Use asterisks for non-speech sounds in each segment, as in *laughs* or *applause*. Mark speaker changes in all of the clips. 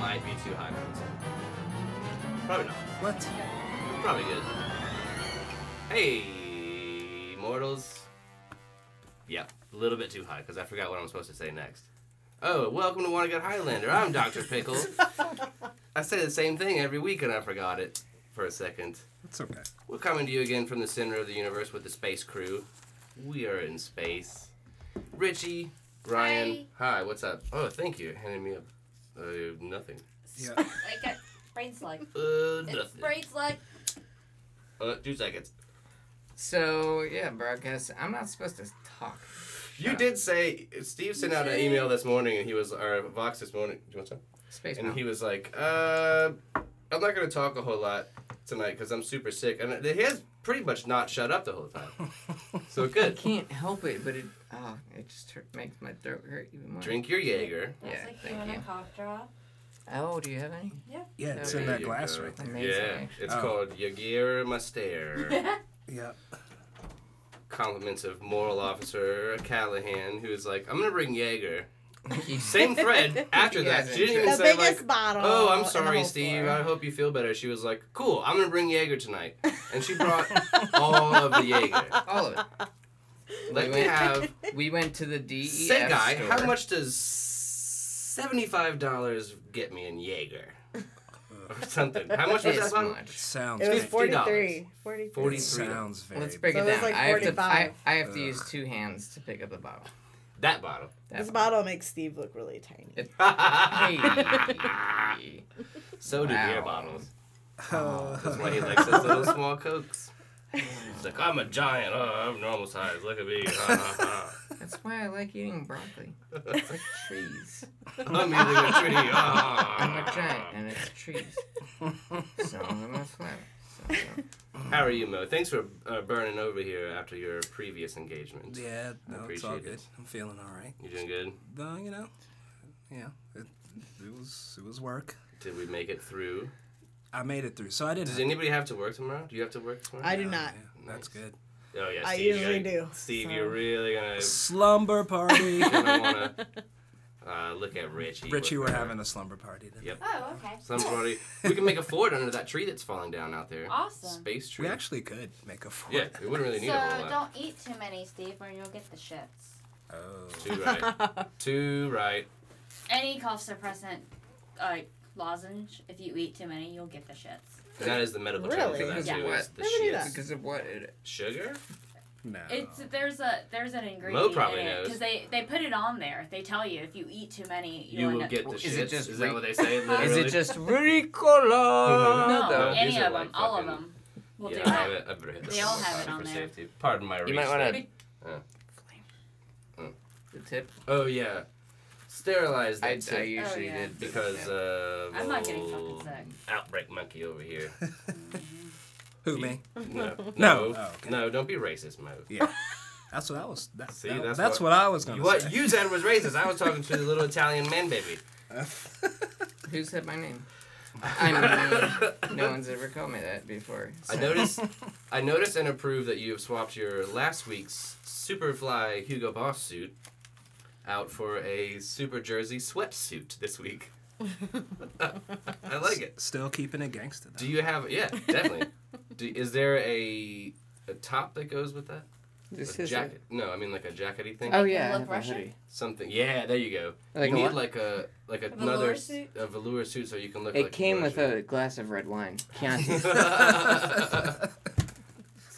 Speaker 1: might be too high concept. Probably not.
Speaker 2: What?
Speaker 1: Probably good. Hey, mortals. Yeah, a little bit too high because I forgot what I'm supposed to say next. Oh, welcome to Wanna Get Highlander. I'm Dr. Pickle. I say the same thing every week and I forgot it for a second.
Speaker 2: It's okay.
Speaker 1: We're coming to you again from the center of the universe with the space crew. We are in space. Richie, Ryan, hi, what's up? Oh, thank you. Handing me up. Uh, nothing.
Speaker 2: Yeah.
Speaker 3: I got brain
Speaker 1: *laughs*
Speaker 3: slug.
Speaker 1: Uh,
Speaker 3: It's
Speaker 1: nothing.
Speaker 3: brain slug.
Speaker 1: Uh, two seconds.
Speaker 4: So yeah, broadcast. I'm not supposed to talk.
Speaker 1: You did say Steve sent out an email this morning, and he was or Vox this morning. Do you want some?
Speaker 4: Space.
Speaker 1: And
Speaker 4: Mountain.
Speaker 1: he was like, uh, "I'm not gonna talk a whole lot tonight because I'm super sick." And he has pretty much not shut up the whole time. So
Speaker 4: I
Speaker 1: good.
Speaker 4: can't help it, but it oh, it just hurt, makes my throat hurt even more.
Speaker 1: Drink your Jaeger.
Speaker 3: That's
Speaker 4: Yeah,
Speaker 3: like
Speaker 4: thank
Speaker 3: you want
Speaker 4: you.
Speaker 3: a cough drop.
Speaker 4: Oh, do you have any?
Speaker 2: Yeah, it's
Speaker 4: There
Speaker 2: in that
Speaker 1: you
Speaker 2: glass
Speaker 1: go.
Speaker 2: right there.
Speaker 4: Amazing.
Speaker 1: Yeah, it's
Speaker 2: Oh.
Speaker 1: called Jaeger Master.
Speaker 2: Yeah.
Speaker 1: Compliments of moral officer Callahan, who's like, "I'm gonna bring Jaeger."
Speaker 4: Thank *laughs* you.
Speaker 1: Same thread after that. She didn't even
Speaker 5: The
Speaker 1: say
Speaker 5: biggest
Speaker 1: like,
Speaker 5: bottle.
Speaker 1: Oh,
Speaker 5: in
Speaker 1: I'm
Speaker 5: the
Speaker 1: sorry,
Speaker 5: whole
Speaker 1: Steve.
Speaker 5: store.
Speaker 1: I hope you feel better. She was like, cool, I'm going to bring Jaeger tonight. And she brought all of the Jaeger.
Speaker 4: *laughs* All of it.
Speaker 1: Let me have.
Speaker 4: We went to the DEF
Speaker 1: Say, guy,
Speaker 4: E store.
Speaker 1: how much does $75 get me in Jaeger? Or something. How much was
Speaker 4: This
Speaker 1: that one?
Speaker 2: It
Speaker 4: much.
Speaker 2: sounds.
Speaker 5: It was
Speaker 2: Very,
Speaker 1: It's $50.
Speaker 5: 43. 43.
Speaker 2: it
Speaker 1: 40.
Speaker 2: sounds very.
Speaker 4: Let's break
Speaker 5: So
Speaker 4: it
Speaker 5: it was
Speaker 4: down.
Speaker 5: like
Speaker 4: I have to. I,
Speaker 5: 45.
Speaker 4: I have to use two hands to pick up the bottle.
Speaker 1: That bottle.
Speaker 4: That
Speaker 5: This bottle makes Steve look really tiny.
Speaker 4: It-
Speaker 1: *laughs*
Speaker 4: Hey.
Speaker 1: so do beer
Speaker 4: Wow.
Speaker 1: bottles.
Speaker 2: Oh,
Speaker 1: *laughs* That's why he likes
Speaker 2: *laughs*
Speaker 1: those little small cokes. He's *laughs* like, I'm a giant. Oh, I'm normal size. Look at me. Ha, ha, *laughs*
Speaker 4: That's why I like eating broccoli. It's like trees.
Speaker 1: ha. I'm eating a tree. *laughs* Ah.
Speaker 4: I'm a giant, and it's
Speaker 1: *laughs*
Speaker 4: trees. Some of them are flat. Some of them.
Speaker 1: How are you, Mo? Thanks for uh, burning over here after your previous engagement.
Speaker 2: yeah, no, it's all
Speaker 1: Appreciate
Speaker 2: good.
Speaker 1: it.
Speaker 2: I'm feeling all right.
Speaker 1: You doing good?
Speaker 2: No, you know, yeah, it, it was it was work.
Speaker 1: Did we make it through?
Speaker 2: I made it through, so I didn't.
Speaker 1: Does anybody have to work tomorrow? Do you have to work tomorrow?
Speaker 5: I do
Speaker 2: Oh,
Speaker 5: not.
Speaker 2: yeah, that's good.
Speaker 1: Oh yeah, Steve,
Speaker 5: I
Speaker 1: you
Speaker 5: usually
Speaker 1: gotta-
Speaker 5: do,
Speaker 1: Steve,
Speaker 5: so.
Speaker 1: you're
Speaker 5: *laughs*
Speaker 1: really gonna,
Speaker 2: Slumber
Speaker 1: *laughs*
Speaker 2: party.
Speaker 1: gonna wanna uh, look at Richie.
Speaker 2: *laughs* Richie,
Speaker 1: with
Speaker 2: we're
Speaker 1: her.
Speaker 2: having a slumber party. Then.
Speaker 1: Yep.
Speaker 3: Oh, okay.
Speaker 1: Somebody, we can make a fort under that tree that's falling down out there.
Speaker 3: *laughs* Awesome.
Speaker 1: Space tree.
Speaker 2: We actually could make a fort.
Speaker 1: yeah, we wouldn't really need a whole
Speaker 3: So
Speaker 1: lot.
Speaker 3: don't eat too many, Steve, or you'll get the shits.
Speaker 2: Oh.
Speaker 1: Too right.
Speaker 3: *laughs*
Speaker 1: Too right.
Speaker 3: Any cough suppressant, like lozenge, if you eat too many, you'll get the shits.
Speaker 1: And that is the medical
Speaker 5: Really?
Speaker 1: term for that
Speaker 4: Yeah.
Speaker 1: too. Is the
Speaker 5: Nobody
Speaker 1: shits.
Speaker 5: does.
Speaker 4: Because of what? It,
Speaker 1: Sugar?
Speaker 2: No.
Speaker 3: It's there's a there's an ingredient
Speaker 1: Oh. probably
Speaker 3: in it
Speaker 1: knows.
Speaker 3: because they they put it on there. They tell you if you eat too many, you'll
Speaker 1: You
Speaker 3: end
Speaker 1: will
Speaker 3: up.
Speaker 1: get the shits.
Speaker 4: Is it just
Speaker 1: is that
Speaker 4: re-
Speaker 1: what they say?
Speaker 4: is
Speaker 1: literally?
Speaker 4: it just
Speaker 6: Uh-huh.
Speaker 1: *laughs*
Speaker 4: Ricola?
Speaker 3: no,
Speaker 1: No,
Speaker 4: though?
Speaker 1: it- these
Speaker 3: any
Speaker 1: are
Speaker 3: of them,
Speaker 1: like
Speaker 3: all of
Speaker 1: fucking-
Speaker 3: them. will
Speaker 1: yeah,
Speaker 3: do
Speaker 1: I have
Speaker 3: that.
Speaker 1: it. I better hit
Speaker 3: They all have it on
Speaker 1: for
Speaker 3: there.
Speaker 1: safety. Pardon my
Speaker 4: You might
Speaker 1: reach
Speaker 4: wanna-
Speaker 1: there.
Speaker 4: The tip.
Speaker 1: Oh yeah, sterilize that
Speaker 4: I, I
Speaker 1: tip
Speaker 4: usually
Speaker 3: yeah.
Speaker 4: did
Speaker 1: because uh,
Speaker 3: I'm not getting
Speaker 1: little
Speaker 3: fucking sick.
Speaker 1: Outbreak monkey over
Speaker 3: *laughs*
Speaker 1: here.
Speaker 2: Who me?
Speaker 1: No, no,
Speaker 2: No.
Speaker 1: no,
Speaker 2: Oh, okay.
Speaker 1: don't be racist, Mo.
Speaker 2: Yeah. That's what I was. That,
Speaker 1: See,
Speaker 2: that-
Speaker 1: that's
Speaker 2: that's,
Speaker 1: what-
Speaker 2: what, I was gonna
Speaker 1: What
Speaker 2: say. *laughs*
Speaker 1: you said was racist. I was talking to the little Italian man baby.
Speaker 4: Who said my name? I mean, no one's ever called me that before.
Speaker 1: I
Speaker 4: so-
Speaker 1: noticed, I noticed and approve that you have swapped your last week's Superfly Hugo Boss suit out for a Super Jersey sweatsuit
Speaker 3: *laughs*
Speaker 1: this week. I like it.
Speaker 2: Still keeping it gangster. *laughs* Though.
Speaker 1: Do you have? Yeah,
Speaker 3: *laughs*
Speaker 1: definitely. Do, is there a a top that goes with that?
Speaker 4: This
Speaker 1: a
Speaker 4: is
Speaker 1: jacket? No, I mean like a jackety thing.
Speaker 4: Oh yeah, I
Speaker 3: Look
Speaker 4: have a
Speaker 3: Russian?
Speaker 4: hoodie.
Speaker 1: Something. Yeah, there you go.
Speaker 4: Like
Speaker 1: you
Speaker 4: a
Speaker 1: need
Speaker 4: what?
Speaker 1: like a like
Speaker 3: velour
Speaker 1: another
Speaker 3: suit?
Speaker 1: a velour suit so you can look.
Speaker 4: It
Speaker 1: like
Speaker 4: came with
Speaker 1: velour
Speaker 4: a glass of red wine, Chianti,
Speaker 1: suit.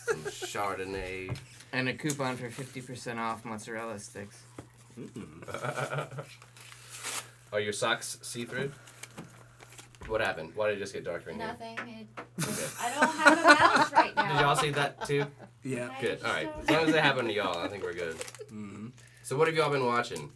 Speaker 1: Some Chardonnay.
Speaker 4: and a coupon for fifty percent off mozzarella sticks. Mm-hmm.
Speaker 1: *laughs* Are your socks see through? What happened? Why did it just get darker in here?
Speaker 3: Nothing. It, I don't have a mouse right now.
Speaker 1: *laughs* Did y'all see that too?
Speaker 2: Yeah.
Speaker 3: I
Speaker 1: Good.
Speaker 3: just
Speaker 1: All right.
Speaker 3: don't-
Speaker 1: As long as they happen to y'all, I think we're good.
Speaker 2: Mhm.
Speaker 1: So what have y'all been watching?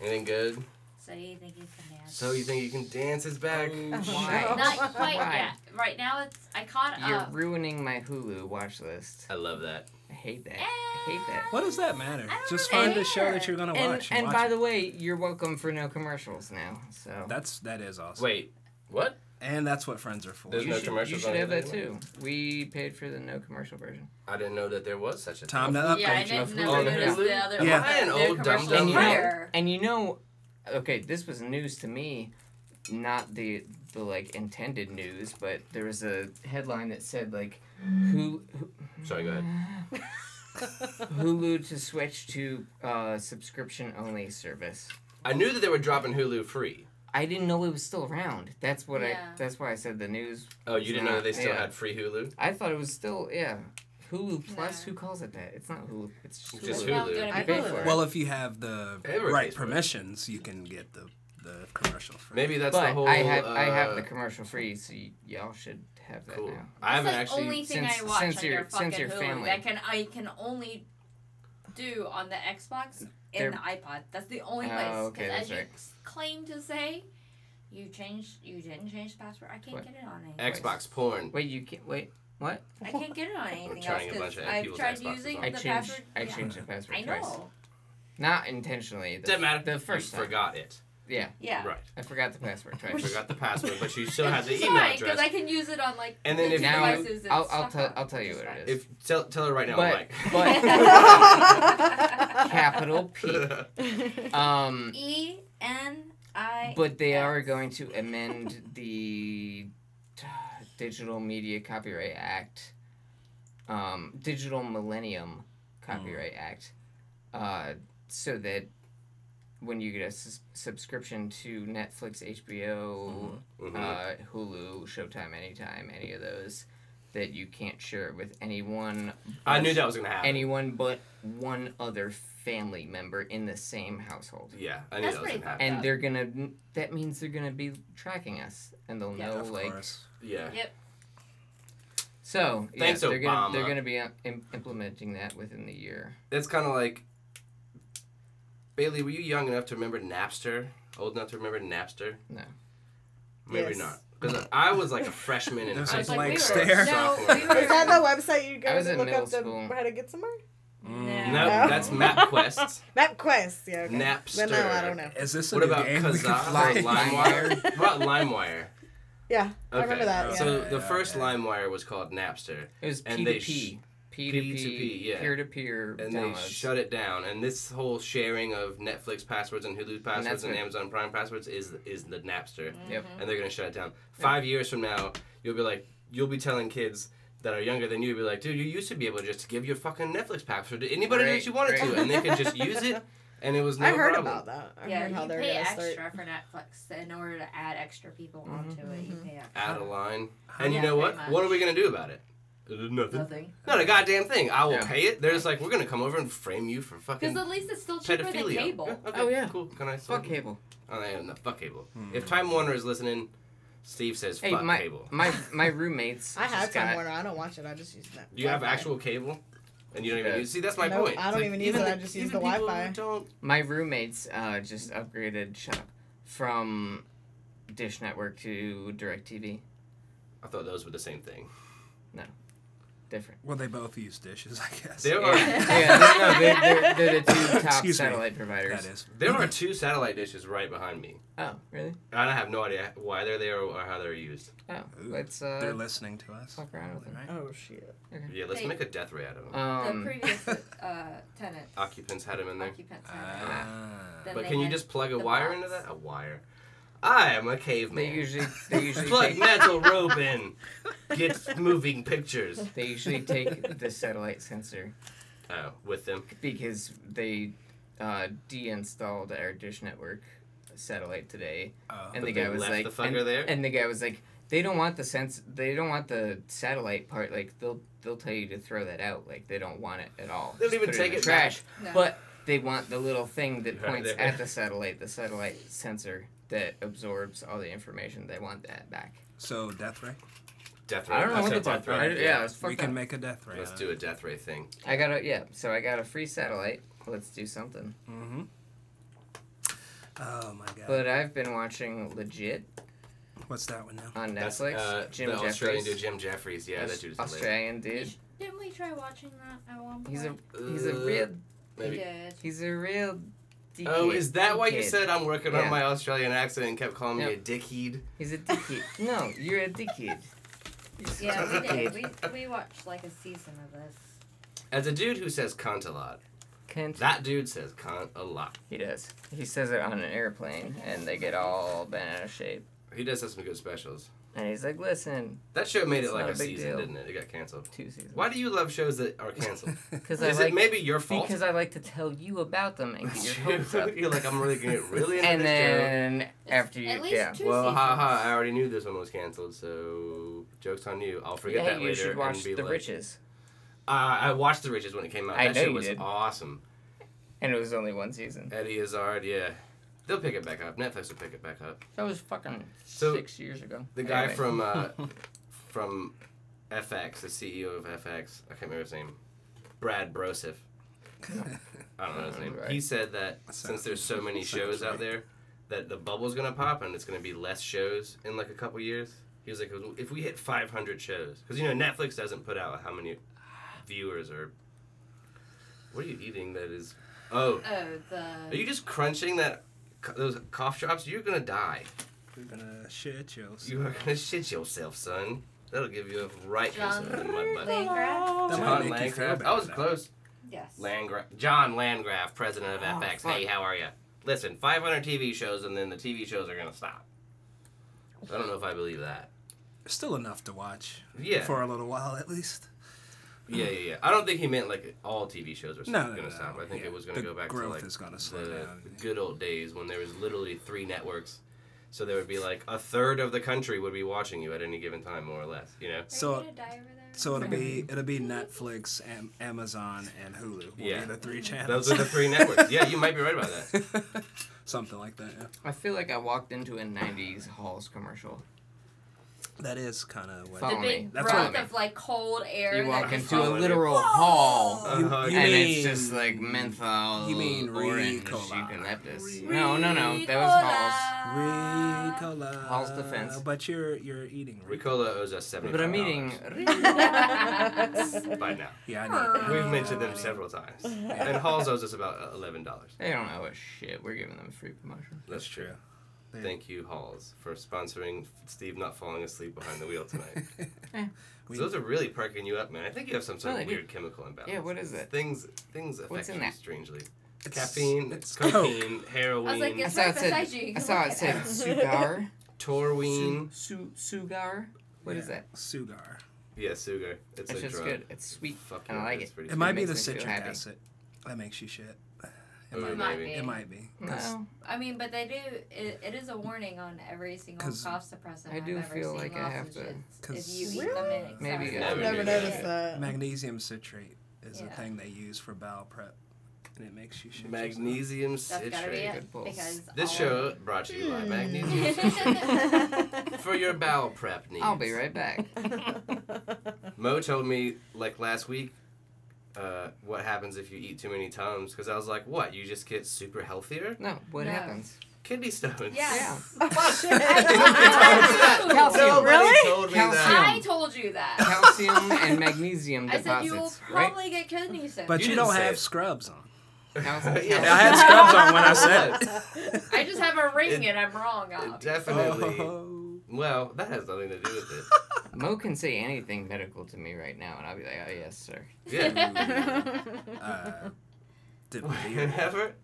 Speaker 1: Anything good?
Speaker 3: So you think you can dance?
Speaker 1: So you think you can dance is back?
Speaker 4: Why?
Speaker 3: Not quite
Speaker 4: Why?
Speaker 3: yet. Right now, it's I caught
Speaker 4: You're
Speaker 3: up.
Speaker 4: ruining my Hulu watch list.
Speaker 1: I love that.
Speaker 4: I hate that. I hate that.
Speaker 2: What does that matter?
Speaker 3: I don't
Speaker 2: Just
Speaker 3: know.
Speaker 2: find a show that you're gonna
Speaker 4: And,
Speaker 2: watch.
Speaker 4: and
Speaker 2: watch
Speaker 4: by
Speaker 2: it.
Speaker 4: the way, you're welcome for no commercials now. So
Speaker 2: that's that is awesome.
Speaker 1: Wait, what?
Speaker 2: And that's what friends are for.
Speaker 1: There's
Speaker 4: you
Speaker 1: no
Speaker 4: should, you
Speaker 1: commercials
Speaker 4: should
Speaker 1: on
Speaker 4: have
Speaker 1: it
Speaker 4: that too. We paid for the no commercial version.
Speaker 1: I didn't know that there was such a
Speaker 2: Time
Speaker 1: thing.
Speaker 2: to update
Speaker 3: yeah, I
Speaker 2: you.
Speaker 3: didn't
Speaker 1: Oh,
Speaker 3: never
Speaker 1: the
Speaker 3: notice
Speaker 1: Hulu?
Speaker 3: the other one.
Speaker 2: Yeah.
Speaker 1: I an
Speaker 3: Their
Speaker 1: old dumb
Speaker 3: commercials
Speaker 1: dumb
Speaker 4: And you know,
Speaker 3: were-
Speaker 4: and you know, okay, this was news to me. not the the like intended news, but there was a headline that said like, who, who
Speaker 1: Sorry, go ahead.
Speaker 4: Hulu to switch to uh, subscription only service.
Speaker 1: I knew that they were dropping Hulu free.
Speaker 4: I didn't know it was still around. That's what
Speaker 3: Yeah.
Speaker 4: I. That's why I said the news.
Speaker 1: Oh, you didn't know that they still
Speaker 4: Yeah.
Speaker 1: had free Hulu?
Speaker 4: I thought it was still yeah. Hulu Plus.
Speaker 3: No.
Speaker 4: Who calls it that? It's not Hulu. It's just,
Speaker 1: Just
Speaker 4: Hulu.
Speaker 1: Hulu.
Speaker 3: Well, good
Speaker 4: I
Speaker 3: at
Speaker 4: pay
Speaker 3: Hulu.
Speaker 4: for it.
Speaker 2: Well, if you have the
Speaker 1: Everybody's
Speaker 2: right
Speaker 1: right.
Speaker 2: permissions, you can get the the commercial free.
Speaker 1: Maybe that's
Speaker 4: but
Speaker 1: the whole.
Speaker 4: I have I have
Speaker 1: uh,
Speaker 4: the commercial free, so y- y'all should have that
Speaker 1: Cool.
Speaker 4: now.
Speaker 1: I haven't
Speaker 3: the
Speaker 1: actually.
Speaker 3: only thing
Speaker 4: since-
Speaker 3: I watch
Speaker 4: since
Speaker 3: on
Speaker 4: your-
Speaker 3: your fucking
Speaker 4: since your
Speaker 3: Hulu
Speaker 4: family-
Speaker 3: that can I can only do on the Xbox
Speaker 4: They're-
Speaker 3: and the iPod. That's the only
Speaker 4: Oh,
Speaker 3: place. 'Cause
Speaker 4: okay, that's
Speaker 3: as you
Speaker 4: right.
Speaker 3: s- claim to say, you changed. You didn't change the password. I can't
Speaker 4: What?
Speaker 3: get it on anything.
Speaker 1: Xbox porn.
Speaker 4: Wait, you can't wait. What?
Speaker 3: I can't get it
Speaker 4: *laughs*
Speaker 3: on anything else
Speaker 1: trying a
Speaker 3: because
Speaker 1: bunch of
Speaker 3: I've
Speaker 1: people's
Speaker 3: tried
Speaker 1: Xboxes
Speaker 3: using
Speaker 1: on.
Speaker 4: I
Speaker 3: Oh, the
Speaker 4: changed.
Speaker 3: password.
Speaker 4: I
Speaker 3: yeah.
Speaker 4: changed the password
Speaker 3: I
Speaker 4: twice.
Speaker 3: know.
Speaker 4: Not intentionally. The,
Speaker 1: Doesn't matter.
Speaker 4: The first
Speaker 1: you
Speaker 4: time.
Speaker 1: forgot it.
Speaker 4: Yeah,
Speaker 3: Yeah.
Speaker 1: Right.
Speaker 4: I forgot the password
Speaker 1: You
Speaker 4: twice.
Speaker 1: forgot the password, but you
Speaker 3: *laughs*
Speaker 1: still have the
Speaker 3: It's
Speaker 1: email
Speaker 3: fine,
Speaker 1: address.
Speaker 3: I can use it on like
Speaker 1: And then
Speaker 3: the
Speaker 1: if you-
Speaker 4: Now,
Speaker 3: devices
Speaker 4: I'll-
Speaker 3: it's
Speaker 4: I'll
Speaker 3: stuck
Speaker 4: tell-
Speaker 3: on,
Speaker 4: I'll tell
Speaker 3: which
Speaker 4: you what it
Speaker 3: *laughs* fine.
Speaker 4: is.
Speaker 1: If tell tell her right now,
Speaker 4: But-
Speaker 1: *laughs*
Speaker 4: Capital
Speaker 1: *laughs*
Speaker 4: P.
Speaker 1: Mike.
Speaker 4: Um,
Speaker 3: E N I.
Speaker 4: but they
Speaker 3: Yes.
Speaker 4: are going to amend the uh, Digital Media Copyright Act, um, Digital Millennium
Speaker 1: Mm.
Speaker 4: Copyright Act, uh, so that when you get a sus- subscription to Netflix, HBO,
Speaker 1: Mhm.
Speaker 4: uh, Hulu, Showtime, Anytime, any of those, that you can't share it with anyone.
Speaker 1: I
Speaker 4: but-
Speaker 1: knew that was gonna happen.
Speaker 4: Anyone but one other family member in the same household.
Speaker 1: yeah, I knew
Speaker 3: That's
Speaker 1: that was
Speaker 3: pretty
Speaker 1: gonna happen.
Speaker 4: And
Speaker 3: Yeah.
Speaker 4: they're gonna. That means they're gonna be tracking us, and they'll
Speaker 3: Yeah.
Speaker 4: know
Speaker 2: of
Speaker 4: like.
Speaker 2: course.
Speaker 1: Yeah.
Speaker 3: Yep.
Speaker 4: So yeah,
Speaker 1: Thanks,
Speaker 4: they're gonna they're
Speaker 1: Obama.
Speaker 4: gonna be uh, im- implementing that within the year.
Speaker 1: It's kind of like Bailey. Were you young enough to remember Napster? Old enough to remember Napster?
Speaker 4: No.
Speaker 1: Maybe
Speaker 5: Yes.
Speaker 1: not. Because I was like a freshman in
Speaker 2: There's
Speaker 1: high
Speaker 2: a
Speaker 1: school.
Speaker 2: blank stare.
Speaker 3: No,
Speaker 1: Sophomore.
Speaker 3: we
Speaker 5: Is that the website you
Speaker 4: I
Speaker 5: go
Speaker 4: was
Speaker 5: to
Speaker 4: in
Speaker 5: look
Speaker 4: middle
Speaker 5: up the,
Speaker 4: school.
Speaker 5: how to get somewhere?
Speaker 4: Mm.
Speaker 1: No,
Speaker 3: No.
Speaker 1: that's MapQuest.
Speaker 5: MapQuest. Yeah. Okay.
Speaker 1: Napster.
Speaker 5: Then no, I don't know.
Speaker 2: Is this a
Speaker 1: What
Speaker 2: new
Speaker 1: about
Speaker 2: game we can
Speaker 1: Kazaa
Speaker 2: fly? *laughs*
Speaker 1: or LimeWire? what about LimeWire?
Speaker 5: Yeah, I remember that. Yeah.
Speaker 1: So
Speaker 2: Yeah,
Speaker 1: the
Speaker 2: yeah,
Speaker 1: first
Speaker 2: yeah.
Speaker 1: LimeWire was called Napster,
Speaker 4: It was
Speaker 1: And
Speaker 4: P
Speaker 1: they
Speaker 4: to
Speaker 1: sh-
Speaker 4: P, P to
Speaker 1: P2P,
Speaker 4: P,
Speaker 1: yeah.
Speaker 4: peer to peer
Speaker 1: and they
Speaker 4: downloads.
Speaker 1: shut it down. And this whole sharing of Netflix passwords and Hulu passwords
Speaker 4: that's
Speaker 1: and,
Speaker 4: what-
Speaker 1: Amazon Prime passwords is is the Napster,
Speaker 5: Mm-hmm.
Speaker 4: Yep.
Speaker 1: and they're gonna shut it down. Five years from now, you'll be like, you'll be telling kids that are younger than you, you'll be like, dude, you used to be able to just give your fucking Netflix password to anybody
Speaker 4: Right,
Speaker 1: that you wanted
Speaker 4: right.
Speaker 1: to, and they could just use it, and it was no
Speaker 5: *laughs* I heard
Speaker 1: problem.
Speaker 5: about that. I
Speaker 3: Yeah,
Speaker 5: heard how
Speaker 3: you
Speaker 5: they're
Speaker 3: pay
Speaker 5: gonna
Speaker 3: extra
Speaker 5: start.
Speaker 3: for Netflix in order to add extra people
Speaker 4: Mm-hmm,
Speaker 3: onto it. You pay extra.
Speaker 1: Out of line, and you
Speaker 3: Yeah,
Speaker 1: know what?
Speaker 3: pretty
Speaker 1: What
Speaker 3: much.
Speaker 1: are we gonna do about it? Nothing.
Speaker 3: Nothing.
Speaker 1: Not a goddamn thing. I will
Speaker 4: Yeah.
Speaker 1: pay it. They're just like, we're gonna come over and frame you for fucking
Speaker 3: Because at least it's still cheaper
Speaker 1: pedophilia.
Speaker 3: than cable.
Speaker 1: Yeah, okay,
Speaker 4: Oh, yeah.
Speaker 1: Cool. Can I still-
Speaker 4: Fuck cable. Hmm.
Speaker 1: Oh, no, no, fuck cable. If Time Warner is listening, Steve says
Speaker 4: Hey,
Speaker 1: fuck
Speaker 4: my
Speaker 1: cable.
Speaker 4: my my roommates.
Speaker 5: *laughs* I have
Speaker 4: just
Speaker 5: Time
Speaker 4: got-
Speaker 5: Warner. I don't watch it. I just use that.
Speaker 1: You have actual cable, and you don't even
Speaker 4: Yeah.
Speaker 1: use. See, that's my
Speaker 5: Nope,
Speaker 1: point.
Speaker 5: I don't
Speaker 1: It's
Speaker 5: even use it, I
Speaker 1: the-
Speaker 5: just use
Speaker 1: even
Speaker 5: the
Speaker 1: people
Speaker 5: Wi-Fi.
Speaker 1: who Don't.
Speaker 4: My roommates uh, just upgraded shop from Dish Network to DirecTV.
Speaker 1: I thought those were the same thing.
Speaker 4: Different.
Speaker 2: Well, they both use dishes, I guess.
Speaker 1: There
Speaker 4: Yeah,
Speaker 1: are
Speaker 4: yeah they- no, they're, they're, they're the
Speaker 1: *laughs*
Speaker 4: two top
Speaker 2: Excuse me.
Speaker 4: satellite providers.
Speaker 2: That is.
Speaker 1: there are two satellite dishes right behind me,
Speaker 4: Oh, really?
Speaker 1: and I have no idea why they're there or how they're used.
Speaker 4: Oh,
Speaker 2: Ooh,
Speaker 4: let's uh,
Speaker 2: They're listening to us.
Speaker 4: fuck around with them.
Speaker 2: Right?
Speaker 5: Oh shit.
Speaker 1: Yeah, let's
Speaker 3: Hey.
Speaker 1: make a death ray out of them.
Speaker 4: Um,
Speaker 3: the previous uh,
Speaker 4: *laughs*
Speaker 3: tenant
Speaker 1: Occupants had them in there,
Speaker 4: Oh,
Speaker 3: occupants. had it.
Speaker 2: Ah.
Speaker 3: Then
Speaker 1: but
Speaker 3: they
Speaker 1: can you
Speaker 3: had-
Speaker 1: just plug
Speaker 3: the
Speaker 1: a wire
Speaker 3: box.
Speaker 1: into that? A wire. I am a
Speaker 4: they
Speaker 1: caveman.
Speaker 4: usually they usually
Speaker 1: Plug
Speaker 4: take,
Speaker 1: metal rope in.
Speaker 5: *laughs*
Speaker 1: Get moving pictures.
Speaker 4: *laughs* they usually take the satellite sensor
Speaker 1: Oh, with them.
Speaker 4: because they uh, de-installed our Dish Network satellite today,
Speaker 2: Oh.
Speaker 4: and the
Speaker 1: Uh, they
Speaker 4: guy was
Speaker 1: left
Speaker 4: like,
Speaker 1: the fucker
Speaker 4: and,
Speaker 1: there?
Speaker 4: and the guy was like, they don't want the sense, they don't want the satellite part. Like they'll they'll tell you to throw that out. Like they don't want it at all.
Speaker 1: They'll
Speaker 4: Just
Speaker 1: even
Speaker 4: put
Speaker 1: take
Speaker 4: in the
Speaker 1: it back.
Speaker 4: trash.
Speaker 3: No.
Speaker 4: But they want the little thing that
Speaker 1: Right
Speaker 4: points
Speaker 1: there. *laughs*
Speaker 4: at the satellite, the satellite sensor that absorbs all the information. They want that back.
Speaker 2: So death ray.
Speaker 1: Death ray.
Speaker 4: I don't know what
Speaker 1: said
Speaker 4: the fuck.
Speaker 1: death ray.
Speaker 4: I, yeah, it's
Speaker 2: We
Speaker 4: fucked
Speaker 2: can
Speaker 4: up.
Speaker 2: make a death ray.
Speaker 1: Let's do a death ray thing.
Speaker 4: I got a yeah. So I got a free satellite. Let's do something.
Speaker 2: Mm-hmm. Oh my god.
Speaker 4: But I've been watching legit
Speaker 2: What's that one now?
Speaker 4: on
Speaker 1: That's,
Speaker 4: Netflix.
Speaker 1: uh,
Speaker 4: Jim
Speaker 1: the
Speaker 4: Jeffries.
Speaker 1: Australian dude, Jim Jeffries. Yeah, that dude's hilarious.
Speaker 4: Australian dude.
Speaker 3: Didn't we try watching that at one point?
Speaker 4: He's a
Speaker 3: We
Speaker 4: he's a
Speaker 1: Uh,
Speaker 4: real
Speaker 1: Maybe.
Speaker 3: did.
Speaker 4: he's a real. Dickhead.
Speaker 1: Oh, is that why you
Speaker 4: Dickhead.
Speaker 1: said I'm working on
Speaker 4: Yeah.
Speaker 1: my Australian accent and kept calling me a
Speaker 4: Yep.
Speaker 1: dickhead?
Speaker 4: he's a dickhead? no, you're a dickhead.
Speaker 1: *laughs*
Speaker 3: Yeah, we did. We, we watched like a season of this.
Speaker 1: As a dude who says cunt a lot,
Speaker 4: Cunt.
Speaker 1: that dude says cunt a lot.
Speaker 4: He does. He says it on an airplane, and they get all bent out of shape.
Speaker 1: He does have some good specials.
Speaker 4: And he's like, listen,
Speaker 1: That show made
Speaker 4: It's
Speaker 1: it like
Speaker 4: not
Speaker 1: a,
Speaker 4: a big
Speaker 1: season,
Speaker 4: deal.
Speaker 1: didn't it? It got canceled.
Speaker 4: two seasons.
Speaker 1: Why do you love shows that are
Speaker 2: *laughs*
Speaker 4: *laughs*
Speaker 1: canceled?
Speaker 4: Because I
Speaker 1: Is
Speaker 4: like
Speaker 1: it maybe your fault?
Speaker 4: because I like to tell you about them and get
Speaker 1: *laughs*
Speaker 4: your hopes up.
Speaker 1: You're like, I'm really gonna get
Speaker 4: *laughs*
Speaker 1: really into
Speaker 4: And
Speaker 1: this show.
Speaker 4: then after you,
Speaker 3: At least
Speaker 4: yeah,
Speaker 3: two
Speaker 1: Well,
Speaker 3: seasons.
Speaker 1: ha ha! I already knew this one was canceled, so jokes on you. I'll forget
Speaker 4: yeah,
Speaker 1: that
Speaker 4: you
Speaker 1: later
Speaker 4: should watch
Speaker 1: and be
Speaker 4: The
Speaker 1: like,
Speaker 4: Riches,
Speaker 1: Uh, I watched The Riches when it came out.
Speaker 4: I
Speaker 1: that
Speaker 4: know
Speaker 1: shit
Speaker 4: you
Speaker 1: was
Speaker 4: did.
Speaker 1: awesome.
Speaker 4: and it was only one season.
Speaker 1: Eddie Izzard, yeah, they'll pick it back up. Netflix will pick it back up.
Speaker 4: That was fucking
Speaker 1: So,
Speaker 4: six years ago.
Speaker 1: The guy
Speaker 4: Anyway.
Speaker 1: from *laughs*
Speaker 4: *laughs*
Speaker 1: uh, from FX, the CEO of FX, I can't remember his name, Brad Brosif. I don't know his name. He
Speaker 4: Right.
Speaker 1: said that since there's so many
Speaker 2: Sounds
Speaker 1: shows out
Speaker 2: right.
Speaker 1: there, that the bubble's gonna pop and it's gonna be less shows in like a couple years. He was like, if we hit 500 shows, because you know Netflix doesn't put out how many viewers or. What are you eating? That is. Oh,
Speaker 3: Oh,
Speaker 1: are
Speaker 3: the.
Speaker 1: you just crunching that? Those cough drops? You're gonna die.
Speaker 2: We're gonna shit yourself.
Speaker 1: You are gonna shit yourself, son. That'll give you a right
Speaker 3: John
Speaker 1: piece of mud butt.
Speaker 3: Landgraf?
Speaker 2: That might
Speaker 1: John
Speaker 2: make you feel
Speaker 1: Landgraf.
Speaker 2: better
Speaker 1: I was
Speaker 2: now.
Speaker 1: close.
Speaker 3: Yes.
Speaker 1: Landgraf. John Landgraf, president of FX.
Speaker 4: fuck.
Speaker 1: Hey, how are you? Listen, 500 TV shows, and then the TV shows are gonna stop. I don't know if I believe that.
Speaker 2: There's still enough to watch.
Speaker 1: Yeah.
Speaker 2: For a little while, at least.
Speaker 1: Yeah, yeah, yeah. I don't think he meant like all TV shows were
Speaker 2: No, no,
Speaker 1: gonna
Speaker 2: no,
Speaker 1: stop. I think
Speaker 2: yeah.
Speaker 1: it was gonna
Speaker 2: The
Speaker 1: go back to
Speaker 2: growth
Speaker 1: like
Speaker 2: is gonna slow
Speaker 1: the
Speaker 2: down.
Speaker 1: good old days when there was literally three networks. So there would be like a third of the country would be watching you at any given time, more or less. You know.
Speaker 2: So-
Speaker 6: gonna die over there?
Speaker 2: So it'll be it'll be Netflix, and Amazon, and Hulu. Will
Speaker 1: Yeah.
Speaker 2: Be the three channels.
Speaker 1: Those are the
Speaker 2: *laughs*
Speaker 1: three networks. Yeah, you might be right about that.
Speaker 2: Something like that. Yeah.
Speaker 4: I feel like I walked into a '90s Halls commercial.
Speaker 2: That is kind of what.
Speaker 4: Fuck.
Speaker 3: the
Speaker 4: follow me.
Speaker 3: big
Speaker 2: That's
Speaker 3: breath
Speaker 2: what I
Speaker 3: of like cold air.
Speaker 4: You
Speaker 3: that
Speaker 4: walk
Speaker 3: just-
Speaker 4: into a
Speaker 1: follow you.
Speaker 4: literal
Speaker 3: Whoa!
Speaker 4: hall,
Speaker 1: Uh-huh,
Speaker 2: You
Speaker 1: yeah.
Speaker 4: and
Speaker 2: mean-
Speaker 4: it's just like menthol,
Speaker 2: You mean
Speaker 4: orange,
Speaker 2: Ricola.
Speaker 4: eucalyptus.
Speaker 2: Ricola.
Speaker 4: No, no, no, that was Halls.
Speaker 3: Ricola.
Speaker 2: Ricola.
Speaker 4: Hall's defense.
Speaker 2: But you're you're eating. Ricola.
Speaker 1: Ricola owes us seventy.
Speaker 4: But I'm eating.
Speaker 1: *laughs* by now.
Speaker 2: Yeah, I know.
Speaker 4: Oh,
Speaker 1: We've mentioned them several
Speaker 4: *laughs*
Speaker 1: times, and Halls owes us about uh, eleven dollars.
Speaker 4: They don't owe us shit. We're giving them free promotion.
Speaker 1: That's true. Thank you, Halls, for sponsoring Steve not falling asleep behind the wheel tonight.
Speaker 2: *laughs* We-
Speaker 1: those are really perking you up, man. I think you have some sort
Speaker 4: No,
Speaker 1: of
Speaker 4: they do.
Speaker 1: weird chemical imbalance.
Speaker 4: Yeah, what is it?
Speaker 1: Things things affect
Speaker 4: What's in
Speaker 1: you
Speaker 4: that?
Speaker 1: strangely.
Speaker 2: It's-
Speaker 1: Caffeine,
Speaker 2: it's
Speaker 1: cocaine, heroin,
Speaker 3: I was like,
Speaker 4: I
Speaker 3: it's
Speaker 4: saw
Speaker 3: right
Speaker 4: it said.
Speaker 3: beside you. you
Speaker 4: I
Speaker 3: can
Speaker 4: saw
Speaker 3: look
Speaker 4: it
Speaker 3: at *laughs*
Speaker 4: said sugar.
Speaker 1: Torween.
Speaker 4: Su- su- sugar. What is that?
Speaker 2: Sugar.
Speaker 1: Yeah, sugar. It's
Speaker 4: It's
Speaker 1: a
Speaker 4: just
Speaker 1: drug.
Speaker 4: good. It's sweet.
Speaker 1: Fuck
Speaker 4: and
Speaker 1: yeah,
Speaker 4: I like
Speaker 1: it's
Speaker 4: it.
Speaker 1: pretty
Speaker 2: It might be
Speaker 4: makes
Speaker 2: the
Speaker 4: me feel
Speaker 2: citric
Speaker 4: happy.
Speaker 2: acid that makes you shit. It
Speaker 1: Ooh,
Speaker 2: might,
Speaker 3: It
Speaker 2: be.
Speaker 3: might
Speaker 1: maybe.
Speaker 3: be.
Speaker 2: it might be. 'Cause-
Speaker 4: No,
Speaker 3: I mean, but they do. It, it is a warning on every single
Speaker 2: 'Cause
Speaker 3: cough suppressant.
Speaker 4: I do
Speaker 3: have ever
Speaker 4: feel
Speaker 3: seen
Speaker 4: like I
Speaker 3: lots
Speaker 4: have
Speaker 3: of
Speaker 4: to-
Speaker 3: shits.
Speaker 2: 'Cause-
Speaker 3: If you eat them, it
Speaker 4: Maybe
Speaker 3: exacerbates
Speaker 4: I
Speaker 1: *laughs* Never
Speaker 5: I've
Speaker 3: it.
Speaker 5: never
Speaker 1: knew
Speaker 5: noticed
Speaker 1: that.
Speaker 5: that.
Speaker 2: Magnesium citrate is a
Speaker 3: Yeah.
Speaker 2: thing they use for bowel prep, and it makes you shit. yourself.
Speaker 1: Magnesium
Speaker 3: That's gotta be
Speaker 1: citrate.
Speaker 4: good
Speaker 3: it.
Speaker 4: balls.
Speaker 3: Because
Speaker 1: This
Speaker 3: all-
Speaker 1: show brought to you by
Speaker 4: Hmm.
Speaker 1: magnesium
Speaker 4: *laughs*
Speaker 1: for your bowel prep needs.
Speaker 4: *laughs* I'll be
Speaker 3: *laughs*
Speaker 4: right back.
Speaker 5: *laughs*
Speaker 1: Mo told me like last week uh, what happens if you eat too many tums because I was like, what? You just get super healthier?
Speaker 4: No, what
Speaker 3: No. *laughs*
Speaker 4: happens?
Speaker 1: Kidney stones. *laughs*
Speaker 6: *laughs*
Speaker 3: Yeah. Oh,
Speaker 5: *laughs*
Speaker 1: Nobody
Speaker 5: Really?
Speaker 1: told me
Speaker 4: Calcium.
Speaker 1: that.
Speaker 3: I told you
Speaker 4: *laughs*
Speaker 3: that.
Speaker 4: Calcium and magnesium
Speaker 3: I said you will
Speaker 4: deposits, right?
Speaker 3: probably get kidney stones.
Speaker 2: But
Speaker 1: You
Speaker 2: you,
Speaker 1: didn't
Speaker 2: don't
Speaker 1: say
Speaker 2: have
Speaker 1: it.
Speaker 2: scrubs on.
Speaker 4: *laughs* Calcium.
Speaker 1: *laughs* Yeah, I
Speaker 2: I had scrubs on when I said it.
Speaker 1: *laughs*
Speaker 3: I just have a ring
Speaker 1: It-
Speaker 3: and I'm wrong.
Speaker 1: It
Speaker 3: Obviously.
Speaker 1: *laughs*
Speaker 2: *laughs*
Speaker 1: definitely.
Speaker 2: Oh.
Speaker 1: Oh. Well, that has nothing to do with
Speaker 4: *laughs*
Speaker 1: it.
Speaker 4: Mo can say anything medical to me right now, and I'll be like, oh, yes, sir.
Speaker 1: Yeah. *laughs*
Speaker 2: *laughs*
Speaker 5: *laughs* Oh,
Speaker 2: Uh, did
Speaker 1: Whatever.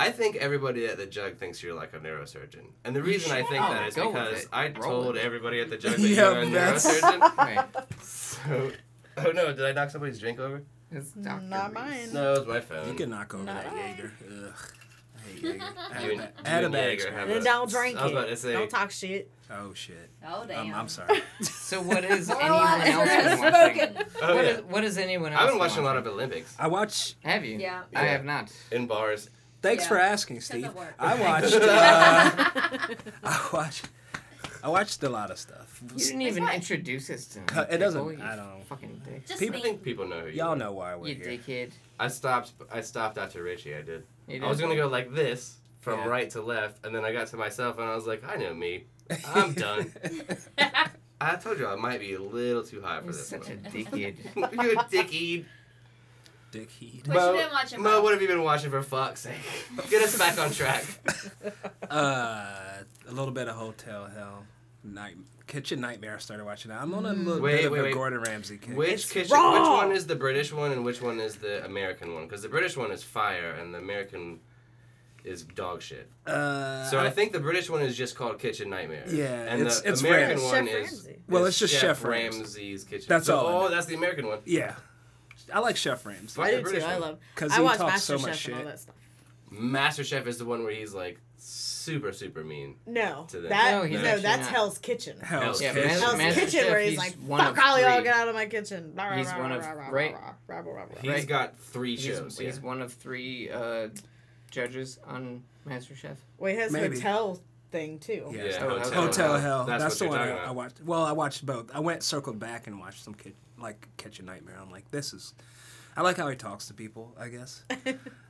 Speaker 1: I think everybody at the jug thinks you're like a neurosurgeon. And the reason I think
Speaker 4: up.
Speaker 1: that is
Speaker 4: Go with
Speaker 1: because
Speaker 4: it.
Speaker 1: I
Speaker 4: Roll
Speaker 1: told
Speaker 4: with it.
Speaker 1: everybody
Speaker 4: *laughs*
Speaker 1: at the jug that
Speaker 2: Yeah,
Speaker 1: you're a
Speaker 2: that's-
Speaker 1: neurosurgeon.
Speaker 5: *laughs*
Speaker 4: Right.
Speaker 1: So, oh no, did I knock somebody's drink over?
Speaker 4: It's Dr.
Speaker 5: Not
Speaker 4: Reese.
Speaker 5: mine.
Speaker 1: No, it was my
Speaker 2: You
Speaker 1: phone.
Speaker 2: can knock over
Speaker 5: Not
Speaker 2: that
Speaker 5: I.
Speaker 2: Jaeger. Ugh. I hate Jaeger. I had
Speaker 1: You and- you
Speaker 2: a ba- I had a
Speaker 1: and
Speaker 2: bad
Speaker 1: Jaeger have
Speaker 2: experience.
Speaker 1: a-
Speaker 5: Don't drink
Speaker 1: I was about to
Speaker 5: it.
Speaker 1: say-
Speaker 5: Don't talk shit.
Speaker 2: Oh shit.
Speaker 3: Oh damn.
Speaker 2: Um, I'm sorry.
Speaker 4: So what is
Speaker 3: We're
Speaker 4: anyone
Speaker 3: alive.
Speaker 4: else been
Speaker 3: We're
Speaker 4: watching?
Speaker 3: smoking.
Speaker 1: *laughs* Oh,
Speaker 4: What
Speaker 1: yeah.
Speaker 4: is- what is anyone else
Speaker 1: I've been
Speaker 4: been
Speaker 1: watching a lot of Olympics
Speaker 2: I watch.
Speaker 4: Have you?
Speaker 3: Yeah.
Speaker 4: I
Speaker 1: Yeah.
Speaker 4: have not.
Speaker 1: in bars.
Speaker 2: Thanks
Speaker 3: Yeah.
Speaker 2: for asking, Steve.
Speaker 3: of work.
Speaker 2: I watched. Uh, *laughs* I watched. I watched a lot of stuff.
Speaker 4: You didn't
Speaker 3: It's
Speaker 4: even
Speaker 3: fine.
Speaker 4: introduce us to me.
Speaker 2: Uh, it doesn't-
Speaker 4: Pickle, "Oh, you
Speaker 2: I don't know.
Speaker 4: Fucking dick.
Speaker 3: Just
Speaker 1: I
Speaker 2: People
Speaker 3: leave.
Speaker 1: think people know who you
Speaker 2: Y'all
Speaker 1: are.
Speaker 2: know why we're
Speaker 4: You
Speaker 2: here.
Speaker 4: dickhead.
Speaker 1: I stopped. I stopped after Richie. I did.
Speaker 4: You
Speaker 1: I was
Speaker 4: did.
Speaker 1: gonna go like this from
Speaker 2: Yeah.
Speaker 1: right to left, and then I got to myself, and I was like, I know me.
Speaker 2: *laughs*
Speaker 1: I'm done. I told you I might be a little too high for
Speaker 4: You're
Speaker 1: this.
Speaker 4: such a
Speaker 1: *laughs* One.
Speaker 4: dickhead.
Speaker 3: *laughs*
Speaker 1: You're a dicky.
Speaker 2: Dick heed.
Speaker 3: What you been watching?
Speaker 1: Mo,
Speaker 3: Mo?
Speaker 1: what have you been watching for fuck's sake? *laughs* Get us back on track.
Speaker 2: Uh, a little bit of Hotel Hell. Night Kitchen Nightmare. I started watching that. I'm on a
Speaker 5: Mm.
Speaker 2: little
Speaker 1: Wait,
Speaker 2: bit
Speaker 1: wait,
Speaker 2: of a
Speaker 1: wait.
Speaker 2: Gordon Ramsay kick.
Speaker 1: Which
Speaker 5: It's
Speaker 1: kitchen? Which
Speaker 5: wrong.
Speaker 1: one is the British one, and which one is the American one? Because the British one is fire, and the American is dog shit.
Speaker 2: Uh,
Speaker 1: So I think the British one is just called Kitchen Nightmare.
Speaker 2: Yeah,
Speaker 1: and
Speaker 2: it's-
Speaker 1: the
Speaker 2: it's
Speaker 1: American
Speaker 2: Ramsay.
Speaker 1: one
Speaker 5: Chef
Speaker 1: is,
Speaker 5: Ramsay.
Speaker 2: Well,
Speaker 1: is
Speaker 2: it's just Chef Ramsay.
Speaker 1: Ramsay's Kitchen.
Speaker 2: That's
Speaker 1: So-
Speaker 2: all I
Speaker 1: Oh,
Speaker 2: know.
Speaker 1: that's the American one.
Speaker 2: yeah, I like Chef Ramsay.
Speaker 1: Fuck
Speaker 5: I
Speaker 1: the
Speaker 5: do too.
Speaker 1: British
Speaker 5: I
Speaker 1: one.
Speaker 5: love.
Speaker 2: 'Cause
Speaker 5: I
Speaker 2: he
Speaker 5: watch
Speaker 2: talks so
Speaker 5: MasterChef
Speaker 2: much
Speaker 5: and all
Speaker 2: shit.
Speaker 5: that stuff.
Speaker 1: MasterChef is the one where he's like super super mean.
Speaker 5: No,
Speaker 1: To them.
Speaker 5: that
Speaker 4: No,
Speaker 5: no,
Speaker 4: he's
Speaker 5: no
Speaker 4: actually
Speaker 5: that's
Speaker 4: not.
Speaker 5: Hell's Kitchen.
Speaker 2: Hell's
Speaker 1: Yeah,
Speaker 2: Kitchen.
Speaker 5: Hell's
Speaker 4: Master
Speaker 5: Kitchen,
Speaker 4: Chef,
Speaker 5: where he's
Speaker 4: he's
Speaker 5: like,
Speaker 4: one of
Speaker 5: "Fuck all y'all,
Speaker 4: three.
Speaker 5: get out of my kitchen." Rah, rah,
Speaker 4: He's
Speaker 5: rah,
Speaker 4: one
Speaker 5: rah,
Speaker 4: of-
Speaker 5: rah, rah,
Speaker 4: right.
Speaker 5: rah, rah, rah, rah, rah.
Speaker 1: He's
Speaker 4: Right.
Speaker 1: got three
Speaker 4: He's,
Speaker 1: shows. yeah.
Speaker 4: he's one of three uh, judges on MasterChef.
Speaker 5: Well, he has
Speaker 2: Maybe.
Speaker 5: hotel thing too.
Speaker 2: Yeah.
Speaker 1: Yeah,
Speaker 4: Oh,
Speaker 1: Hotel,
Speaker 2: Hotel Hell. That's,
Speaker 1: That's,
Speaker 2: the
Speaker 1: what
Speaker 2: one
Speaker 1: you're
Speaker 2: I,
Speaker 1: talking
Speaker 2: I
Speaker 1: about.
Speaker 2: watched. Well, I watched both. I went circled back and watched some kid like Kitchen Nightmare. I'm like, this is. I like how he talks to people.
Speaker 1: *laughs*
Speaker 2: I guess.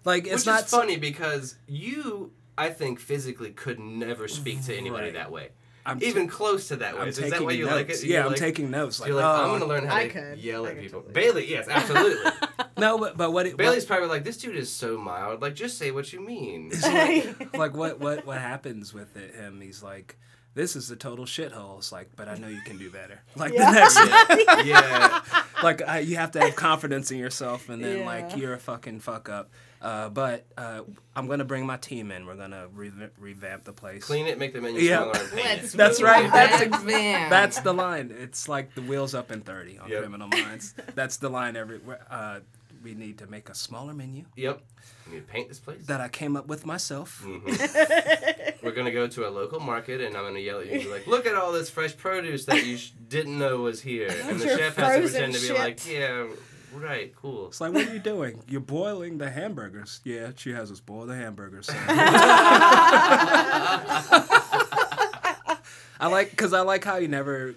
Speaker 2: Like it's
Speaker 1: Which
Speaker 2: not
Speaker 1: is funny because you, I think, physically could never speak to anybody
Speaker 2: Right.
Speaker 1: that way.
Speaker 2: I'm
Speaker 1: Even close to that way.
Speaker 2: I'm
Speaker 1: so is that why
Speaker 2: taking
Speaker 1: you like
Speaker 2: notes.
Speaker 1: it?
Speaker 2: Yeah,
Speaker 1: You're
Speaker 2: I'm
Speaker 1: like-
Speaker 2: taking notes.
Speaker 1: You're like, I'm
Speaker 2: oh.
Speaker 1: gonna learn how
Speaker 5: I
Speaker 1: to
Speaker 5: could.
Speaker 1: yell
Speaker 5: I
Speaker 1: at
Speaker 5: could
Speaker 1: people.
Speaker 5: totally.
Speaker 1: Bailey, yes,
Speaker 5: *laughs*
Speaker 1: absolutely.
Speaker 2: No, but, but what it,
Speaker 1: Bailey's
Speaker 2: *laughs*
Speaker 1: probably like, this dude is so mild. Like, just say what you mean. *laughs*
Speaker 2: what, like what what what happens with it, him? He's like, this is the total shithole. It's like, but I know you can do better. Like
Speaker 5: Yeah.
Speaker 2: the next, *laughs*
Speaker 1: yeah. yeah.
Speaker 2: like I, you have to have confidence in yourself, and then like
Speaker 5: Yeah.
Speaker 2: you're a fucking fuck up. Uh, but uh, I'm gonna bring my team in. We're gonna rev- revamp the place.
Speaker 1: Clean it, make the menu
Speaker 2: Yeah.
Speaker 1: smaller, and paint it.
Speaker 2: That's right,
Speaker 4: *laughs*
Speaker 2: that's
Speaker 4: a man.
Speaker 2: That's the line. It's like the wheels up in thirty on
Speaker 1: Yep.
Speaker 2: Criminal Minds. That's the line. Every uh, we need to make a smaller menu
Speaker 1: Yep. We need to paint this place. Mm-hmm.
Speaker 2: that I came up with myself.
Speaker 1: Mm. We're gonna go to a local market, and I'm gonna yell at you and be like, "Look at all this fresh produce that you sh- didn't know was
Speaker 5: *laughs*
Speaker 1: here," and the
Speaker 5: Your
Speaker 1: chef has to
Speaker 5: frozen
Speaker 1: pretend to be
Speaker 5: shit.
Speaker 1: like, "Yeah, right,
Speaker 5: *laughs*
Speaker 1: cool."
Speaker 2: It's like, what are you doing? You're boiling the hamburgers. Yeah, she has us boil the hamburgers. son. *laughs* I like because I like how he never,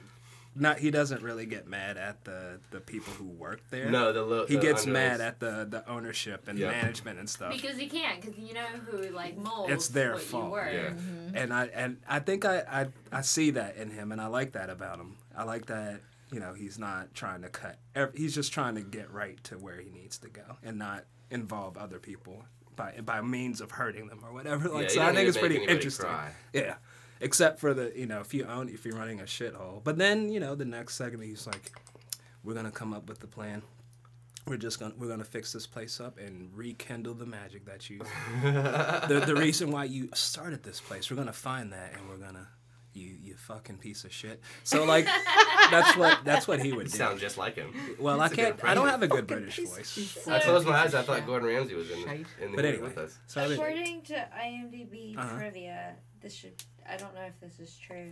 Speaker 2: not he doesn't really get mad at the the people who work there.
Speaker 1: No, the lo-
Speaker 2: he
Speaker 1: the
Speaker 2: gets
Speaker 1: underlings.
Speaker 2: mad at the the ownership and
Speaker 1: Yeah.
Speaker 2: management and stuff.
Speaker 3: Because you can't, because you know who like molds.
Speaker 2: It's their
Speaker 3: what
Speaker 2: fault.
Speaker 3: You were.
Speaker 1: Yeah.
Speaker 2: and I and I think I, I I see that in him, and I like that about him. I like that you know he's not trying to cut. ev- He's just trying to get right to where he needs to go, and not involve other people by by means of hurting them or whatever. *laughs* Like
Speaker 1: you
Speaker 2: so,
Speaker 1: don't
Speaker 2: I
Speaker 1: need
Speaker 2: think
Speaker 1: to
Speaker 2: it's
Speaker 1: make
Speaker 2: pretty
Speaker 1: anybody
Speaker 2: interesting.
Speaker 1: cry.
Speaker 2: Yeah, except for the you know if you own if you're running a shithole, but then you know the next segment he's like, we're gonna come up with the plan. We're just gonna we're gonna fix this place up and rekindle the magic that you the,
Speaker 1: *laughs*
Speaker 2: the reason why you started this place. We're gonna find that, and we're gonna you you fucking piece of shit. So like that's what that's what he would
Speaker 1: You
Speaker 2: do.
Speaker 1: sound just like him.
Speaker 2: well, I
Speaker 1: That's a good
Speaker 2: can't. I don't
Speaker 1: impression.
Speaker 2: have a good British voice.
Speaker 1: I closed my eyes. I
Speaker 4: Shite.
Speaker 1: thought Gordon Ramsay was in the,
Speaker 4: Shite.
Speaker 1: in the
Speaker 2: But
Speaker 1: movie
Speaker 2: anyway,
Speaker 1: with us.
Speaker 2: so I would-
Speaker 6: According to IMDb
Speaker 2: Uh-huh.
Speaker 6: trivia, this should I don't know if this is true.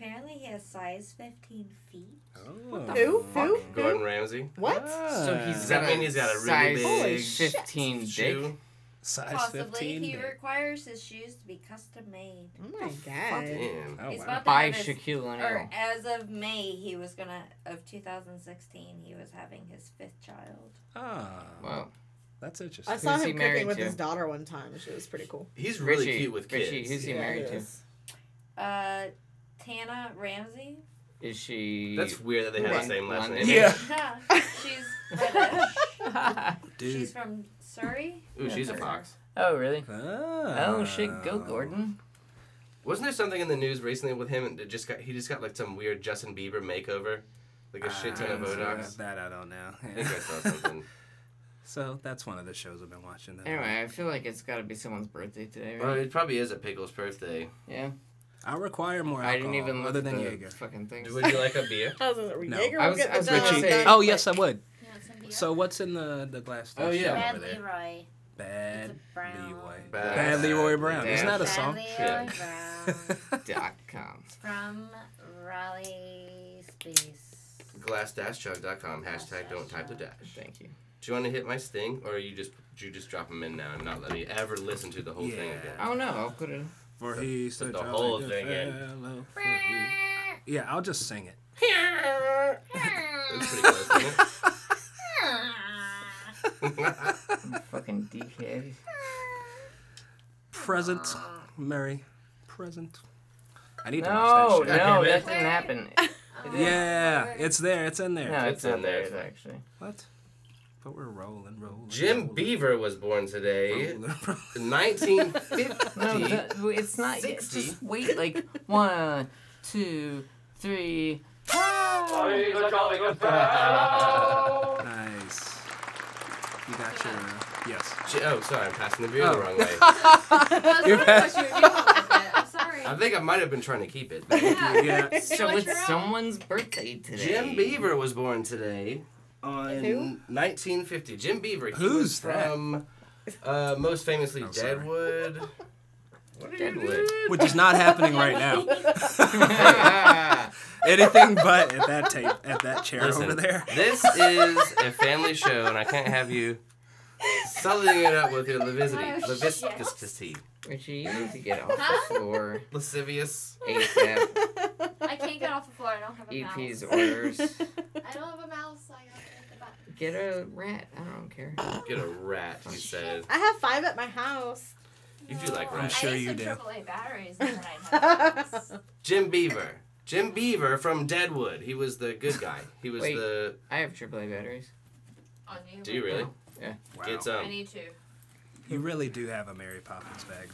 Speaker 6: Apparently, he has size 15 feet.
Speaker 5: *laughs*
Speaker 2: "Oh,
Speaker 5: Who?
Speaker 4: fuck?
Speaker 5: Who?
Speaker 1: Gordon
Speaker 5: Who?
Speaker 1: Ramsay.
Speaker 5: What?
Speaker 4: So he's
Speaker 1: Does that
Speaker 4: got
Speaker 1: mean
Speaker 4: a
Speaker 1: he's got a really
Speaker 4: size
Speaker 1: big
Speaker 5: shit.
Speaker 4: 15 dick?
Speaker 1: Shoe.
Speaker 2: size
Speaker 6: Possibly,
Speaker 2: fifteen.
Speaker 6: he
Speaker 2: dick.
Speaker 6: requires his shoes to be custom made.
Speaker 5: Oh my god.
Speaker 1: Damn.
Speaker 2: oh
Speaker 6: He's
Speaker 2: wow.
Speaker 6: about to
Speaker 4: By
Speaker 6: have his-
Speaker 4: Shaquille
Speaker 6: Or
Speaker 4: O'Neal.
Speaker 6: as of May, he was gonna of 2016. He was having his fifth child.
Speaker 2: Ah,
Speaker 4: Wow.
Speaker 2: that's interesting.
Speaker 5: I saw
Speaker 4: Who's he
Speaker 5: him
Speaker 4: married
Speaker 5: cooking with
Speaker 4: to?
Speaker 5: his daughter one time. She was pretty cool.
Speaker 1: He's really
Speaker 4: Richie,
Speaker 1: cute with kids.
Speaker 4: Richie, who's he
Speaker 5: Yeah,
Speaker 4: married
Speaker 5: it
Speaker 4: to?
Speaker 5: is.
Speaker 6: Uh, Tana Ramsey.
Speaker 4: Is she?
Speaker 1: That's weird that they have the same last name.
Speaker 4: London.
Speaker 2: yeah,
Speaker 6: she's British.
Speaker 2: dude.
Speaker 6: She's from Surrey.
Speaker 1: Ooh, she's a fox.
Speaker 4: *laughs* oh really?
Speaker 2: Ah.
Speaker 4: Oh shit, go Gordon.
Speaker 1: Wasn't there something in the news recently with him? And it just got he just got like some weird Justin Bieber makeover, like a shit ton of
Speaker 2: Ah,
Speaker 1: Botox.
Speaker 2: That I don't know.
Speaker 1: I think I
Speaker 2: *laughs*
Speaker 1: saw something.
Speaker 2: so that's one of the shows I've been watching. That
Speaker 4: Anyway, I feel like it's got to be someone's birthday today,
Speaker 1: Well,
Speaker 4: right?
Speaker 1: it probably is a pickle's birthday.
Speaker 4: yeah.
Speaker 2: I require
Speaker 1: Oh,
Speaker 2: more alcohol
Speaker 4: I didn't even look
Speaker 2: other
Speaker 4: at
Speaker 2: than
Speaker 4: the
Speaker 2: Jaeger.
Speaker 4: fucking things.
Speaker 1: Would you like a beer?
Speaker 5: I was like,
Speaker 2: No.
Speaker 5: Jaeger
Speaker 4: I
Speaker 5: will
Speaker 4: was-
Speaker 5: get
Speaker 4: I
Speaker 5: the
Speaker 4: was gonna
Speaker 5: job
Speaker 4: say-
Speaker 5: done
Speaker 2: Oh
Speaker 5: quick. *laughs*
Speaker 2: yes, I would.
Speaker 3: You want some beer?
Speaker 2: So what's in the the glass?
Speaker 1: Oh,
Speaker 2: dish
Speaker 1: yeah.
Speaker 3: Bad
Speaker 2: over there?
Speaker 3: Leroy.
Speaker 2: Bad
Speaker 3: It's a brown.
Speaker 2: Leroy. Bad,
Speaker 1: Bad
Speaker 2: Leroy Brown.
Speaker 4: Leroy.
Speaker 2: Isn't that a
Speaker 4: Bad
Speaker 2: song?
Speaker 3: Bradley
Speaker 1: Yeah.
Speaker 3: Roy Brown
Speaker 4: *laughs* Dot com.
Speaker 3: from Raleigh Space.
Speaker 1: Glass-chug.com. Hashtag don't type the dash.
Speaker 4: Thank you.
Speaker 1: Do you want to hit my sting, or you just you just drop them in now and not let me ever listen to the whole thing
Speaker 2: Yeah.
Speaker 1: again?
Speaker 4: I don't know. Oh, I'll put it.
Speaker 2: *laughs* For he stood
Speaker 1: the
Speaker 2: tall
Speaker 1: whole
Speaker 2: like a
Speaker 1: thing in.
Speaker 2: fellow,
Speaker 3: Oh,
Speaker 2: for he- Yeah, I'll just sing it.
Speaker 1: That's pretty close, isn't it?
Speaker 4: Fucking dickhead.
Speaker 2: *laughs* Present, Mary. Present. I need to
Speaker 4: No,
Speaker 2: watch that shit.
Speaker 4: no,
Speaker 1: Okay,
Speaker 4: that
Speaker 1: man.
Speaker 4: didn't happen.
Speaker 2: Yeah, it's there. It's in there.
Speaker 4: No,
Speaker 1: It's
Speaker 4: it's
Speaker 1: in
Speaker 4: not there
Speaker 1: there.
Speaker 4: actually.
Speaker 2: What? But we're rolling, rolling.
Speaker 1: Jim
Speaker 2: rolling,
Speaker 1: Beaver was born today,
Speaker 2: rolling, rolling. *laughs*
Speaker 4: *laughs* No,
Speaker 1: 1950.
Speaker 4: that- it's not. It's
Speaker 1: 60.
Speaker 4: just wait, like *laughs* one, two, three.
Speaker 2: Nice. You got your. Yes.
Speaker 1: Ch- oh, sorry, I'm passing the beer the
Speaker 2: Oh.
Speaker 1: wrong way.
Speaker 2: *laughs*
Speaker 6: I was
Speaker 2: You're
Speaker 6: wondering what you were doing with it. I'm sorry.
Speaker 1: I think E I might have been trying to keep it.
Speaker 6: Yeah.
Speaker 3: *laughs*
Speaker 2: Yeah.
Speaker 4: So
Speaker 6: What's
Speaker 4: it's
Speaker 6: wrong?
Speaker 4: someone's birthday today.
Speaker 1: Jim
Speaker 4: *laughs*
Speaker 1: Beaver was born today on
Speaker 5: Who?
Speaker 1: 1950. Jim Beaver. he
Speaker 2: Who's
Speaker 1: was
Speaker 2: that?
Speaker 1: From uh, most famously
Speaker 2: I'm sorry. *laughs*
Speaker 1: Deadwood. What are
Speaker 4: Deadwood.
Speaker 2: Which is not happening right now.
Speaker 4: *laughs* Ah,
Speaker 2: *laughs* Anything but at that tape, at that chair
Speaker 1: Listen,
Speaker 2: over there.
Speaker 1: this is a family show, and I can't have you sullying it up with your lavisity,
Speaker 3: Oh,
Speaker 1: laviscity,
Speaker 4: Richie, you need to get off the floor
Speaker 1: lascivious.
Speaker 4: ASAP.
Speaker 6: *laughs*
Speaker 3: I can't get off the floor. I don't
Speaker 1: E
Speaker 3: have a
Speaker 4: EP's
Speaker 3: mouse.
Speaker 4: orders.
Speaker 3: I don't have a mouse. I gotta hit the button.
Speaker 4: Get a rat. I don't care.
Speaker 1: Get a rat,
Speaker 2: Oh,
Speaker 1: he said.
Speaker 5: I have five at
Speaker 3: *laughs*
Speaker 5: my house.
Speaker 1: You do like
Speaker 3: No,
Speaker 1: rats.
Speaker 2: I'm sure
Speaker 3: I
Speaker 2: you
Speaker 3: used
Speaker 2: do.
Speaker 3: the AAA batteries and then I had a mouse.
Speaker 1: Jim Beaver. Jim Beaver from Deadwood. He was the good guy. He was
Speaker 4: Wait.
Speaker 1: the.
Speaker 4: I have AAA batteries.
Speaker 3: On you.
Speaker 1: Do you really? Get some.
Speaker 3: I
Speaker 1: *laughs*
Speaker 3: need to.
Speaker 2: You really do have a Mary Poppins bag,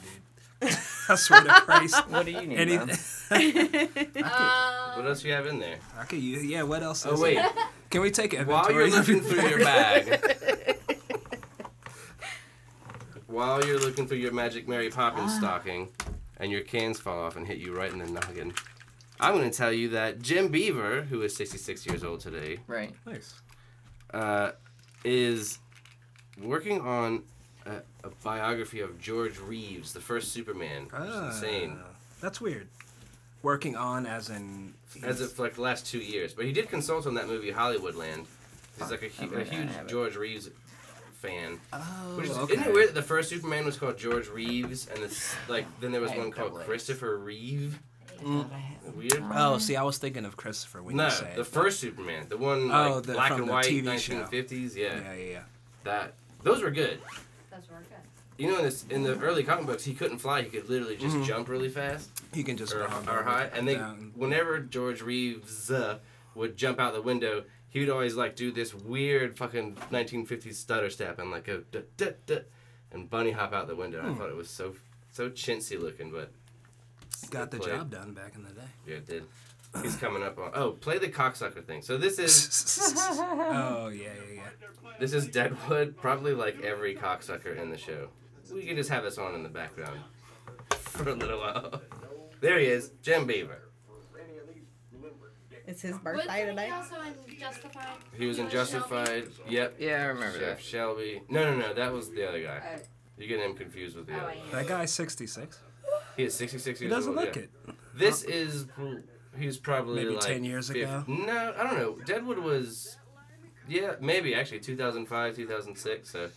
Speaker 2: dude. *laughs* I swear to Christ.
Speaker 4: What do you need? Mom?
Speaker 2: *laughs* Anything. I
Speaker 1: What
Speaker 3: Um,
Speaker 1: else you have in there?
Speaker 2: could, I could use, yeah, what else
Speaker 1: Oh
Speaker 2: is
Speaker 1: wait,
Speaker 2: It? Can we take inventory?
Speaker 1: while you're
Speaker 2: of
Speaker 1: looking through your
Speaker 2: *laughs* everything?
Speaker 1: bag, while you're looking through your magic Mary Poppins stocking, and your cans fall off and hit you right in the noggin, I'm going to tell you that Jim Beaver, who is 66 years old today,
Speaker 4: Right.
Speaker 2: Nice.
Speaker 1: uh, is working on a, a biography of George Reeves, the first Superman. Which is
Speaker 2: Ah,
Speaker 1: insane.
Speaker 2: That's weird. Working on as in
Speaker 1: As of like the last two years, but he did consult on that movie Hollywoodland. He's like a, hu- a
Speaker 4: Okay, I
Speaker 1: huge
Speaker 4: have it.
Speaker 1: George Reeves fan.
Speaker 2: oh,
Speaker 1: Which is,
Speaker 2: okay.
Speaker 1: Isn't it weird that the first Superman was called George Reeves, and it's like then there was
Speaker 4: Hey,
Speaker 1: one called
Speaker 4: that works.
Speaker 1: Christopher Reeve?
Speaker 4: I have-
Speaker 1: Weird.
Speaker 2: Oh, see, I was thinking of Christopher when
Speaker 1: no,
Speaker 2: you said
Speaker 1: the first Superman, the one like,
Speaker 2: Oh, the-
Speaker 1: black
Speaker 2: from
Speaker 1: and
Speaker 2: the
Speaker 1: white,
Speaker 2: TV show.
Speaker 1: 1950s. Yeah,
Speaker 2: Yeah, yeah, yeah.
Speaker 1: that those were good.
Speaker 3: those were good.
Speaker 1: You know, in, this, in the early comic books, he couldn't fly; he could literally just
Speaker 2: Mhm.
Speaker 1: jump really fast
Speaker 2: You can just
Speaker 1: or,
Speaker 2: go on
Speaker 1: or
Speaker 2: over
Speaker 1: high. And they,
Speaker 2: down.
Speaker 1: whenever George Reeves uh, would jump out the window, he would always like do this weird fucking 1950s stutter step and like go duh, duh, duh, and bunny hop out the window.
Speaker 2: Hmm.
Speaker 1: I thought it was so so chintzy looking, but
Speaker 2: got the
Speaker 1: play.
Speaker 2: job done back in
Speaker 1: *laughs*
Speaker 2: the day.
Speaker 1: Yeah, it did. He's coming up on. Oh, play the cocksucker thing. So this is
Speaker 2: oh yeah, yeah, yeah.
Speaker 1: this is Deadwood. Probably like every cocksucker in the show. We can just have this on in the background for a little while. *laughs* There he is, Jim Beaver.
Speaker 5: *laughs* It's his
Speaker 3: Wasn't
Speaker 5: birthday
Speaker 3: he
Speaker 5: today.
Speaker 3: also in Justified?
Speaker 1: He was in
Speaker 3: He was
Speaker 1: Justified. Yep.
Speaker 4: Yeah, I remember
Speaker 1: Chef
Speaker 4: that.
Speaker 1: Shelby. No, no, no. That was the other guy.
Speaker 3: Oh.
Speaker 1: You're getting him confused with the
Speaker 3: Oh,
Speaker 1: other.
Speaker 3: I
Speaker 1: one.
Speaker 3: am.
Speaker 2: That guy's 66.
Speaker 1: He is 66
Speaker 2: He
Speaker 1: years
Speaker 2: doesn't
Speaker 1: old.
Speaker 2: look
Speaker 1: oh, *laughs* yeah.
Speaker 2: it. *laughs*
Speaker 1: This is. He was probably
Speaker 2: Maybe
Speaker 1: like
Speaker 2: 10 years ago?
Speaker 1: No, I don't know. Deadwood was. Yeah, maybe actually 2005, 2006. So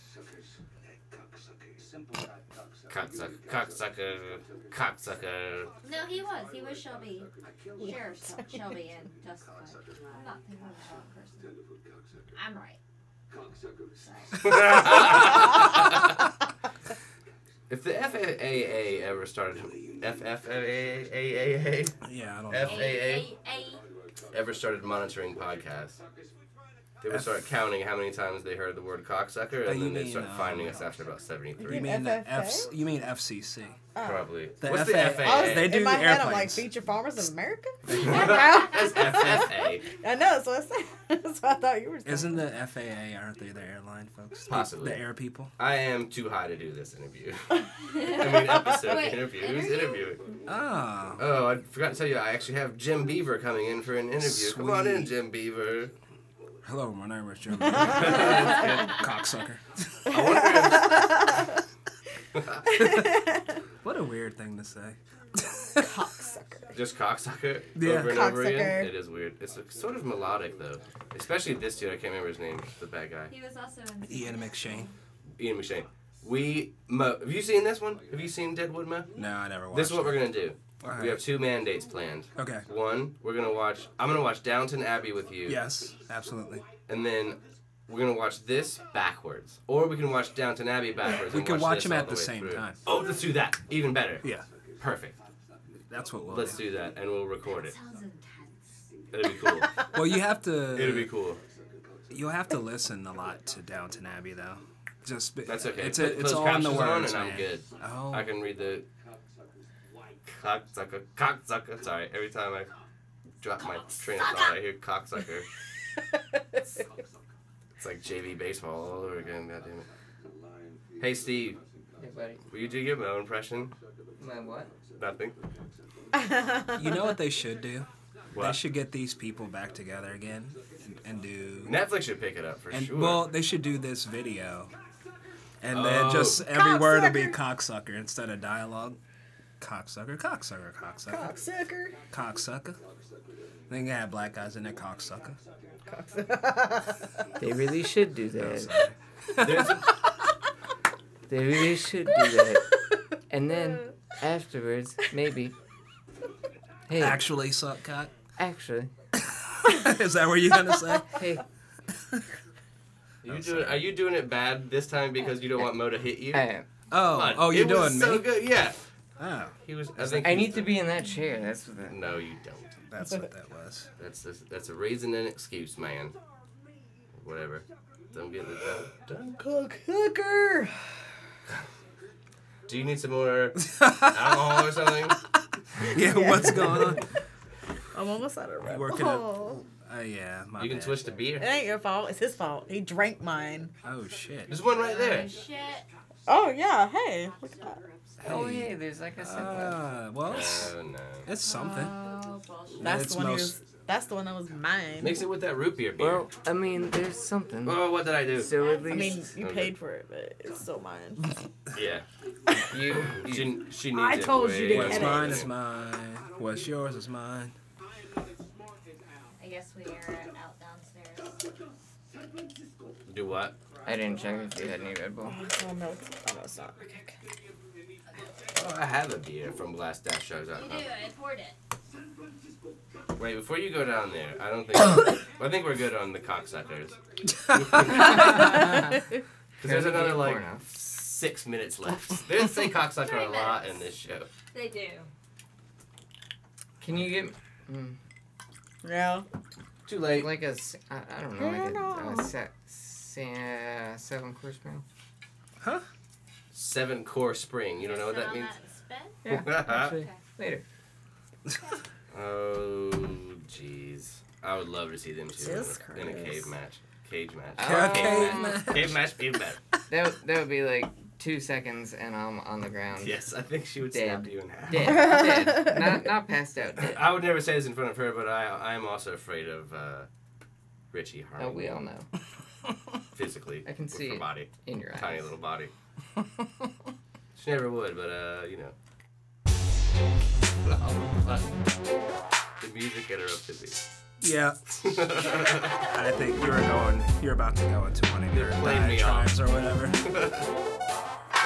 Speaker 1: cocksucker, cocksucker, cocksucker.
Speaker 3: No, he was. He was Shelby. Sure, Shel- Shelby and Justified. I'm not thinking of the wrong person. I'm right.
Speaker 4: *laughs*
Speaker 1: if the FAA ever started FFAA
Speaker 2: Yeah, I don't
Speaker 1: F-
Speaker 2: know.
Speaker 1: AA.
Speaker 3: A,
Speaker 1: ever started monitoring podcasts, they would start counting how many times they heard the word cocksucker,
Speaker 2: Oh,
Speaker 1: and
Speaker 2: you
Speaker 1: then they'd
Speaker 2: mean,
Speaker 1: start
Speaker 2: uh,
Speaker 1: finding us after about
Speaker 2: You
Speaker 1: 73.
Speaker 2: mean the
Speaker 5: FFA?
Speaker 2: F? You mean FCC?
Speaker 1: Probably.
Speaker 2: The
Speaker 1: What's
Speaker 2: FAA?
Speaker 1: the
Speaker 5: Oh. I
Speaker 1: FAA?
Speaker 5: was,
Speaker 2: They do
Speaker 5: in my
Speaker 2: the
Speaker 5: head, I'm like,
Speaker 2: airplanes.
Speaker 5: feature farmers in America?
Speaker 1: *laughs*
Speaker 2: *laughs*
Speaker 1: That's FFA.
Speaker 5: I know, that's what I said. *laughs* That's what I thought you were saying.
Speaker 2: Isn't the FAA? Aren't they the airline folks?
Speaker 1: Possibly.
Speaker 2: The air people.
Speaker 1: I am too high to do this interview. *laughs* I
Speaker 3: *laughs*
Speaker 6: *laughs*
Speaker 1: mean, episode
Speaker 3: Wait,
Speaker 1: interview. Who's
Speaker 3: interview?
Speaker 1: interviewing?
Speaker 2: Oh.
Speaker 1: Oh, I forgot to tell you, I actually have Jim Beaver coming in for an interview. Come on in,
Speaker 2: Sweet.
Speaker 1: Jim
Speaker 2: *laughs*
Speaker 1: Beaver.
Speaker 2: Hello, my
Speaker 1: *laughs*
Speaker 2: name is Jim. Cocksucker.
Speaker 1: I wonder if,
Speaker 2: What a weird thing to say.
Speaker 5: Cocksucker.
Speaker 1: just cocksucker
Speaker 2: Yeah.
Speaker 1: over and over again.
Speaker 5: Cocksucker.
Speaker 1: It is weird. It's sort of melodic though, especially this dude. I can't remember his name. The bad guy,
Speaker 3: he was also in.
Speaker 2: *laughs* Ian McShane.
Speaker 1: Ian McShane. We Mo. Have you seen this one? Have you seen Deadwood Mo?
Speaker 2: No, I never watched.
Speaker 1: This is what we're gonna do.
Speaker 2: Alright.
Speaker 1: We have two mandates planned.
Speaker 2: Okay.
Speaker 1: One, we're gonna watch. I'm gonna watch Downton Abbey with you.
Speaker 2: Yes, absolutely.
Speaker 1: and then we're gonna watch this backwards, or we can watch Downton Abbey backwards.
Speaker 2: We
Speaker 1: and
Speaker 2: can watch
Speaker 1: this
Speaker 2: them
Speaker 1: all
Speaker 2: at the
Speaker 1: way
Speaker 2: same
Speaker 1: through.
Speaker 2: time.
Speaker 1: Oh, let's do that. Even better.
Speaker 2: Yeah,
Speaker 1: Perfect.
Speaker 2: that's what we'll
Speaker 1: Let's
Speaker 2: do.
Speaker 1: do that, and we'll record it.
Speaker 3: Sounds intense.
Speaker 1: It'll be cool.
Speaker 2: Well, you have to.
Speaker 1: *laughs* It'll be cool.
Speaker 2: You'll have to listen a lot to Downton Abbey, though. Just be-
Speaker 1: That's okay.
Speaker 2: It's
Speaker 1: Put
Speaker 2: a, it's
Speaker 1: closed
Speaker 2: all in the
Speaker 1: captions on
Speaker 2: words,
Speaker 1: and I'm
Speaker 2: man.
Speaker 1: good.
Speaker 2: Oh,
Speaker 1: I can read the cocksucker, cocksucker. Sorry, every time I drop my train of thought, I hear cocksucker. It's like JV baseball all over again. God damn it. Hey, Steve,
Speaker 4: Hey, buddy.
Speaker 1: will you do your Mo impression?
Speaker 4: My what?
Speaker 1: Nothing.
Speaker 2: You
Speaker 1: *laughs*
Speaker 2: know what they should do? They
Speaker 1: What?
Speaker 2: should get these people back together again and, and do.
Speaker 1: Netflix should pick it up for
Speaker 2: And
Speaker 1: sure.
Speaker 2: well, they should do this video, and then just
Speaker 1: Oh.
Speaker 2: every word will be cocksucker instead of dialogue. Cocksucker, cocksucker, cocksucker,
Speaker 5: *laughs* Cocksucker. *laughs*
Speaker 2: cocksucker. Then you have black guys in there, cocksucker.
Speaker 4: They really should do that.
Speaker 1: There's a-
Speaker 4: They really should do that. And then afterwards, maybe. Hey,
Speaker 2: Actually, suck cock. *laughs*
Speaker 4: actually,
Speaker 2: Is that what you're gonna say?
Speaker 4: hey,
Speaker 1: *laughs* you doing, are you doing it bad this time because you don't want Mo to hit you?
Speaker 4: I am.
Speaker 2: Oh,
Speaker 1: Come on,
Speaker 2: oh, you're
Speaker 1: it
Speaker 2: doing
Speaker 1: was so
Speaker 2: me.
Speaker 1: good. Yeah.
Speaker 2: Oh,
Speaker 1: He was. I think
Speaker 4: I
Speaker 1: he's
Speaker 4: need to be in that chair. That's what.
Speaker 1: the-
Speaker 4: The,
Speaker 1: No, you don't.
Speaker 2: that's what
Speaker 1: *laughs*
Speaker 2: that was.
Speaker 1: That's that's, that's a reason and excuse, man. Whatever. Don't get it done.
Speaker 5: Cocksucker.
Speaker 1: Do you need some more alcohol or something?
Speaker 2: Yeah, what's going on?
Speaker 5: I'm almost out of
Speaker 2: You
Speaker 5: breath.
Speaker 2: working at?
Speaker 5: Oh.
Speaker 2: Oh yeah, my
Speaker 1: You can
Speaker 2: bad.
Speaker 1: switch to beer.
Speaker 5: It ain't your fault. It's his fault. He drank mine.
Speaker 2: Oh shit.
Speaker 1: There's one right there.
Speaker 3: Shit.
Speaker 5: Oh yeah. Hey, look at that.
Speaker 4: oh hey, there's like a uh,
Speaker 2: Uh, well, it's,
Speaker 1: Oh no.
Speaker 2: it's something.
Speaker 3: Oh, bullshit.
Speaker 5: That's
Speaker 2: It's
Speaker 5: the one. he
Speaker 2: most-
Speaker 5: was- that's the one that was mine.
Speaker 1: Mix it with that root beer beer.
Speaker 4: Well, I mean, there's something.
Speaker 1: oh, what did I do?
Speaker 4: So at
Speaker 5: I mean,
Speaker 4: least
Speaker 5: you
Speaker 1: Okay.
Speaker 5: paid for it, but it's still *laughs* mine.
Speaker 1: Yeah.
Speaker 4: *laughs* you. you
Speaker 1: She, she needs
Speaker 6: I
Speaker 1: it
Speaker 6: told you to
Speaker 1: way
Speaker 6: get
Speaker 1: more
Speaker 2: What's
Speaker 6: it.
Speaker 1: than
Speaker 2: mine
Speaker 1: you.
Speaker 2: is mine. What's yours
Speaker 1: *laughs*
Speaker 2: is mine. *laughs*
Speaker 3: I guess we are out downstairs.
Speaker 1: Do what?
Speaker 4: I didn't check if you had any Red Bull.
Speaker 5: Oh no, it's, oh, no, it's not. Okay, *laughs* okay.
Speaker 1: Oh, I have a beer from
Speaker 3: You do.
Speaker 1: glass-shows.com.
Speaker 3: I poured it.
Speaker 1: Wait, before you go down there, I don't
Speaker 4: *coughs*
Speaker 1: think I think we're good on the cocksuckers. Because there's
Speaker 4: Can we
Speaker 1: another
Speaker 4: get
Speaker 1: like
Speaker 4: more now?
Speaker 1: six minutes left. They
Speaker 3: *laughs*
Speaker 1: say cocksucker
Speaker 3: Three
Speaker 1: a lot
Speaker 3: minutes.
Speaker 1: in this show.
Speaker 3: They do.
Speaker 4: Can you get mm,
Speaker 5: Yeah.
Speaker 1: Too late.
Speaker 4: like a s- I, I don't know like
Speaker 5: Hello.
Speaker 4: a, a set, se- uh, seven course meal?
Speaker 1: Seven core spring. You don't know what
Speaker 3: Sit
Speaker 1: that
Speaker 3: on
Speaker 1: means?
Speaker 3: That and
Speaker 4: Yeah,
Speaker 1: *laughs*
Speaker 4: *laughs* actually, later.
Speaker 1: oh, jeez. I would love to see them two in
Speaker 5: Jesus
Speaker 1: a, in a cave
Speaker 5: Christ.
Speaker 1: match. Cage match.
Speaker 4: Oh.
Speaker 1: Cave
Speaker 4: Cave
Speaker 1: match. Cave match. Cave *laughs* match.
Speaker 4: That would- that would be like two seconds, and I'm on the ground.
Speaker 1: Yes, I think she would
Speaker 4: Dead.
Speaker 1: snap you in half.
Speaker 4: Dead, dead. not not passed out. Dead.
Speaker 1: *laughs* I would never say this in front of her, but I I am also afraid of uh, Richie harming
Speaker 4: Oh, we
Speaker 1: me
Speaker 4: all know
Speaker 1: physically.
Speaker 4: I can
Speaker 1: with
Speaker 4: see
Speaker 1: her
Speaker 4: it.
Speaker 1: body,
Speaker 4: in your eyes.
Speaker 1: tiny little
Speaker 4: *laughs*
Speaker 1: body. she never would, but uh, you
Speaker 4: *laughs*
Speaker 1: know. the music interrupted me.
Speaker 2: Yeah, I think you were going. You're about to go into one of your
Speaker 1: playing me
Speaker 2: diatribes or whatever.
Speaker 1: *laughs*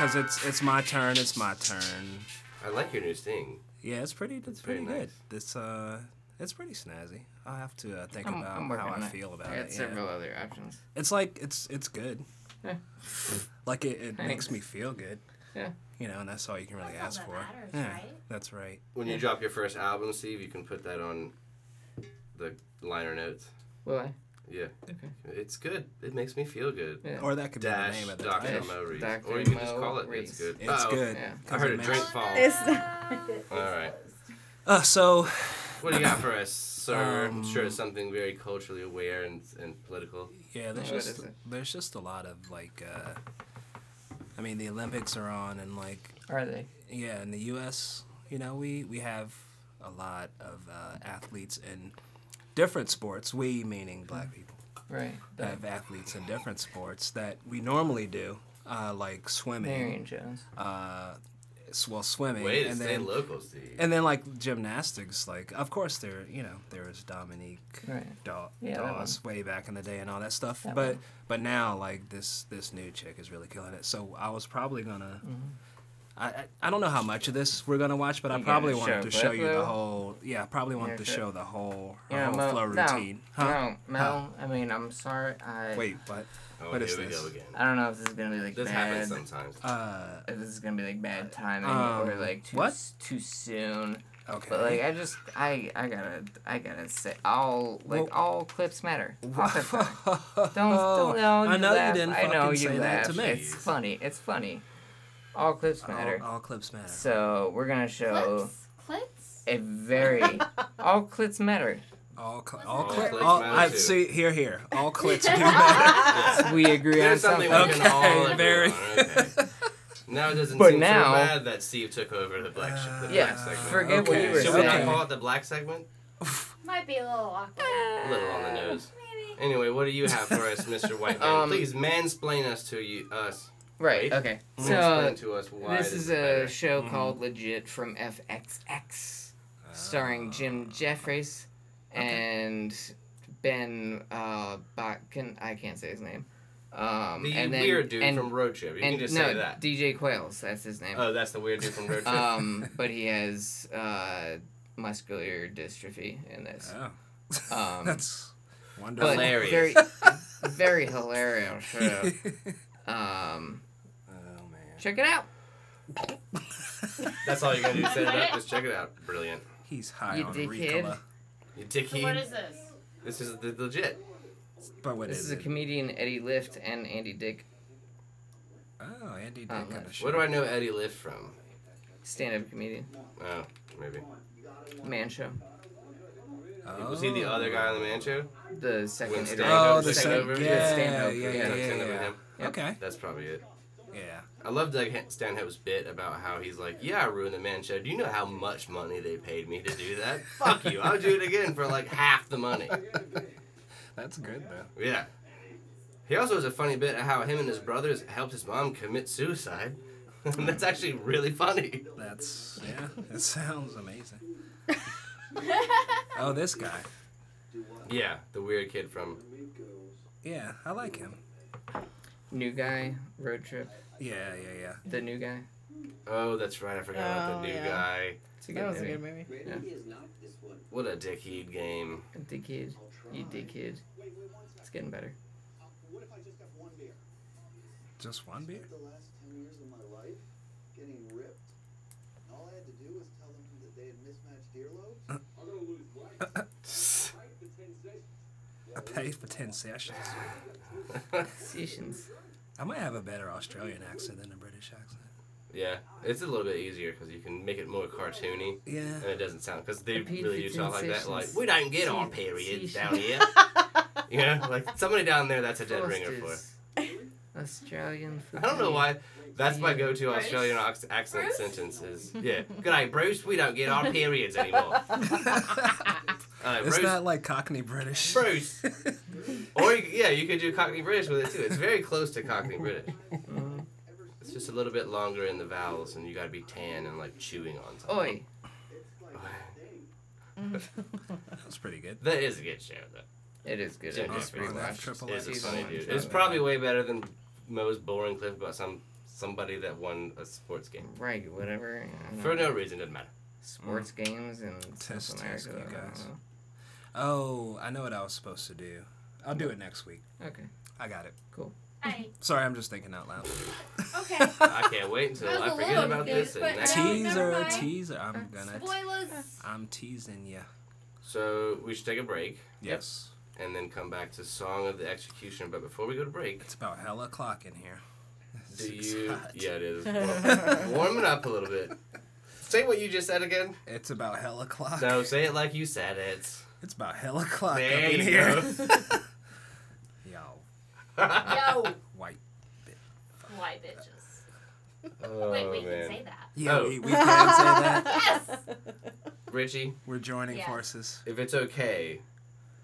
Speaker 2: Because it's it's my turn. It's my turn.
Speaker 1: *laughs* I like your new sting.
Speaker 2: Yeah, it's pretty. It's
Speaker 1: Very
Speaker 2: pretty good.
Speaker 1: nice.
Speaker 2: It's uh, it's pretty snazzy. I'll have to uh, think
Speaker 4: I'm,
Speaker 2: about
Speaker 4: I'm working
Speaker 2: how I
Speaker 4: on it.
Speaker 2: feel about
Speaker 4: I got
Speaker 2: it. Yeah.
Speaker 4: several other options.
Speaker 2: It's like it's it's good.
Speaker 4: Yeah.
Speaker 2: *sighs* Like it, it makes
Speaker 4: Thanks.
Speaker 2: me feel good.
Speaker 4: Yeah.
Speaker 2: You know, and that's all you can really
Speaker 3: That's
Speaker 2: ask
Speaker 3: all
Speaker 2: for.
Speaker 3: that matters,
Speaker 2: yeah,
Speaker 3: right?
Speaker 2: that's right.
Speaker 1: When you drop your first album, Steve, you can put that on the liner notes.
Speaker 4: Will I?
Speaker 1: Yeah,
Speaker 4: Okay.
Speaker 1: it's good. It makes me feel good.
Speaker 4: Yeah.
Speaker 2: Or that could be the
Speaker 1: Dash
Speaker 2: name of the
Speaker 1: Dr.
Speaker 2: title.
Speaker 1: Mo Reese.
Speaker 4: Dr.
Speaker 1: Or you can just
Speaker 4: Mo
Speaker 1: call it
Speaker 4: Reese.
Speaker 1: It's Good.
Speaker 2: It's
Speaker 1: Uh-oh.
Speaker 2: good.
Speaker 4: Oh, Yeah.
Speaker 2: 'cause
Speaker 1: I heard
Speaker 2: it
Speaker 1: a
Speaker 2: makes-
Speaker 1: drink fall.
Speaker 5: It's
Speaker 1: All right.
Speaker 2: Uh, so
Speaker 1: *laughs* What do you got for us, sir? I'm
Speaker 2: Um,
Speaker 1: sure it's something very culturally aware and, and political.
Speaker 2: yeah, there's
Speaker 4: Oh, what
Speaker 2: just
Speaker 4: is it?
Speaker 2: there's just a lot of like, uh, I mean, the Olympics are on, and like,
Speaker 4: Are they?
Speaker 2: yeah, in the U.S., you know, we we have a lot of uh, athletes in different sports. We meaning black people.
Speaker 4: Right.
Speaker 2: that have athletes in different sports that we normally do, uh, like swimming.
Speaker 4: Marion Jones.
Speaker 2: Uh, s- well, swimming,
Speaker 1: Way to
Speaker 2: and
Speaker 1: stay
Speaker 2: then
Speaker 1: local, Steve.
Speaker 2: and then like gymnastics. Like, of course, there you know there was Dominique
Speaker 4: Right.
Speaker 2: Daw-
Speaker 4: Yeah, that
Speaker 2: Dawes way back in the day and all that stuff.
Speaker 4: That
Speaker 2: but
Speaker 4: one.
Speaker 2: but now like this this new chick is really killing it. So I was probably gonna. I, I I don't know how much of this we're gonna watch, but I
Speaker 4: Mm-hmm. You gonna
Speaker 2: probably wanted
Speaker 4: show
Speaker 2: to
Speaker 4: clip,
Speaker 2: show you the
Speaker 4: though?
Speaker 2: whole. Yeah, I probably wanted
Speaker 4: Yeah,
Speaker 2: to
Speaker 4: sure.
Speaker 2: show the whole her
Speaker 4: Yeah,
Speaker 2: whole
Speaker 4: Mo-
Speaker 2: flow
Speaker 4: no,
Speaker 2: routine. Huh?
Speaker 4: No, Mel. I mean, I'm sorry. I
Speaker 2: Wait, what?
Speaker 1: oh,
Speaker 2: what
Speaker 1: here
Speaker 2: is
Speaker 1: we
Speaker 2: this?
Speaker 1: go again.
Speaker 4: I don't know if this is gonna be like
Speaker 1: This
Speaker 4: bad.
Speaker 1: happens
Speaker 2: *laughs*
Speaker 1: sometimes.
Speaker 2: Uh,
Speaker 4: If this is gonna be like bad timing
Speaker 2: Um,
Speaker 4: or like too
Speaker 2: what?
Speaker 4: s- too soon.
Speaker 2: okay. *laughs*
Speaker 4: But like I just I I gotta I gotta say all like
Speaker 2: Well-
Speaker 4: all
Speaker 2: *laughs*
Speaker 4: clips matter. All clips matter.
Speaker 2: don't,
Speaker 4: Don't, don't no, you
Speaker 2: Oh, I know
Speaker 4: laugh.
Speaker 2: you didn't
Speaker 4: I
Speaker 2: fucking
Speaker 4: know you
Speaker 2: say
Speaker 4: laugh.
Speaker 2: that to me. Oh,
Speaker 4: It's funny. It's funny. All clips matter.
Speaker 2: All, all clips matter.
Speaker 4: So we're gonna show
Speaker 3: Clips? Clips?
Speaker 1: *laughs*
Speaker 4: a very all clips matter.
Speaker 2: all cl- all,
Speaker 1: All
Speaker 2: cli-
Speaker 1: clips
Speaker 2: all
Speaker 1: matter
Speaker 2: I
Speaker 1: too.
Speaker 2: see here
Speaker 4: *laughs*
Speaker 2: here. All clips do matter.
Speaker 1: Yeah.
Speaker 4: We agree on
Speaker 1: There's something
Speaker 4: something.
Speaker 1: we can all
Speaker 2: Okay,
Speaker 1: agree
Speaker 2: *laughs* very-
Speaker 1: on, okay. *laughs* Now it doesn't
Speaker 4: But
Speaker 1: seem
Speaker 4: now-
Speaker 1: so bad that Steve took over the black, sh- the black
Speaker 4: Yeah,
Speaker 1: segment.
Speaker 4: forget what
Speaker 2: Okay.
Speaker 4: you were
Speaker 1: Should we not
Speaker 4: saying.
Speaker 1: call it the black segment?
Speaker 6: Might be a little awkward.
Speaker 1: A little on the nose. Anyway, what do you have for us,
Speaker 4: *laughs*
Speaker 1: Mr. White Man?
Speaker 4: Um,
Speaker 1: Please mansplain us to you, us. Right.
Speaker 4: Right. Okay. So
Speaker 1: Mansplain to us why Mm-hmm.
Speaker 4: this is a
Speaker 1: better.
Speaker 4: show called Legit from FXX,
Speaker 1: Oh.
Speaker 4: starring Jim Jeffries and Ben. Uh, Bot- can I can't say his name. Um,
Speaker 1: the
Speaker 4: and then,
Speaker 1: weird dude
Speaker 4: and,
Speaker 1: from Road Trip. You
Speaker 4: and
Speaker 1: can just
Speaker 4: no,
Speaker 1: say that.
Speaker 4: DJ Quails. That's his name.
Speaker 1: oh, that's the weird dude from
Speaker 4: *laughs*
Speaker 1: Road Trip.
Speaker 4: um, but he has uh, muscular dystrophy in this.
Speaker 2: Oh.
Speaker 4: Um,
Speaker 2: That's
Speaker 4: But
Speaker 2: wonderful. *laughs*
Speaker 1: Hilarious.
Speaker 4: Very, very
Speaker 1: *laughs*
Speaker 4: hilarious. show. Um,
Speaker 2: oh man.
Speaker 4: check it out.
Speaker 1: that's all you gotta do. Set it
Speaker 4: *laughs*
Speaker 1: up. Just check it out. Brilliant.
Speaker 2: He's high
Speaker 4: You
Speaker 2: on
Speaker 4: dickhead.
Speaker 2: Ricola.
Speaker 1: You
Speaker 6: So
Speaker 1: dickhead.
Speaker 6: what is this?
Speaker 1: this is the legit.
Speaker 2: But what
Speaker 4: This
Speaker 2: is
Speaker 4: is a
Speaker 2: it?
Speaker 4: comedian Eddie Lift and Andy Dick
Speaker 2: Oh, Andy Dick
Speaker 4: Oh,
Speaker 2: on the
Speaker 4: what
Speaker 2: show.
Speaker 1: What do I know Eddie Lift from?
Speaker 4: stand-up comedian
Speaker 1: Oh, maybe.
Speaker 4: man show.
Speaker 2: Oh.
Speaker 1: Was he the other guy on the man show?
Speaker 4: The second
Speaker 1: When
Speaker 4: iteration.
Speaker 1: Stand-up,
Speaker 2: Oh, the
Speaker 1: stand
Speaker 2: second.
Speaker 1: over?
Speaker 2: Yeah,
Speaker 1: Yeah,
Speaker 2: yeah,
Speaker 4: stand-up,
Speaker 2: yeah,
Speaker 4: yeah.
Speaker 2: yeah, Eh?
Speaker 1: Stand-up,
Speaker 2: yeah,
Speaker 1: stand-up with him.
Speaker 4: Yep.
Speaker 2: Oh, Okay.
Speaker 1: That's probably it.
Speaker 2: Yeah.
Speaker 1: I love Doug Han- Stanhope's bit about how he's like, "Yeah, I ruined the man show. Do you know how much money they paid me to do that? Fuck you! I'll do it again for like half the money."
Speaker 2: That's good though.
Speaker 1: Yeah. He also has a funny bit of how him and his brothers helped his mom commit suicide. *laughs* That's actually really funny.
Speaker 2: That's
Speaker 1: *laughs*
Speaker 2: yeah. That sounds amazing.
Speaker 4: *laughs*
Speaker 2: oh, this guy.
Speaker 1: Yeah, the weird kid from.
Speaker 2: Yeah, I like him.
Speaker 4: New guy road trip.
Speaker 2: Yeah, yeah, yeah.
Speaker 4: The new guy.
Speaker 1: Oh, that's right. I forgot about
Speaker 5: Oh,
Speaker 1: the new
Speaker 5: yeah.
Speaker 1: guy.
Speaker 4: It's a good
Speaker 5: *laughs* That was a
Speaker 4: movie.
Speaker 5: good movie.
Speaker 1: What a dickhead game. *laughs*
Speaker 4: Dickhead. You dickhead. It's getting better.
Speaker 7: Uh,
Speaker 2: Just one beer.
Speaker 7: the last 10 years of my life getting ripped. And all I had to do was tell them that they had mismatched earlobes.
Speaker 2: I paid for ten sessions.
Speaker 4: Sessions.
Speaker 2: I might have a better Australian accent than a British accent.
Speaker 1: Yeah, it's a little bit easier because you can make it more cartoony. And
Speaker 2: Yeah.
Speaker 1: it doesn't sound because they
Speaker 4: Repeat
Speaker 1: really do
Speaker 4: the
Speaker 1: sound like that. Like
Speaker 4: sensations.
Speaker 1: we don't get
Speaker 4: See-
Speaker 1: our periods
Speaker 4: see-
Speaker 1: down here.
Speaker 4: *laughs*
Speaker 1: you know, like somebody down there that's a dead ringer for.
Speaker 4: Foster's. Australian food.
Speaker 1: I don't know why. That's my go-to
Speaker 6: Bruce?
Speaker 1: Australian ox- accent
Speaker 6: Bruce?
Speaker 1: sentence
Speaker 4: *laughs*
Speaker 1: is yeah. Good night, Bruce. We don't get our periods anymore.
Speaker 6: *laughs*
Speaker 1: Uh,
Speaker 2: it's
Speaker 1: Bruce,
Speaker 2: not like Cockney British. *laughs*
Speaker 1: Bruce. or you, yeah, you could do Cockney British with it too. It's very close to Cockney British.
Speaker 2: Mm-hmm.
Speaker 4: Mhm.
Speaker 1: It's just a little bit longer in the vowels, and you gotta be tan and like chewing on something.
Speaker 4: Oi.
Speaker 2: that was pretty
Speaker 4: Oh.
Speaker 2: good.
Speaker 1: That is a good show though.
Speaker 4: It is good.
Speaker 1: Jim
Speaker 4: I just
Speaker 1: Jeffries.
Speaker 4: rewatched.
Speaker 2: It
Speaker 1: It's a
Speaker 2: He's
Speaker 1: funny
Speaker 2: on
Speaker 1: dude. It's probably way better than Moe's boring clip about some somebody that won a sports game
Speaker 4: Right, whatever. I don't
Speaker 1: for
Speaker 4: know.
Speaker 1: no reason. Doesn't matter.
Speaker 4: Sports
Speaker 1: Mm.
Speaker 4: games in
Speaker 2: Test,
Speaker 4: South
Speaker 2: test,
Speaker 4: America.
Speaker 2: you
Speaker 4: I don't
Speaker 2: guys.
Speaker 4: know.
Speaker 2: Oh, I know what I was supposed to do. I'll do it next week.
Speaker 4: Okay.
Speaker 2: I got it.
Speaker 6: I,
Speaker 2: Sorry, I'm just thinking out loud.
Speaker 6: *laughs* okay.
Speaker 1: I can't wait until
Speaker 6: I was
Speaker 1: I
Speaker 6: a
Speaker 1: forget
Speaker 6: little
Speaker 1: about
Speaker 6: confused,
Speaker 1: this. And
Speaker 6: but
Speaker 1: next
Speaker 6: now-
Speaker 1: week.
Speaker 6: never
Speaker 2: Teaser,
Speaker 6: mind.
Speaker 2: teaser. I'm gonna.
Speaker 6: Spoilers.
Speaker 2: I'm teasing you.
Speaker 1: So we should take a break
Speaker 2: Yes.
Speaker 1: and then come back to Song of the Execution. But before we go to break,
Speaker 2: It's about hella o'clock in here.
Speaker 1: do
Speaker 2: It's
Speaker 1: you?
Speaker 2: hot.
Speaker 1: *laughs* Yeah, it
Speaker 6: *laughs*
Speaker 1: is. Well, warming up a little bit. Say what you just said
Speaker 2: *laughs*
Speaker 1: again.
Speaker 2: It's about hella o'clock.
Speaker 1: No, say it like you said it. *laughs*
Speaker 2: It's about hella o'clock
Speaker 1: There
Speaker 2: up in
Speaker 1: you
Speaker 2: here.
Speaker 1: go.
Speaker 2: *laughs* Y'all
Speaker 6: Yo,
Speaker 2: white.
Speaker 6: why bitches?
Speaker 1: Oh,
Speaker 6: Wait, we
Speaker 1: man.
Speaker 6: can say that.
Speaker 2: Yeah,
Speaker 1: Oh.
Speaker 2: we, we can say
Speaker 6: *laughs*
Speaker 5: *laughs*
Speaker 2: that.
Speaker 6: Yes.
Speaker 1: Richie,
Speaker 2: We're joining
Speaker 6: Yeah.
Speaker 2: forces.
Speaker 1: if it's okay,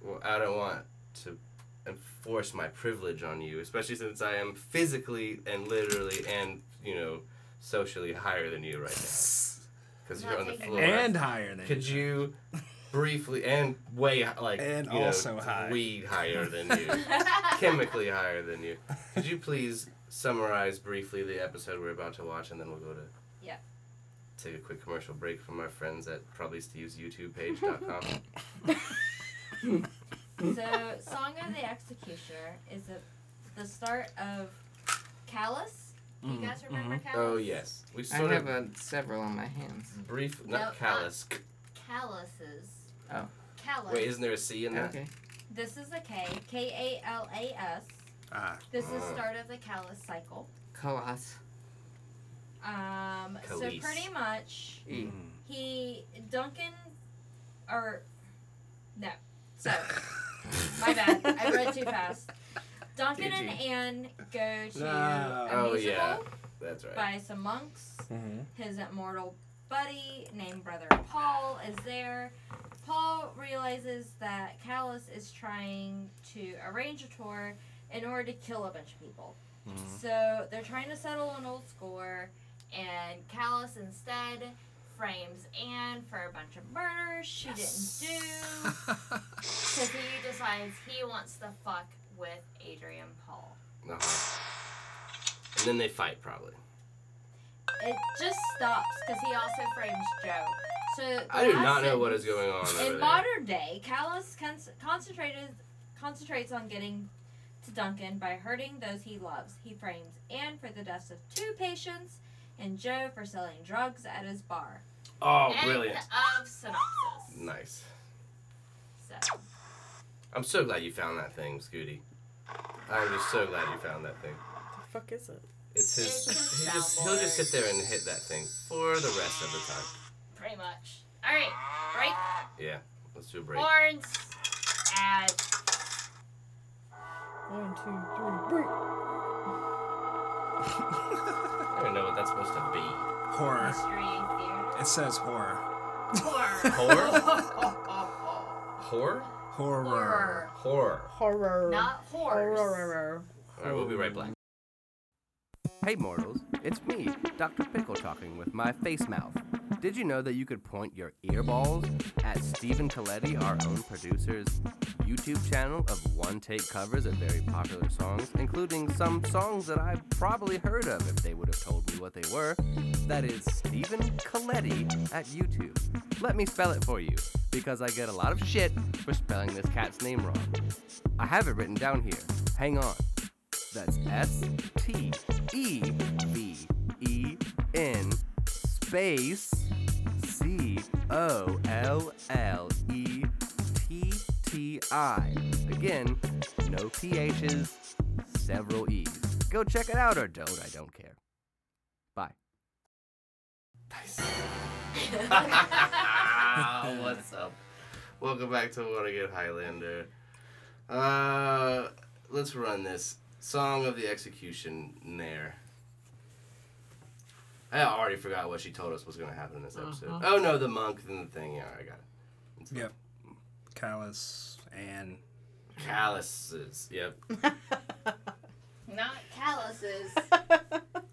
Speaker 1: well, I don't want to enforce my privilege on you, especially since I am physically and literally and you know socially higher than you right now because you're
Speaker 6: Not
Speaker 1: on the
Speaker 6: taking
Speaker 1: floor.
Speaker 2: And higher than
Speaker 1: could
Speaker 2: *laughs*
Speaker 1: you briefly and way hi- like
Speaker 2: And
Speaker 1: you know,
Speaker 2: also high.
Speaker 1: weed higher than you,
Speaker 2: *laughs*
Speaker 6: *laughs*
Speaker 1: chemically higher than you? Could you please summarize briefly the episode we're about to watch, and then we'll go to
Speaker 6: Yeah.
Speaker 1: Take a quick commercial break from our friends at probably Steve's YouTube
Speaker 2: *laughs*
Speaker 1: page.com.
Speaker 6: So, Song of the Executioner is a, the start of Callus. You guys remember Callus?
Speaker 1: Mm, Oh yes, we
Speaker 4: I
Speaker 1: sort
Speaker 4: have
Speaker 1: of
Speaker 4: uh, several on my hands.
Speaker 1: brief,
Speaker 6: No, uh,
Speaker 1: not
Speaker 6: not-
Speaker 1: callous.
Speaker 6: Calluses.
Speaker 4: Oh.
Speaker 6: Callus.
Speaker 1: Wait, isn't there a C in that?
Speaker 4: Okay.
Speaker 6: This is a K. K A L A S.
Speaker 2: Ah,
Speaker 6: This is
Speaker 1: Oh.
Speaker 6: start of the callus cycle.
Speaker 4: Coloss.
Speaker 6: Um, so
Speaker 1: Callus.
Speaker 6: pretty much
Speaker 1: Mm.
Speaker 4: E.
Speaker 2: mm.
Speaker 6: he Duncan or no.
Speaker 1: *laughs*
Speaker 6: So my bad. I read too fast. Duncan
Speaker 4: Did
Speaker 6: and Anne go to
Speaker 2: No.
Speaker 6: a
Speaker 1: Oh,
Speaker 6: musical
Speaker 1: yeah. That's right.
Speaker 6: by some monks.
Speaker 2: Mm-hmm.
Speaker 6: His immortal buddy named Brother Paul is there. Paul realizes that Callus is trying to arrange a tour in order to kill a bunch of people.
Speaker 2: Mhm.
Speaker 6: So they're trying to settle an old score, and Callus instead frames Anne for a bunch of murders she didn't do because he decides he wants to fuck with Adrian Paul.
Speaker 1: Uh-huh. And then they fight probably.
Speaker 6: It just stops because he also frames Joe. So the
Speaker 1: I do
Speaker 6: last
Speaker 1: not know what is
Speaker 6: sentence-
Speaker 1: going on. Over
Speaker 6: In
Speaker 1: there.
Speaker 6: modern day, Callus con- concentrated concentrates on getting to Duncan by hurting those he loves. He frames Anne for the deaths of two patients and Joe for selling drugs at his bar.
Speaker 1: oh,
Speaker 6: End
Speaker 1: brilliant!
Speaker 6: of synopsis.
Speaker 1: Nice.
Speaker 6: So
Speaker 1: I'm so glad you found that thing, Scooty. I'm just so glad you found that thing.
Speaker 5: The fuck is it?
Speaker 1: It's his.
Speaker 6: It's his
Speaker 1: he just, he'll just
Speaker 6: soundboard.
Speaker 1: sit there and hit that thing for the rest of the time.
Speaker 6: pretty much. All right, break.
Speaker 1: Yeah, let's do a break.
Speaker 6: Horns. Add.
Speaker 5: One, two, three, break.
Speaker 1: I don't know what that's supposed to be.
Speaker 2: Horror.
Speaker 6: Mystery theater.
Speaker 2: It says horror.
Speaker 6: *laughs* Horror.
Speaker 1: Horror? Horror?
Speaker 2: Horror.
Speaker 1: Horror.
Speaker 5: Horror.
Speaker 6: Not horse.
Speaker 5: Horror.
Speaker 1: All right, we'll be right back. Hey, mortals, it's me, Dr. Pickle, talking with my face mouth. Did you know that you could point your earballs at Stephen Coletti, our own producer's YouTube channel of one take covers of very popular songs, including some songs that I've probably heard of if they would have told me what they were? That is Stephen Coletti at YouTube. Let me spell it for you, because I get a lot of shit for spelling this cat's name wrong. I have it written down here. Hang on. That's S T E V E N space C O L L E T T I. Again, no PHs, several E's. Go check it out or don't, I don't care. Bye. Nice. *laughs* What's up? Welcome back to Wanna Get Highlander. Uh, let's run this song of the executioner. I already forgot what she told us was going to happen in this episode. Oh no, the monk and the thing. Yeah, I got it.
Speaker 2: Yep. Callus and
Speaker 1: Calluses. Yep,
Speaker 6: Not calluses.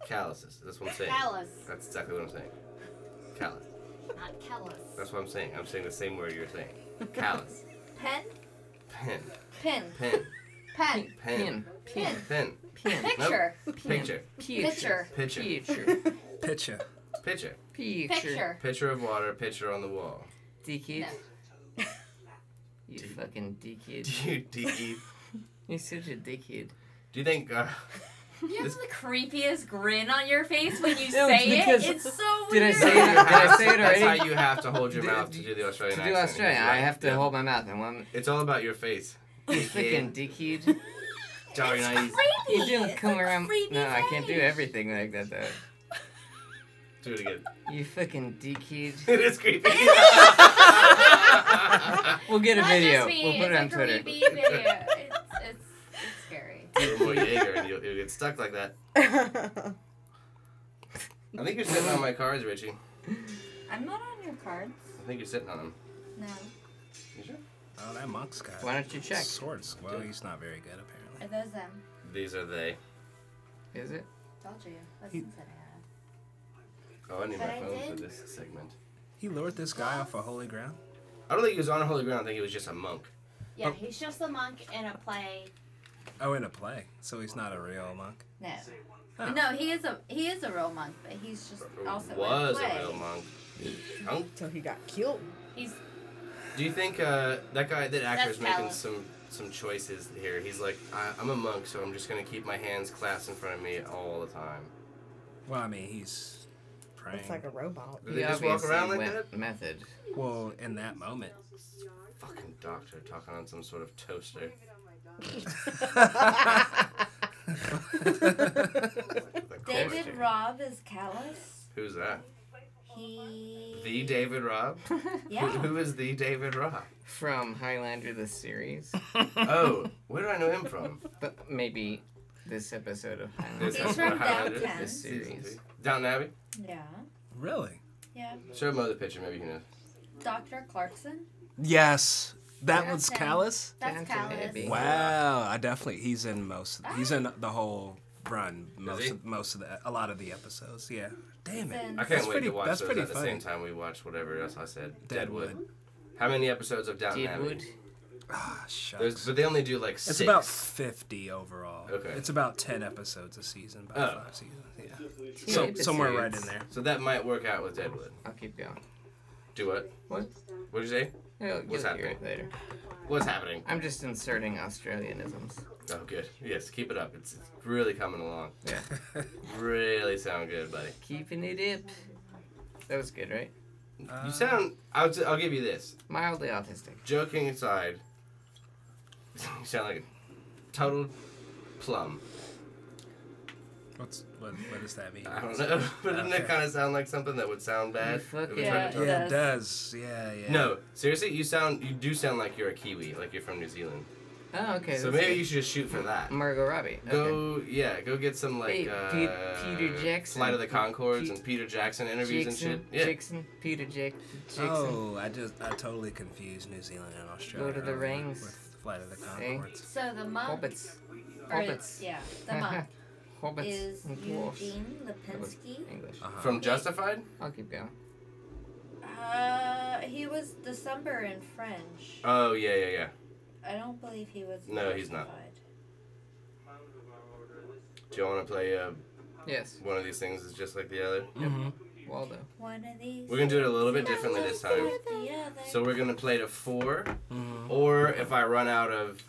Speaker 1: calluses. That's what I'm saying.
Speaker 6: Callus.
Speaker 1: That's exactly what I'm saying. Callus.
Speaker 6: Not callus.
Speaker 1: That's what I'm saying. I'm saying the same word you're saying. Callus.
Speaker 6: Pen?
Speaker 1: Pen.
Speaker 6: Pin.
Speaker 1: Pen.
Speaker 6: Pen.
Speaker 1: Pen.
Speaker 4: Pin.
Speaker 1: Pen.
Speaker 4: Pin.
Speaker 6: Picture.
Speaker 1: Picture.
Speaker 6: Picture.
Speaker 1: Picture.
Speaker 4: Picture. *laughs*
Speaker 2: Pitcher.
Speaker 1: Picture.
Speaker 4: Picture.
Speaker 6: Picture.
Speaker 1: Picture of water. Picture on the wall. *laughs*
Speaker 4: Dickhead.
Speaker 6: No.
Speaker 4: You fucking dickhead.
Speaker 1: Dude, D.
Speaker 4: You're such a dickhead.
Speaker 1: Do you think? Uh,
Speaker 6: You have
Speaker 1: This-
Speaker 6: the creepiest grin on your face when you
Speaker 4: *laughs* No,
Speaker 6: say it.
Speaker 4: because-
Speaker 6: It's so
Speaker 4: Did I
Speaker 6: weird.
Speaker 4: say it? Did I say
Speaker 1: *laughs*
Speaker 4: it
Speaker 1: That's
Speaker 4: already?
Speaker 1: how you have to hold your
Speaker 4: Did-
Speaker 1: mouth to do the
Speaker 4: To
Speaker 1: Australian
Speaker 4: do
Speaker 1: accent.
Speaker 4: Australia,
Speaker 1: You're right.
Speaker 4: I have to
Speaker 1: Yeah.
Speaker 4: hold my mouth and *laughs* one.
Speaker 1: It's all about your
Speaker 4: *laughs*
Speaker 1: face.
Speaker 4: You
Speaker 1: Dickhead.
Speaker 4: fucking dickhead.
Speaker 1: Jolly nice.
Speaker 6: Creepy.
Speaker 4: You didn't
Speaker 6: It's
Speaker 4: come
Speaker 6: a
Speaker 4: around.
Speaker 6: creepy
Speaker 4: No, I can't do
Speaker 6: face.
Speaker 4: everything like that though.
Speaker 1: Do it
Speaker 4: *laughs*
Speaker 1: again. *laughs*
Speaker 4: You fucking dickhead.
Speaker 1: it is creepy.
Speaker 4: *laughs* We'll get a
Speaker 6: Not
Speaker 4: video.
Speaker 6: just me,
Speaker 4: We'll put it
Speaker 6: it's
Speaker 4: on
Speaker 6: a
Speaker 4: Twitter. *laughs*
Speaker 6: creepy video. It's, it's, it's scary.
Speaker 1: a little more Jaeger and you'll, you'll get stuck like that. I think you're sitting on my cards, Richie.
Speaker 6: I'm not on your cards.
Speaker 1: I think you're sitting on them.
Speaker 6: No.
Speaker 1: You sure?
Speaker 2: Oh, that monk's got
Speaker 4: Why don't you check?
Speaker 2: swords. Well, he's not very good apparently.
Speaker 6: Are those them?
Speaker 1: These are they.
Speaker 4: Is it?
Speaker 6: Told you. That's
Speaker 1: Oh, I need my
Speaker 6: But I
Speaker 1: phone for
Speaker 6: did.
Speaker 1: this segment.
Speaker 2: He lured this guy off a holy ground.
Speaker 1: I don't think he was on holy ground. I think he was just a monk.
Speaker 4: Oh.
Speaker 6: Yeah, he's just a monk in a play.
Speaker 2: Oh, in a play. So he's not a real monk.
Speaker 6: No.
Speaker 2: Huh.
Speaker 6: No, he is a he is a real monk, but he's just also
Speaker 1: was
Speaker 6: in a play.
Speaker 1: a real monk. Monk?
Speaker 5: So he got killed.
Speaker 6: He's
Speaker 1: Do you think uh, that guy, that actor's
Speaker 6: That's
Speaker 1: making
Speaker 6: talent.
Speaker 1: some some choices here? He's like, I, I'm a monk, so I'm just gonna keep my hands clasped in front of me all the time.
Speaker 2: Well, I mean, he's praying.
Speaker 5: Looks like a robot.
Speaker 1: Do they just walk
Speaker 4: obviously
Speaker 1: around like
Speaker 4: went
Speaker 1: that?
Speaker 4: Method.
Speaker 2: well, in that moment. *laughs*
Speaker 1: Fucking doctor talking on some sort of toaster. The
Speaker 6: David
Speaker 1: course.
Speaker 6: Robb is callous.
Speaker 1: Who's that?
Speaker 6: He
Speaker 1: The David Robb? Who-
Speaker 6: *laughs*
Speaker 1: *laughs*
Speaker 6: yeah.
Speaker 1: Who is the David
Speaker 2: *laughs*
Speaker 1: Robb?
Speaker 4: From Highlander the series.
Speaker 2: *laughs*
Speaker 1: Oh, where do I know him from?
Speaker 4: But maybe this episode of
Speaker 1: This
Speaker 4: Highland.
Speaker 6: He's
Speaker 1: is *laughs*
Speaker 6: from
Speaker 1: what I
Speaker 6: Downton.
Speaker 1: did
Speaker 4: This
Speaker 1: season three.
Speaker 4: series.
Speaker 1: Downton Abbey.
Speaker 6: Yeah.
Speaker 2: Really?
Speaker 6: Yeah.
Speaker 1: Show Mo the picture. Maybe you know.
Speaker 6: Dr. Clarkson.
Speaker 2: Yes. That
Speaker 6: Yeah,
Speaker 2: one's
Speaker 6: same.
Speaker 2: Callus.
Speaker 6: That's
Speaker 4: Downton
Speaker 6: Callus.
Speaker 4: Abbey.
Speaker 2: Wow, I definitely he's in most. He's in the whole run. Most
Speaker 1: he?
Speaker 2: of, most of the a lot of the episodes. Yeah. Damn it.
Speaker 6: He's in-
Speaker 1: I can't
Speaker 2: That's
Speaker 1: wait
Speaker 2: pretty-
Speaker 1: to watch
Speaker 2: that's
Speaker 1: those
Speaker 2: pretty
Speaker 1: at the
Speaker 2: funny.
Speaker 1: same time we watch whatever else I said. Deadwood.
Speaker 2: Deadwood.
Speaker 1: How many episodes of Downton Abbey?
Speaker 4: Deadwood.
Speaker 2: Ah,
Speaker 1: There's,
Speaker 2: shucks.
Speaker 1: but they only do like
Speaker 2: It's
Speaker 1: six.
Speaker 2: about fifty overall.
Speaker 1: Okay.
Speaker 2: It's about ten episodes a season, about
Speaker 1: Oh.
Speaker 2: five seasons. Yeah.
Speaker 1: So-
Speaker 4: Two
Speaker 2: Somewhere right in
Speaker 4: episodes.
Speaker 2: there.
Speaker 1: so that might work out with Deadwood.
Speaker 4: I'll keep going.
Speaker 1: Do what?
Speaker 4: What?
Speaker 1: What'd you say?
Speaker 4: You'll, you'll
Speaker 1: What's
Speaker 4: hear
Speaker 1: happening?
Speaker 4: it later.
Speaker 1: What's happening?
Speaker 4: I'm just inserting Australianisms.
Speaker 1: Oh, good. Yes, keep it up. It's, it's really coming along.
Speaker 4: Yeah.
Speaker 1: Really sound good, buddy.
Speaker 4: *laughs* Keeping it up. That was good, right?
Speaker 2: Uh,
Speaker 1: *laughs* You sound. I'll, t- I'll give you this.
Speaker 4: Mildly autistic.
Speaker 1: Joking aside, *laughs* you sound like a total plum.
Speaker 2: *laughs* What's what? What does that mean?
Speaker 1: I don't know. *laughs* But doesn't that
Speaker 2: Okay.
Speaker 1: kind of sound like something that would sound bad? if
Speaker 4: fucking-
Speaker 1: we tried
Speaker 6: Yeah.
Speaker 1: to talk?
Speaker 2: Yeah, it does. Yeah, yeah.
Speaker 1: No, seriously, you sound. You do sound like you're a Kiwi, like you're from New Zealand.
Speaker 4: Oh, okay.
Speaker 1: so
Speaker 4: that's
Speaker 1: maybe
Speaker 4: good.
Speaker 1: you should just shoot for that.
Speaker 4: Margot Robbie. Okay.
Speaker 1: Go, yeah, go get some like
Speaker 4: Hey,
Speaker 1: uh,
Speaker 4: Pe- Peter Jackson.
Speaker 1: Flight of the
Speaker 4: Pe-
Speaker 1: Concords
Speaker 4: Pe-
Speaker 1: and Peter Jackson interviews and
Speaker 4: Jackson,
Speaker 1: shit. Yeah,
Speaker 4: Jackson, Peter Jack, Jackson.
Speaker 2: Oh, I just I totally confused New Zealand and Australia.
Speaker 4: to the
Speaker 2: earlier
Speaker 4: rings.
Speaker 2: With Flight of the
Speaker 4: See?
Speaker 2: Concords.
Speaker 6: So the monk.
Speaker 4: Hobbits.
Speaker 6: or-
Speaker 4: Hobbits.
Speaker 6: Yeah.
Speaker 1: *laughs*
Speaker 6: The monk
Speaker 4: *laughs* Hobbits.
Speaker 6: is
Speaker 4: and dwarfs.
Speaker 6: Eugene
Speaker 4: That was
Speaker 6: Lipinski.
Speaker 4: English.
Speaker 2: Uh-huh.
Speaker 1: from Justified.
Speaker 4: I'll keep going.
Speaker 6: Uh, he was December in French.
Speaker 1: Oh yeah, yeah, yeah.
Speaker 6: I don't believe he was.
Speaker 1: No, he's not.
Speaker 6: justified.
Speaker 1: Do you want to play uh,
Speaker 4: Yes,
Speaker 1: one of these things? Is just like the other.
Speaker 2: Mhm.
Speaker 1: Mm-hmm.
Speaker 4: Waldo.
Speaker 6: One of these.
Speaker 1: We're gonna do it a little bit differently this time.
Speaker 6: The other.
Speaker 1: So we're gonna play to four,
Speaker 2: Mhm.
Speaker 1: or if I run out of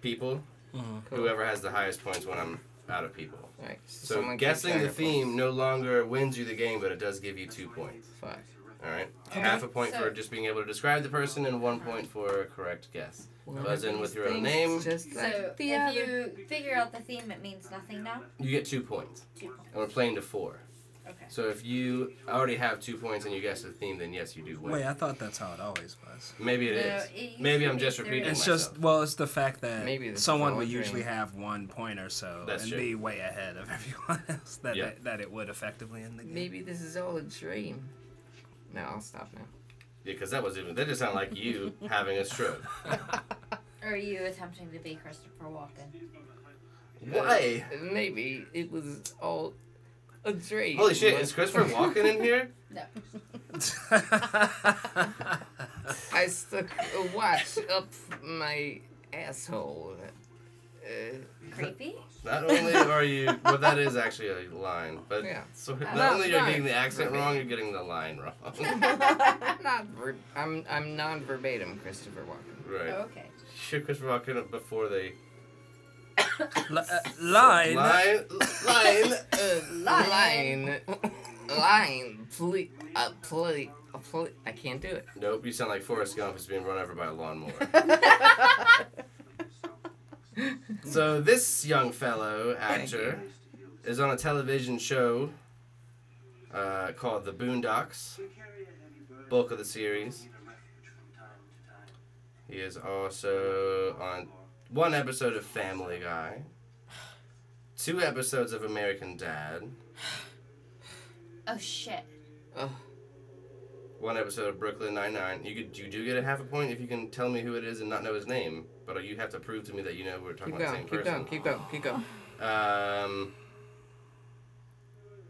Speaker 1: people,
Speaker 2: Mhm.
Speaker 4: Cool.
Speaker 1: whoever has the highest points when I'm out of people.
Speaker 4: All right.
Speaker 1: So
Speaker 4: someone keep
Speaker 1: guessing the
Speaker 4: track of
Speaker 1: theme
Speaker 4: points.
Speaker 1: no longer wins you the game, but it does give you two points.
Speaker 4: Fuck.
Speaker 1: All right, half a point for just being able to describe the person, and one point for a correct guess.
Speaker 4: One
Speaker 1: Buzz
Speaker 4: of
Speaker 1: in with
Speaker 4: these
Speaker 1: your own
Speaker 4: things
Speaker 1: name.
Speaker 4: Just like
Speaker 6: So
Speaker 4: the
Speaker 6: if
Speaker 4: other.
Speaker 6: you figure out the theme, it means nothing now.
Speaker 1: You get two points,
Speaker 6: Two points.
Speaker 1: and we're playing to four.
Speaker 6: Okay.
Speaker 1: So if you already have two points and you guess the theme, then yes, you do win.
Speaker 2: Wait, I thought that's how it always was.
Speaker 1: Maybe it
Speaker 6: No,
Speaker 1: is.
Speaker 6: it used
Speaker 1: Maybe
Speaker 6: to
Speaker 1: I'm
Speaker 6: be
Speaker 1: just
Speaker 6: three.
Speaker 1: repeating
Speaker 2: It's
Speaker 1: myself.
Speaker 2: just well, it's the fact that
Speaker 4: Maybe this is
Speaker 2: someone
Speaker 4: all
Speaker 2: will
Speaker 4: a dream.
Speaker 2: usually have one point or so
Speaker 1: That's
Speaker 2: and
Speaker 1: true.
Speaker 2: be way ahead of *laughs* everyone else that
Speaker 1: Yeah.
Speaker 2: it, that it would effectively end the *laughs* game.
Speaker 4: Maybe this is all a dream. No, I'll stop now.
Speaker 1: Yeah, because that was even. That just sounded like
Speaker 6: *laughs*
Speaker 1: you having a stroke.
Speaker 6: Or are you attempting to be Christopher Walken?
Speaker 1: Why?
Speaker 4: Uh, Maybe it was all a dream.
Speaker 1: Holy shit! Is Christopher Walken in here?
Speaker 6: No.
Speaker 4: I stuck a watch up my asshole. Uh, *laughs*
Speaker 6: Creepy.
Speaker 1: Not only are you, well, that is actually a line, but
Speaker 4: Yeah.
Speaker 6: Oh,
Speaker 1: so, not
Speaker 4: That's
Speaker 1: only you're
Speaker 4: right.
Speaker 1: getting the accent
Speaker 4: Right.
Speaker 1: wrong, you're getting the line wrong.
Speaker 6: *laughs*
Speaker 4: I'm not. Ver- I'm. I'm non-verbatim, Christopher Walken.
Speaker 1: right.
Speaker 6: Oh, Okay.
Speaker 1: Sure, Christopher Walken before they
Speaker 2: Li- uh, line.
Speaker 1: line line.
Speaker 4: Uh, line. Line. Please. Uh, please. Uh, ple I can't do it.
Speaker 1: Nope, you sound like Forrest Gump is being run over by a lawnmower. so this young fellow actor is on a television show uh, called The Boondocks. Bulk of the series. He is also on one episode of Family Guy, two episodes of American Dad,
Speaker 6: Oh shit.
Speaker 4: Ugh.
Speaker 1: one episode of Brooklyn Nine Nine. You could you do get a half a point if you can tell me who it is and not know his name, but you have to prove to me that you know we're talking
Speaker 4: keep
Speaker 1: about
Speaker 4: going.
Speaker 1: the
Speaker 4: Keep
Speaker 1: same
Speaker 4: going. Keep going. Keep going.
Speaker 1: person. Um,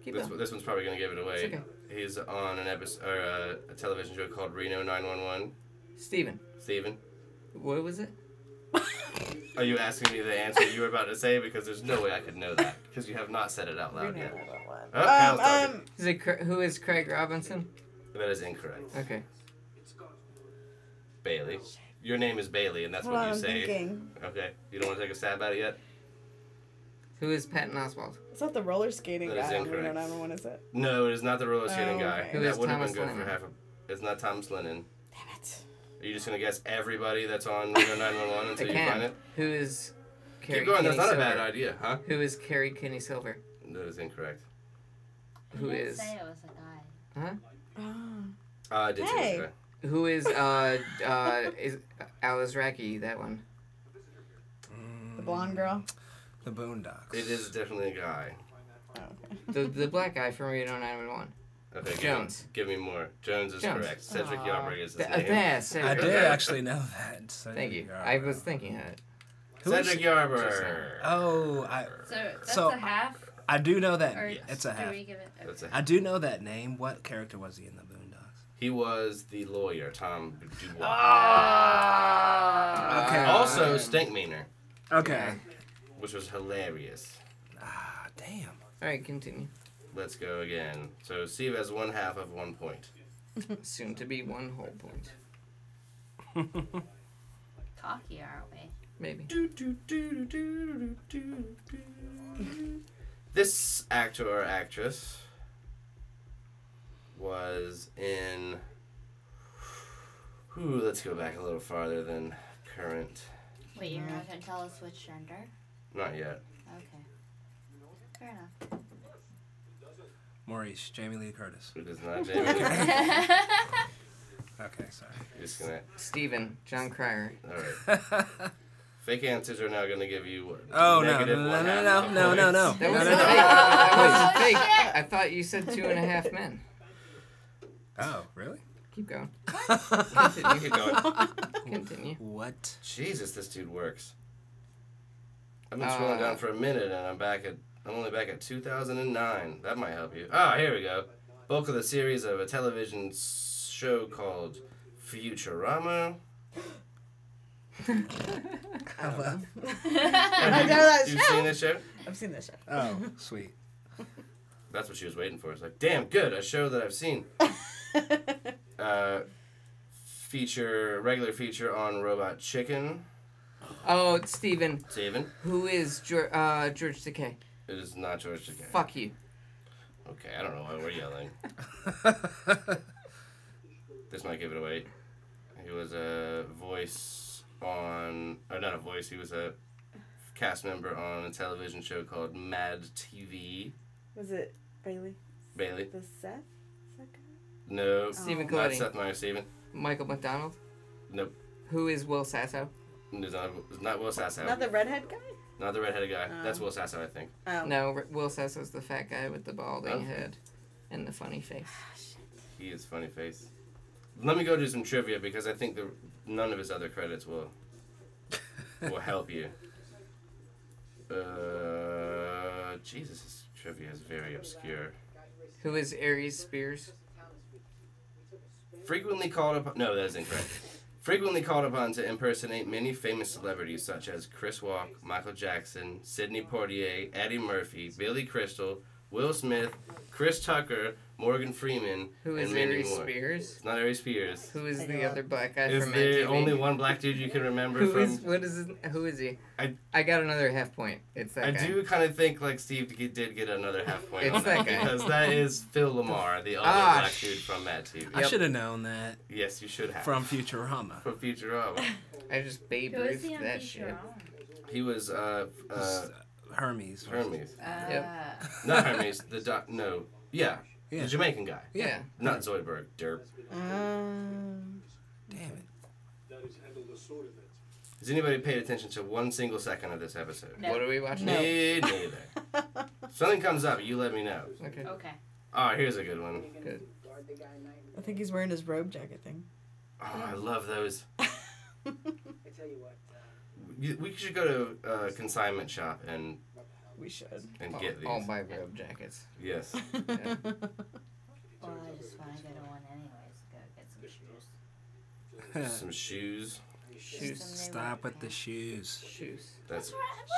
Speaker 4: Keep
Speaker 1: this,
Speaker 4: going.
Speaker 1: this one's probably gonna give it away.
Speaker 4: It's okay.
Speaker 1: He's on an episode or uh, a television show called Reno Nine One One.
Speaker 4: Steven.
Speaker 1: Steven,
Speaker 4: What was it?
Speaker 1: are you asking me the answer you were about to say? Because there's no way I could know that because you have not said it out loud yet. Oh, Kyle's
Speaker 5: Um,
Speaker 1: talking.
Speaker 5: um,
Speaker 4: Is it? Cra- Who is Craig Robinson?
Speaker 1: that is incorrect.
Speaker 4: Okay.
Speaker 1: Bailey, your name is Bailey, and that's
Speaker 5: hold
Speaker 1: what
Speaker 5: on,
Speaker 1: you
Speaker 5: I'm
Speaker 1: say.
Speaker 5: thinking.
Speaker 1: Okay, you don't want to take a stab at it yet.
Speaker 4: Who is Patton Oswald?
Speaker 5: It's not the roller skating
Speaker 1: That is
Speaker 5: guy. on
Speaker 1: incorrect.
Speaker 5: Reno 911, is it?
Speaker 1: No, it is not the roller skating
Speaker 5: Oh,
Speaker 1: guy.
Speaker 5: okay.
Speaker 4: Who
Speaker 1: That
Speaker 4: is
Speaker 1: would have been good
Speaker 4: Thomas
Speaker 1: for
Speaker 4: Lennon?
Speaker 1: half. A, it's not Thomas Lennon.
Speaker 5: Damn it.
Speaker 1: Are you just gonna guess everybody that's on *laughs* Reno 911
Speaker 4: I
Speaker 1: until you find
Speaker 4: can't.
Speaker 1: it?
Speaker 4: Who is? Carrie
Speaker 1: Keep going. That's
Speaker 4: Kenny
Speaker 1: not a
Speaker 4: Silver?
Speaker 1: bad idea, huh?
Speaker 4: Who is Carrie Kenny Silver?
Speaker 1: That is incorrect.
Speaker 4: Who
Speaker 6: I didn't
Speaker 4: is?
Speaker 6: Say it was a guy.
Speaker 5: Oh.
Speaker 1: Uh, I did say
Speaker 5: Hey.
Speaker 1: that.
Speaker 4: Who is? Uh, uh, is Alice Racky? That one.
Speaker 5: The blonde girl.
Speaker 2: The Boondocks.
Speaker 1: It is definitely a guy.
Speaker 5: Oh,
Speaker 4: The the black guy from Reno 911.
Speaker 1: Okay, give me-
Speaker 4: Jones.
Speaker 1: Give me more. Jones is
Speaker 4: Jones.
Speaker 1: correct. Cedric
Speaker 4: Aw.
Speaker 1: Yarberg is his
Speaker 4: Th- uh,
Speaker 1: name.
Speaker 4: there,
Speaker 2: I
Speaker 4: Cedric.
Speaker 2: did actually know that.
Speaker 4: Thank
Speaker 2: Cedric
Speaker 4: you.
Speaker 2: Yarber.
Speaker 4: I was thinking that.
Speaker 2: Who is
Speaker 1: Cedric
Speaker 2: she?
Speaker 1: Yarber.
Speaker 2: Oh, I
Speaker 6: So that's
Speaker 2: So-
Speaker 6: a half.
Speaker 2: I do know that.
Speaker 6: Or
Speaker 1: Yes.
Speaker 2: It's a
Speaker 6: Do
Speaker 2: half.
Speaker 6: we give it? Okay.
Speaker 1: That's a,
Speaker 2: I do know that name. What character was he in the Boondocks?
Speaker 1: he was the lawyer, Tom Dubois.
Speaker 2: Okay.
Speaker 4: Uh,
Speaker 1: also, Stink Meaner,
Speaker 2: Okay.
Speaker 1: which was hilarious.
Speaker 2: Ah, damn.
Speaker 4: All right, continue.
Speaker 1: Let's go again. So Steve has one half of one point.
Speaker 4: Soon to be one whole point,
Speaker 6: Cocky, are we?
Speaker 4: maybe.
Speaker 1: *laughs* This actor or actress was in. Ooh, let's go back a little farther than current.
Speaker 6: Wait, you're not gonna tell us which gender?
Speaker 1: Not yet.
Speaker 6: Okay. Fair *laughs* enough.
Speaker 2: Maurice, Jamie Lee Curtis.
Speaker 1: It is not Jamie.
Speaker 2: Okay, sorry.
Speaker 1: Just gonna.
Speaker 4: Steven, John Cryer.
Speaker 1: All right.
Speaker 2: *laughs*
Speaker 1: Fake answers are now going to give you.
Speaker 2: oh no! No!
Speaker 1: negative
Speaker 2: No!
Speaker 1: one
Speaker 2: No!
Speaker 1: half
Speaker 2: No!
Speaker 1: of
Speaker 2: No! No!
Speaker 1: points.
Speaker 2: No!
Speaker 4: That
Speaker 2: No!
Speaker 4: was
Speaker 2: No! Oh,
Speaker 4: fake.
Speaker 2: no. *laughs*
Speaker 4: That was fake. I thought you said two and a half men.
Speaker 2: Oh, really?
Speaker 4: Keep going.
Speaker 1: *laughs* Oh, You
Speaker 4: Continue.
Speaker 1: keep going.
Speaker 4: Continue.
Speaker 2: *laughs* What?
Speaker 1: Jesus, this dude works. I've been scrolling
Speaker 5: Uh,
Speaker 1: down for a minute, and I'm back at. I'm only back at 2009. That might help you. Ah, here we go. Bulk of the series of a television s- show called Futurama.
Speaker 4: Oh,
Speaker 2: I love.
Speaker 5: I know *laughs* that
Speaker 1: You've
Speaker 5: show.
Speaker 1: seen this show?
Speaker 5: I've seen this show.
Speaker 2: Oh, *laughs* sweet.
Speaker 1: That's what she was waiting for. It's like, damn, good, a show that I've
Speaker 5: *laughs*
Speaker 1: seen. uh, feature, regular feature on Robot Chicken.
Speaker 4: Oh, Steven,
Speaker 1: Steven,
Speaker 4: who is George, uh, George Takei?
Speaker 1: it is not George Takei.
Speaker 4: Fuck you.
Speaker 1: Okay, I don't know why we're yelling. this might give it away. He was a voice on, or not a voice. He was a cast member on a television show called Mad TV.
Speaker 5: Was it Bailey?
Speaker 1: Bailey,
Speaker 5: The Seth? Seth
Speaker 1: no,
Speaker 4: Stephen
Speaker 1: not
Speaker 4: Colletti.
Speaker 1: Seth Meyers. Stephen,
Speaker 4: Michael McDonald.
Speaker 1: nope.
Speaker 4: Who is Will Sasso?
Speaker 1: It's not, it's not Will Sasso.
Speaker 5: guy? Not the redhead guy?
Speaker 1: Not the redheaded guy. That's Will Sasso, I think.
Speaker 5: Oh.
Speaker 4: No, R- Will Sasso's the fat guy with the balding
Speaker 1: Oh.
Speaker 4: head and the funny face.
Speaker 1: He is funny face. Let me go do some trivia because I think the none of his other credits will will help you. Uh, Jesus, this trivia is very obscure.
Speaker 4: Who is Aries Spears?
Speaker 1: Frequently called upon. No, that is incorrect. Frequently called upon to impersonate many famous celebrities such as Chris Walk, Michael Jackson, Sidney Poitier, Eddie Murphy, Billy Crystal, Will Smith, Chris Tucker, Morgan Freeman,
Speaker 4: Who is
Speaker 1: and many
Speaker 4: Aries
Speaker 1: more.
Speaker 4: Spears?
Speaker 1: It's not Aries Spears.
Speaker 4: Who is the other black guy
Speaker 1: Is
Speaker 4: from
Speaker 1: there
Speaker 4: MTV?
Speaker 1: only one black dude you can remember
Speaker 4: Who
Speaker 1: from?
Speaker 4: is what is his, who is he?
Speaker 1: I-
Speaker 4: got another half point. It's that
Speaker 1: I
Speaker 4: guy.
Speaker 1: do kind of think like Steve g- did get another half point
Speaker 4: It's
Speaker 1: on that
Speaker 4: that guy.
Speaker 1: because that is Phil Lamar, the other
Speaker 4: Ah,
Speaker 1: black
Speaker 4: sh-
Speaker 1: dude from Mad TV.
Speaker 2: I
Speaker 4: Yep.
Speaker 2: should have known that
Speaker 1: Yes, you should have
Speaker 2: from Futurama.
Speaker 1: from Futurama.
Speaker 4: I just Babe
Speaker 6: Who is
Speaker 4: Ruth
Speaker 6: the
Speaker 4: that
Speaker 6: MVP
Speaker 4: shit.
Speaker 6: you're on?
Speaker 1: He was uh uh
Speaker 2: Hermes. *laughs*
Speaker 1: Hermes,
Speaker 6: Uh,
Speaker 1: not Hermes. The doc, no, yeah,
Speaker 2: Yeah.
Speaker 1: the Jamaican guy,
Speaker 4: Yeah.
Speaker 2: Yeah.
Speaker 1: not Zoidberg. Derp.
Speaker 5: *laughs* Um,
Speaker 2: Damn it.
Speaker 1: Has anybody paid attention to one single second of this episode?
Speaker 6: No.
Speaker 4: What are we watching?
Speaker 5: No.
Speaker 1: Me neither. If Something comes up, you let me know.
Speaker 4: Okay.
Speaker 6: Okay.
Speaker 1: Oh, here's a good one.
Speaker 4: Good.
Speaker 5: I think he's wearing his robe jacket thing.
Speaker 1: Oh, I love those. You- We should go to uh, consignment shop and
Speaker 5: We *laughs* should.
Speaker 1: and
Speaker 4: I'll,
Speaker 1: get these.
Speaker 4: I'll buy robe jackets.
Speaker 1: Yes.
Speaker 6: Well, I just want to go to one anyways. Go get some shoes.
Speaker 2: *laughs*
Speaker 1: Some shoes.
Speaker 4: Shoes.
Speaker 2: Stop with the shoes.
Speaker 4: Shoes.
Speaker 1: That's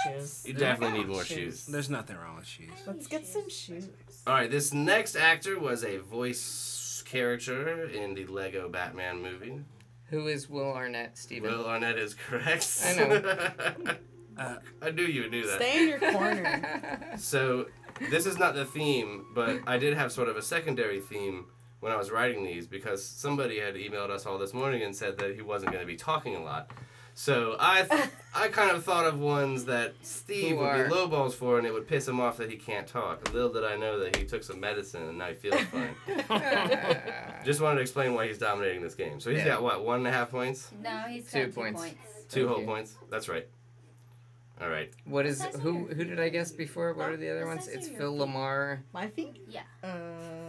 Speaker 4: Shoes.
Speaker 1: you definitely need more shoes.
Speaker 2: There's nothing wrong with shoes.
Speaker 5: Let's get some shoes.
Speaker 1: All right, this next actor was a voice character in the Lego Batman movie.
Speaker 4: Who is Will Arnett? Steven.
Speaker 1: Will Arnett is correct.
Speaker 4: I
Speaker 1: *laughs*
Speaker 4: *laughs*
Speaker 1: know.
Speaker 2: Uh,
Speaker 1: I knew you knew that.
Speaker 5: Stay in
Speaker 1: *laughs*
Speaker 5: your corner.
Speaker 1: So, this is not the theme, but I did have sort of a secondary theme when I was writing these because somebody had emailed us all this morning and said that he wasn't going to be talking a lot. So I,
Speaker 4: *laughs*
Speaker 1: th- I kind of thought of ones that Steve
Speaker 4: Who
Speaker 1: would
Speaker 4: are-
Speaker 1: be lowballs for, and it would piss him off that he can't talk. Little did I know that he took some medicine and now he feels
Speaker 4: *laughs*
Speaker 1: fine. Just wanted to explain why he's dominating this game. So he's
Speaker 4: Yeah.
Speaker 1: got what one and a half points,
Speaker 6: No, he's
Speaker 4: Two
Speaker 6: got two
Speaker 4: points.
Speaker 6: points.
Speaker 1: two
Speaker 4: Thank
Speaker 1: whole
Speaker 4: you.
Speaker 1: points. That's right. All right.
Speaker 4: *laughs* What is
Speaker 6: That's
Speaker 4: who?
Speaker 6: here.
Speaker 4: Who did I guess before? What are the other
Speaker 6: That's
Speaker 4: ones?
Speaker 6: actually
Speaker 4: It's
Speaker 6: your
Speaker 4: Phil
Speaker 6: feet.
Speaker 4: Lamar.
Speaker 5: My feet?
Speaker 6: Yeah.
Speaker 5: Uh,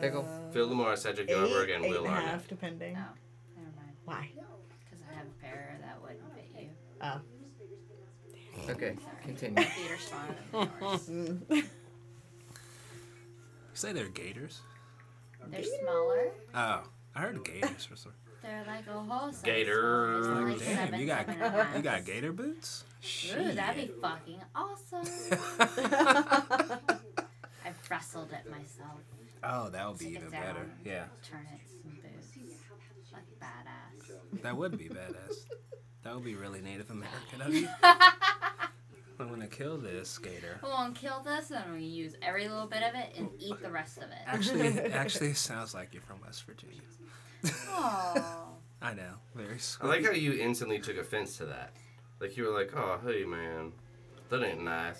Speaker 4: Pickle.
Speaker 1: Phil Lamar, Cedric
Speaker 5: eight,
Speaker 1: Garberg, and
Speaker 5: eight
Speaker 1: Will
Speaker 5: and a
Speaker 1: Arnett.
Speaker 5: half, depending.
Speaker 6: Oh. Never mind.
Speaker 5: Why?
Speaker 6: Because I have a pair that wouldn't fit you.
Speaker 5: Oh.
Speaker 4: Okay,
Speaker 6: Sorry.
Speaker 4: continue.
Speaker 6: My feet are smaller than
Speaker 4: *laughs*
Speaker 6: yours.
Speaker 5: *laughs* Mm.
Speaker 2: say they're gators.
Speaker 6: They're smaller.
Speaker 2: Oh, I heard gators
Speaker 6: *laughs*
Speaker 2: or something.
Speaker 6: They're like a whole size
Speaker 1: Gator.
Speaker 6: smaller.
Speaker 2: Like,
Speaker 6: It's like
Speaker 2: damn,
Speaker 6: seven,
Speaker 2: you got
Speaker 6: seven and a half.
Speaker 2: you got gator boots.
Speaker 6: Ooh, that'd be
Speaker 2: Shit.
Speaker 6: fucking awesome.
Speaker 2: *laughs*
Speaker 6: I've wrestled it myself.
Speaker 2: oh, that would be
Speaker 6: Stick it
Speaker 2: even
Speaker 6: down.
Speaker 2: better. Yeah,
Speaker 6: Turn it some boots. Like badass.
Speaker 2: that would be badass. That would be really Native American of *laughs* you. I'm gonna kill this gator.
Speaker 6: We're gonna kill this and I'm gonna use every little bit of it and eat the rest of it.
Speaker 2: Actually, actually, it sounds like you're from West Virginia. *laughs*
Speaker 6: Oh.
Speaker 2: I know, very
Speaker 1: I
Speaker 2: sweet.
Speaker 1: like how you instantly took offense to that. Like you were like, "Oh, hey, man, that ain't nice."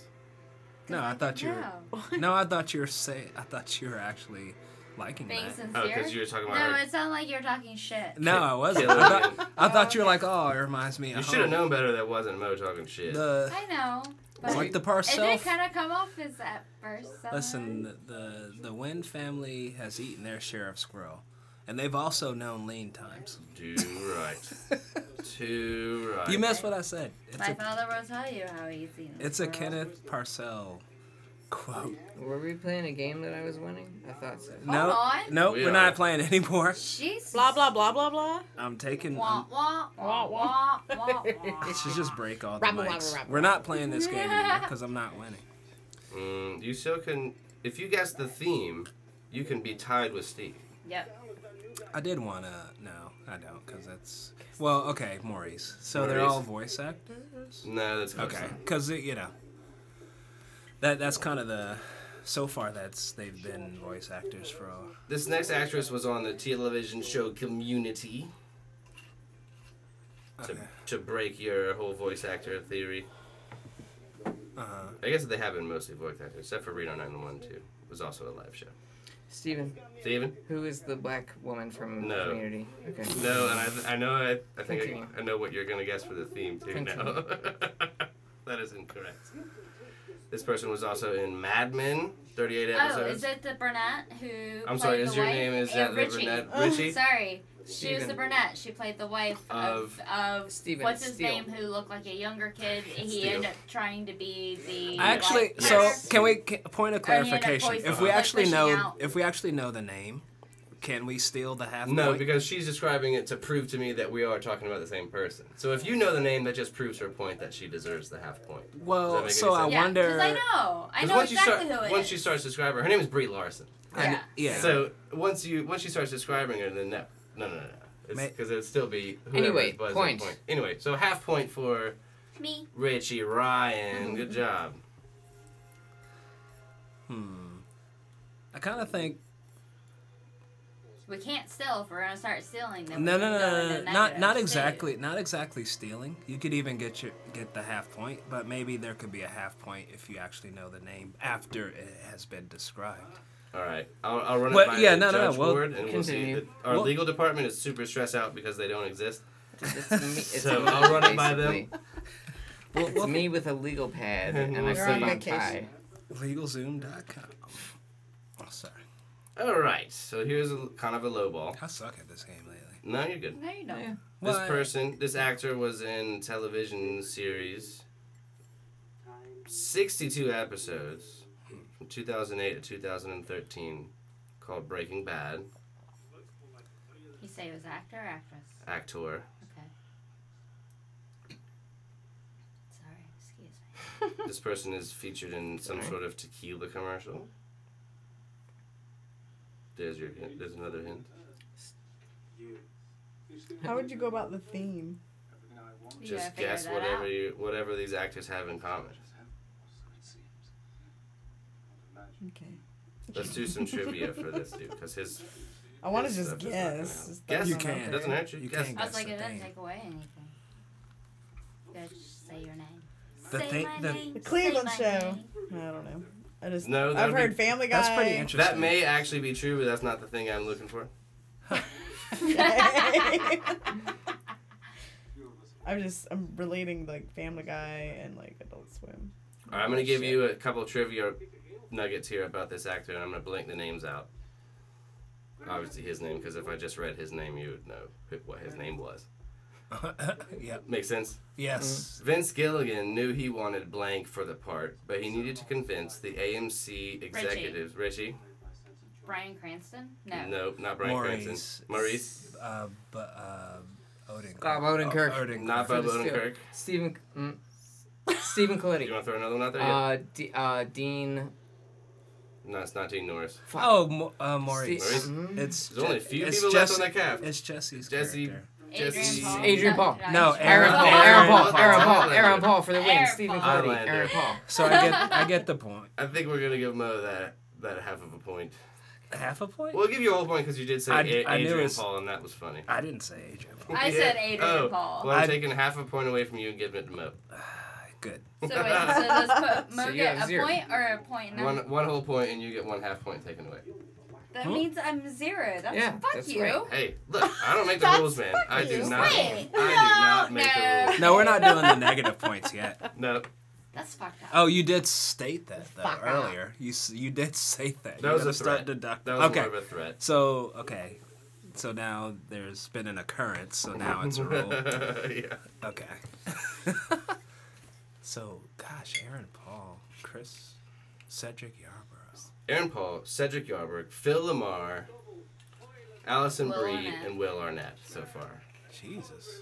Speaker 2: no, I thought you
Speaker 6: No.
Speaker 2: were. *laughs* No, I thought you were saying. I thought you were actually liking
Speaker 6: Being
Speaker 2: that.
Speaker 1: Oh,
Speaker 6: sincere?
Speaker 1: because you were talking about
Speaker 6: no,
Speaker 1: her.
Speaker 6: it sounded like you were
Speaker 2: *laughs*
Speaker 6: talking shit.
Speaker 2: No, I wasn't.
Speaker 1: Kill
Speaker 2: I
Speaker 1: it.
Speaker 2: thought, I thought you were like, oh, it reminds me.
Speaker 1: You
Speaker 2: of
Speaker 1: should have
Speaker 2: home."
Speaker 1: known better. That wasn't Mo talking shit.
Speaker 2: The
Speaker 6: I know. But
Speaker 2: like the
Speaker 6: it did
Speaker 2: Parcells.
Speaker 6: kind of come off as at first. somehow.
Speaker 2: Listen, the, the the Wynn family has eaten their share of squirrel, and they've also known lean times.
Speaker 1: Too right. Too right.
Speaker 2: You missed what I said. It's
Speaker 6: My
Speaker 2: a,
Speaker 6: father will tell you how easy.
Speaker 2: it's a Kenneth Parcell quote.
Speaker 4: Were we playing a game that I was winning? I thought so.
Speaker 2: No,
Speaker 6: on.
Speaker 2: no,
Speaker 1: We
Speaker 2: we are not
Speaker 1: are.
Speaker 2: playing anymore.
Speaker 6: She's
Speaker 5: blah, blah, blah, blah, blah.
Speaker 2: I'm taking.
Speaker 6: Wah
Speaker 2: I'm,
Speaker 6: wah wah wah wah. wah.
Speaker 2: it should just break all the
Speaker 5: Rabble,
Speaker 2: mics.
Speaker 5: rabble, rabble.
Speaker 2: We're not playing this game anymore because I'm not winning.
Speaker 1: Mm, you still can. If you guess the theme, you can be tied with Steve.
Speaker 6: *laughs* Yep.
Speaker 2: I did wanna. No, I don't, because that's. Well, okay, Maurice. So they're
Speaker 1: Maurice.
Speaker 2: all voice actors.
Speaker 1: No, that's close
Speaker 2: Okay,
Speaker 1: enough.
Speaker 2: because you know that that's kind of the so far that's they've been voice actors for all.
Speaker 1: This next actress was on the television show Community. To,
Speaker 2: Okay.
Speaker 1: to break your whole voice actor theory.
Speaker 2: Uh,
Speaker 1: I guess they have been mostly voice actors, except for Reno 911 too. It was also a live show.
Speaker 4: Steven,
Speaker 1: Steven?
Speaker 4: who is the black woman from
Speaker 1: No.
Speaker 4: Community?
Speaker 1: *laughs*
Speaker 4: Okay.
Speaker 1: No, and I, th- I know I, I think
Speaker 4: Continue.
Speaker 1: I, I know what you're gonna guess for the theme too now. *laughs* that is incorrect. This person was also in Mad Men, 38
Speaker 6: Oh,
Speaker 1: episodes.
Speaker 6: is it the brunette who?
Speaker 1: I'm
Speaker 6: played
Speaker 1: sorry,
Speaker 6: the
Speaker 1: is your
Speaker 6: wife?
Speaker 1: name is
Speaker 6: Eh,
Speaker 1: that the
Speaker 6: Richie.
Speaker 1: brunette Richie?
Speaker 6: Sorry, she was the
Speaker 4: Steven.
Speaker 6: brunette. She played the wife of of
Speaker 4: Steven
Speaker 6: what's his
Speaker 4: Steele.
Speaker 6: name who looked like a younger kid. He
Speaker 1: Steele.
Speaker 6: ended up trying to be the.
Speaker 2: I actually,
Speaker 6: like,
Speaker 2: so
Speaker 6: nurse.
Speaker 2: can we ca- point of
Speaker 6: Oh, yeah, that
Speaker 2: clarification?
Speaker 6: voice
Speaker 2: If
Speaker 6: is
Speaker 2: we
Speaker 6: like
Speaker 2: actually
Speaker 6: pushing
Speaker 2: know,
Speaker 6: out.
Speaker 2: if we actually know the name, can we steal the half?
Speaker 1: No,
Speaker 2: point?
Speaker 1: because she's describing it to prove to me that we are talking about the same person. So if you know the name, that just proves her point that she deserves the half point. Does that
Speaker 2: well,
Speaker 1: make
Speaker 2: so
Speaker 1: any
Speaker 2: I
Speaker 1: sense?
Speaker 6: Yeah, 'cause
Speaker 2: wonder.
Speaker 6: I know. I
Speaker 1: 'Cause
Speaker 6: know
Speaker 1: once
Speaker 6: exactly
Speaker 1: you start,
Speaker 6: who it
Speaker 1: once
Speaker 6: is.
Speaker 1: she starts describing her, her name is Brie Larson.
Speaker 2: I kn- yeah.
Speaker 1: So once you once she starts describing her, then no, no, no, no,
Speaker 2: May-
Speaker 1: because it'd still be whoever
Speaker 4: Anyway,
Speaker 1: it was at
Speaker 4: point.
Speaker 1: point. Anyway, so half point for
Speaker 6: Me.
Speaker 1: Richie Ryan. Good job.
Speaker 2: hmm. I kind of think
Speaker 6: We can't steal if we're gonna start stealing. Then
Speaker 2: no,
Speaker 6: we
Speaker 2: no, no,
Speaker 6: can go
Speaker 2: no,
Speaker 6: into
Speaker 2: no, no, not
Speaker 6: negative
Speaker 2: not
Speaker 6: state.
Speaker 2: exactly, not exactly stealing. You could even get your get the half point, but maybe there could be a half point if you actually know the name after it has been described.
Speaker 1: All right, I'll, I'll run it
Speaker 2: Well,
Speaker 1: by
Speaker 2: yeah,
Speaker 1: the
Speaker 2: no, no, no,
Speaker 1: judge
Speaker 2: well-
Speaker 1: board, and we'll see.
Speaker 4: Continue.
Speaker 1: That our
Speaker 2: Well-
Speaker 1: legal department is super stressed out because they don't exist.
Speaker 4: It's me, it's
Speaker 1: So,
Speaker 4: me,
Speaker 1: I'll run it by them.
Speaker 4: basically. It's me with a legal pad
Speaker 1: And
Speaker 4: and
Speaker 1: we'll
Speaker 4: a
Speaker 1: see.
Speaker 4: clip on
Speaker 5: Vacation.
Speaker 4: pie.
Speaker 2: LegalZoom.com. Oh, sorry,
Speaker 1: All right, so here's a, kind of a low ball.
Speaker 2: I suck at this game lately.
Speaker 1: No, you're good.
Speaker 6: No, you don't.
Speaker 4: Yeah.
Speaker 1: This
Speaker 2: Why?
Speaker 1: person, this actor was in television series 62 episodes from 2008 to 2013 called Breaking Bad,
Speaker 6: You say it was actor or actress? *laughs*
Speaker 1: actor.
Speaker 6: Okay. Sorry, excuse me.
Speaker 1: This person is featured in some sort of tequila commercial. There's your hint. There's another hint.
Speaker 5: How would you go about the theme?
Speaker 6: You gotta
Speaker 1: Just
Speaker 6: figure
Speaker 1: guess
Speaker 6: that
Speaker 1: whatever
Speaker 6: out.
Speaker 1: you, whatever these actors have in common.
Speaker 5: Okay.
Speaker 1: Let's do some trivia for this dude because his
Speaker 5: *laughs* I want to
Speaker 1: Yes, that
Speaker 5: just
Speaker 1: does not come
Speaker 5: guess.
Speaker 1: out.
Speaker 5: Is that
Speaker 1: Guess
Speaker 2: You
Speaker 5: not
Speaker 2: can.
Speaker 5: fair?
Speaker 1: doesn't hurt you.
Speaker 2: You
Speaker 1: guess.
Speaker 2: can
Speaker 6: I was
Speaker 2: That's
Speaker 6: like,
Speaker 2: the
Speaker 6: it doesn't
Speaker 2: thing.
Speaker 6: take away anything. You gotta just say your name.
Speaker 2: The
Speaker 6: say
Speaker 2: thing-
Speaker 6: my
Speaker 2: the-
Speaker 6: name.
Speaker 5: The
Speaker 6: say
Speaker 5: Cleveland
Speaker 6: my
Speaker 5: Show.
Speaker 6: name.
Speaker 5: I don't know. I just.
Speaker 1: No, that
Speaker 5: I've
Speaker 1: would be-
Speaker 5: heard Family Guy.
Speaker 2: That's pretty interesting.
Speaker 1: That may actually be true, but that's not the thing I'm looking for.
Speaker 5: interesting. I'm just I'm relating like Family Guy and like Adult Swim.
Speaker 1: All right, I'm gonna give you a couple trivia nuggets here about this actor, and I'm gonna blank the names out. Obviously, his name, because if I just read his name, you would know who- what his name was.
Speaker 2: *laughs* yep.
Speaker 1: Makes sense.
Speaker 2: Yes.
Speaker 1: Vince Gilligan knew he wanted blank for the part, but he needed to convince the AMC executives. Richie?
Speaker 6: *laughs* Brian Cranston? No.
Speaker 1: Nope, not Brian
Speaker 2: Maurice.
Speaker 1: Cranston. Maurice?
Speaker 2: Uh, but uh, Odin.
Speaker 4: Bob Odenkirk.
Speaker 1: Not Bob
Speaker 4: For the steel.
Speaker 1: Odenkirk.
Speaker 4: Stephen. Mm, Stephen
Speaker 1: You
Speaker 4: Colletti.
Speaker 1: want to throw another one out there? Yeah.
Speaker 4: Uh, D, uh, Dean.
Speaker 1: no, it's not Dean Norris.
Speaker 4: Fuck.
Speaker 2: Oh, Mo- uh, Maurice.
Speaker 1: Maurice?
Speaker 6: Mm-hmm.
Speaker 4: Mm.
Speaker 2: It's
Speaker 1: There's only a
Speaker 2: Je-
Speaker 1: few
Speaker 2: it's
Speaker 1: people left on that cast.
Speaker 2: It's Jesse's
Speaker 1: Jesse-
Speaker 2: character.
Speaker 1: Jesse-
Speaker 6: Adrian Paul.
Speaker 4: Adrian Paul.
Speaker 2: No,
Speaker 4: Aaron, Paul, Aaron Paul. Aaron Paul. Aaron Paul for the win.
Speaker 6: Aaron
Speaker 4: Stephen
Speaker 6: Paul.
Speaker 4: Colletti. Aaron Paul.
Speaker 2: So I get I get the point. *laughs*
Speaker 1: I think we're gonna give Mo that that half of a point.
Speaker 2: Half a point.
Speaker 1: We'll give you a whole point because you did say
Speaker 2: I-
Speaker 1: A-
Speaker 2: I knew
Speaker 1: Adrian
Speaker 2: it's-
Speaker 1: Paul, and that was funny.
Speaker 2: I didn't say Adrian. Paul.
Speaker 6: I
Speaker 1: Yeah.
Speaker 6: said Adrian
Speaker 1: Oh,
Speaker 6: Paul.
Speaker 1: Well, I'm
Speaker 2: I-
Speaker 1: taking half a point away from you and giving it to Mo.
Speaker 2: Good.
Speaker 6: So, wait, so does Mo- Mo
Speaker 4: So you have
Speaker 6: get a
Speaker 4: zero.
Speaker 6: point or a point and a-
Speaker 1: One one whole point, and you get one half point taken away.
Speaker 6: That
Speaker 2: Huh?
Speaker 6: means I'm zero. That's
Speaker 4: Yeah,
Speaker 6: fuck
Speaker 4: that's
Speaker 6: you.
Speaker 4: right.
Speaker 1: Hey, look, I don't make the
Speaker 6: That's
Speaker 1: rules, man. I do
Speaker 6: you.
Speaker 1: not.
Speaker 6: Wait.
Speaker 1: I do not
Speaker 6: No,
Speaker 1: make
Speaker 6: no.
Speaker 1: the rules.
Speaker 2: No, we're not doing the negative points yet.
Speaker 1: No,
Speaker 6: That's fucked up.
Speaker 2: Oh, you did state that though
Speaker 6: Fuck off.
Speaker 2: earlier. You s- you did say that.
Speaker 1: That
Speaker 2: you
Speaker 1: was
Speaker 2: gotta
Speaker 1: a
Speaker 2: start
Speaker 1: threat.
Speaker 2: deduct-
Speaker 1: that was
Speaker 2: okay.
Speaker 1: more of a threat.
Speaker 2: So okay. So now there's been an occurrence. So now it's a rule.
Speaker 1: *laughs* yeah.
Speaker 2: Okay. *laughs* so gosh, Aaron Paul, Chris, Cedric Yarborough.
Speaker 1: Aaron Paul, Cedric Yarberg, Phil Lamar, Allison
Speaker 6: Will
Speaker 1: Breed,
Speaker 6: Arnett.
Speaker 1: and Will Arnett so far.
Speaker 2: Jesus.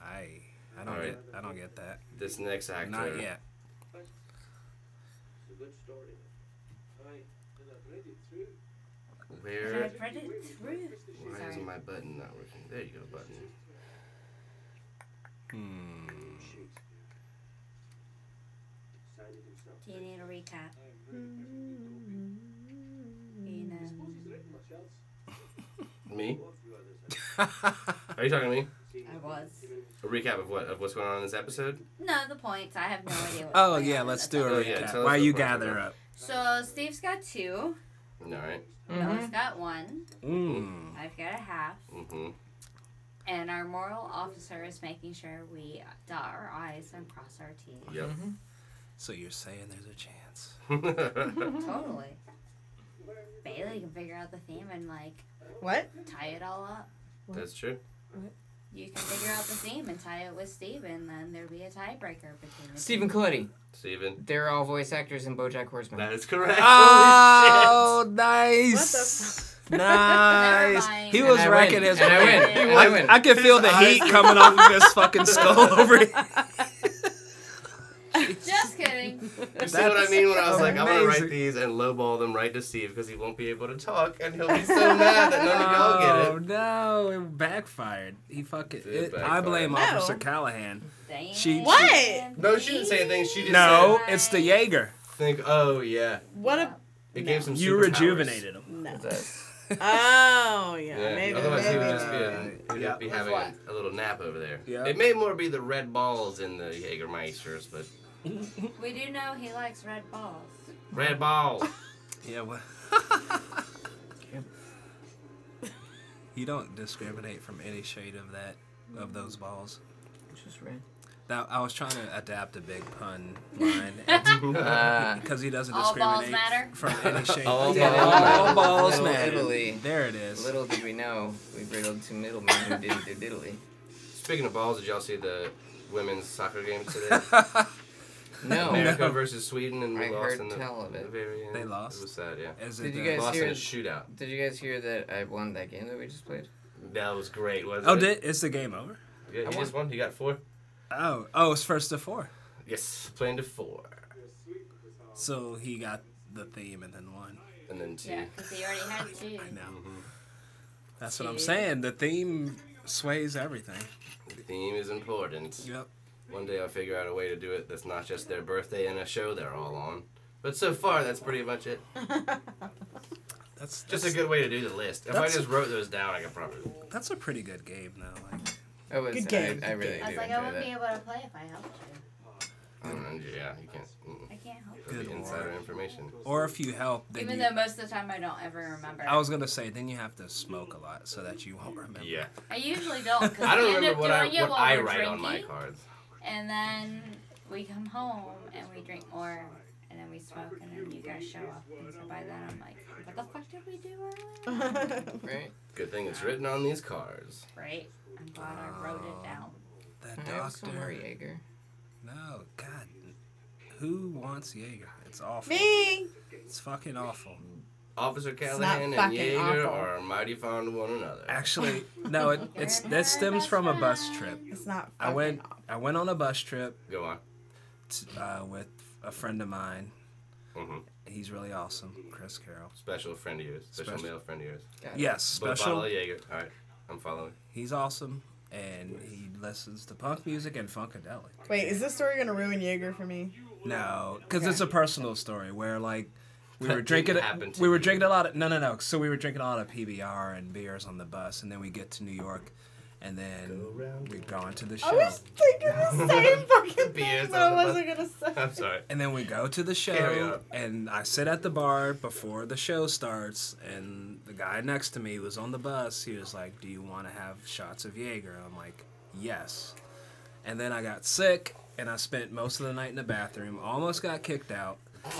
Speaker 2: I I don't
Speaker 1: All
Speaker 2: get I don't get that.
Speaker 1: This next actor.
Speaker 2: Not yet.
Speaker 7: It's a good story. I, and I've read it through.
Speaker 6: But
Speaker 1: Where?
Speaker 6: I've read it through.
Speaker 1: Why
Speaker 6: Sorry.
Speaker 1: is my button not working? There you go, button.
Speaker 2: *laughs* Hmm.
Speaker 7: Decided himself.
Speaker 6: Do you need a recap?
Speaker 5: Hmm.
Speaker 6: You
Speaker 5: It's
Speaker 6: know.
Speaker 7: written much else.
Speaker 1: Me?
Speaker 7: Both you others have
Speaker 1: Are you talking to me?
Speaker 6: I was.
Speaker 1: A recap of what of what's going on in this episode?
Speaker 6: No, the points.
Speaker 2: *laughs*
Speaker 6: I have no idea. What's
Speaker 2: oh
Speaker 6: going
Speaker 2: yeah,
Speaker 6: on.
Speaker 2: let's
Speaker 6: That's
Speaker 2: do a
Speaker 6: all.
Speaker 1: Oh,
Speaker 2: recap.
Speaker 1: yeah, tell us
Speaker 2: While
Speaker 1: the
Speaker 2: you
Speaker 1: points
Speaker 2: gather
Speaker 1: again.
Speaker 2: up.
Speaker 6: So Steve's got two.
Speaker 1: All right.
Speaker 2: Mm-hmm.
Speaker 6: Noah's
Speaker 4: Mhm.
Speaker 6: got one.
Speaker 2: Mm.
Speaker 6: I've got a half.
Speaker 1: Mm-hmm.
Speaker 6: And our moral officer is making sure we dot our I's and cross our T's.
Speaker 1: Yep. *laughs*
Speaker 4: Mm-hmm.
Speaker 2: So you're saying there's a chance.
Speaker 6: Totally. Bailey can figure out the theme and like
Speaker 5: What?
Speaker 6: tie it all up.
Speaker 1: That's true.
Speaker 6: You can figure out the theme and tie it with Steve, and then there'd be a tiebreaker between the
Speaker 4: Stephen Colletti.
Speaker 1: Steven.
Speaker 4: They're all voice actors in BoJack Horseman.
Speaker 1: That is correct. Holy
Speaker 2: Oh, nice. *laughs*
Speaker 5: What
Speaker 2: Nice.
Speaker 6: Never mind.
Speaker 2: He
Speaker 6: And
Speaker 2: was
Speaker 4: I
Speaker 2: wrecking
Speaker 4: win.
Speaker 2: his.
Speaker 4: And I
Speaker 6: win.
Speaker 2: I,
Speaker 6: You
Speaker 4: win. I win.
Speaker 2: I could feel the
Speaker 1: eyes
Speaker 2: heat
Speaker 1: were-
Speaker 2: coming off of his fucking skull over here.
Speaker 6: two. Just
Speaker 1: *laughs*
Speaker 6: kidding.
Speaker 1: shit. See what I mean when I was like, I'm gonna
Speaker 2: amazing.
Speaker 1: write these and lowball them right to Steve because he won't be able to talk and he'll be so mad that none of y'all
Speaker 2: Oh
Speaker 1: get it.
Speaker 2: no! It backfired. He fucking.
Speaker 1: It
Speaker 2: It, I
Speaker 1: backfired.
Speaker 2: blame
Speaker 5: No.
Speaker 2: Officer Callahan.
Speaker 6: Damn.
Speaker 2: She-
Speaker 5: What?
Speaker 1: No, she didn't say anything. She just
Speaker 2: No,
Speaker 6: said-
Speaker 2: it's the Jaeger.
Speaker 1: said, think, oh yeah,
Speaker 5: What a
Speaker 1: it
Speaker 5: No.
Speaker 1: gave some.
Speaker 2: You
Speaker 1: superpowers.
Speaker 2: rejuvenated him.
Speaker 5: no.
Speaker 4: That's-
Speaker 5: *laughs* Oh yeah,
Speaker 1: Yeah.
Speaker 5: maybe.
Speaker 1: Otherwise, he would
Speaker 5: maybe.
Speaker 1: just be, in, he'd
Speaker 2: Yeah.
Speaker 1: be having a, a little nap over there.
Speaker 2: Yeah.
Speaker 1: It may more be the red balls in the Jägermeisters, but
Speaker 6: We do know he likes red balls.
Speaker 1: red balls.
Speaker 2: Yeah. Well. *laughs* you don't discriminate from any shade of that of those balls.
Speaker 4: Just ran.
Speaker 2: Now I was trying to adapt a big pun line because he doesn't
Speaker 6: All balls
Speaker 2: discriminate
Speaker 6: matter?
Speaker 2: from any shade.
Speaker 1: All
Speaker 2: Uh, yeah,
Speaker 1: balls
Speaker 2: all
Speaker 1: matter.
Speaker 2: balls
Speaker 4: Little
Speaker 2: matter.
Speaker 4: Italy.
Speaker 2: There it is.
Speaker 4: Little did we know, we riddled two middlemen who didn't do diddly.
Speaker 1: Speaking of balls, did y'all see the women's soccer game
Speaker 2: *laughs*
Speaker 1: today? *laughs*
Speaker 4: No.
Speaker 1: America versus Sweden, and we
Speaker 4: I
Speaker 1: lost
Speaker 4: heard
Speaker 1: in the,
Speaker 4: tell of it.
Speaker 1: the very end.
Speaker 2: They lost?
Speaker 1: It was sad, yeah.
Speaker 2: Is it
Speaker 4: Did you
Speaker 2: the-
Speaker 4: guys
Speaker 1: lost in a
Speaker 4: hear-
Speaker 1: shootout.
Speaker 4: Did you guys hear that I won that game that we just played?
Speaker 1: That was great, wasn't
Speaker 2: Oh,
Speaker 1: it?
Speaker 2: did, is the game over?
Speaker 1: Yeah, you
Speaker 4: I
Speaker 1: just won. You got four.
Speaker 2: Oh, oh, it's first to four.
Speaker 1: Yes, playing to four,
Speaker 2: So he got the theme and then won.
Speaker 1: and then two.
Speaker 6: Yeah, because he already
Speaker 1: *laughs*
Speaker 6: had two.
Speaker 2: I know.
Speaker 1: Mm-hmm.
Speaker 2: That's what I'm
Speaker 6: Two.
Speaker 2: saying. The theme sways everything.
Speaker 1: The theme is important.
Speaker 2: Yep.
Speaker 1: One day I'll figure out a way to do it that's not just their birthday and a show they're all on. But so far, that's pretty much it.
Speaker 2: That's that's,
Speaker 1: Just a good way to do the list. If I
Speaker 2: That's-
Speaker 1: just wrote those down, I could probably.
Speaker 2: that's a pretty good game though. Like,
Speaker 4: Oh, It was,
Speaker 5: Good game,
Speaker 4: I, I
Speaker 5: good
Speaker 4: really
Speaker 5: game.
Speaker 6: I was
Speaker 4: do
Speaker 6: like, I
Speaker 4: enjoy
Speaker 6: wouldn't
Speaker 4: that.
Speaker 6: be able to play if I helped you.
Speaker 1: I don't know, yeah, you can't. mm.
Speaker 6: I can't help you.
Speaker 1: Could be
Speaker 2: Good
Speaker 1: insider
Speaker 2: lord.
Speaker 1: information.
Speaker 2: Or if you help, then
Speaker 6: Even
Speaker 2: you,
Speaker 6: though most of the time I don't ever remember.
Speaker 2: I was gonna say then you have to smoke a lot so that you won't remember.
Speaker 1: Yeah.
Speaker 6: I usually don't. Cause
Speaker 1: *laughs* I
Speaker 6: we
Speaker 1: don't
Speaker 6: end
Speaker 1: remember
Speaker 6: up
Speaker 1: what I
Speaker 6: doing it
Speaker 1: what
Speaker 6: while
Speaker 1: I
Speaker 6: we're
Speaker 1: write on
Speaker 6: drinking,
Speaker 1: my cards.
Speaker 6: And then we come home and we drink more. And then we smoke, and then you guys show up. And so by then I'm like, what the fuck did we do *laughs* earlier?
Speaker 4: Right?
Speaker 1: Good thing it's written on these cards.
Speaker 6: Right? I'm glad I wrote
Speaker 1: Uh,
Speaker 6: it down.
Speaker 2: That
Speaker 4: Yeah, so
Speaker 2: doctor.
Speaker 4: Jaeger.
Speaker 2: No, God, who wants Jaeger? It's awful.
Speaker 5: *laughs* Me.
Speaker 2: It's fucking awful.
Speaker 1: Officer
Speaker 5: not
Speaker 1: Callahan and
Speaker 5: fucking
Speaker 1: Jaeger
Speaker 5: awful.
Speaker 1: are mighty fond of one another.
Speaker 2: Actually, no, it,
Speaker 6: *laughs*
Speaker 2: it's that stems from a bus trip.
Speaker 5: It's not.
Speaker 2: I
Speaker 5: fucking
Speaker 2: went
Speaker 5: off.
Speaker 2: I went on a bus trip
Speaker 1: Go on.
Speaker 2: t- uh, with a friend of mine.
Speaker 1: hmm
Speaker 2: He's really awesome, Chris Carroll.
Speaker 1: Special friend of yours. Special,
Speaker 2: Special-
Speaker 1: male friend of yours.
Speaker 4: Got it.
Speaker 2: Yes,
Speaker 1: But bottle
Speaker 2: special.
Speaker 1: of Jaeger. All right, I'm following. *laughs*
Speaker 2: He's awesome, and he listens to punk music and funkadelic.
Speaker 5: Wait, is this story gonna ruin Jaeger for me?
Speaker 2: No, because it's a personal story where like we
Speaker 1: That
Speaker 2: were drinking.
Speaker 1: didn't happen to
Speaker 2: We were
Speaker 1: you.
Speaker 2: drinking a lot of no, no, no. So we were drinking a lot of PBR and beers on the bus, and then we get to New York, and then we go into the
Speaker 5: I
Speaker 2: show,
Speaker 5: was
Speaker 1: *laughs*
Speaker 5: thinking the same fucking
Speaker 1: Beers
Speaker 5: thing, but I
Speaker 1: on the
Speaker 5: wasn't gonna say.
Speaker 1: I'm *laughs* sorry.
Speaker 2: and then we go to the
Speaker 1: Carry
Speaker 2: show,
Speaker 1: on.
Speaker 2: and I sit at the bar before the show starts, and the guy next to me was on the bus. He was like, "Do you want to have shots of Jaeger?" I'm like, "Yes." And then I got sick, and I spent most of the night in the bathroom. Almost got kicked out. *laughs*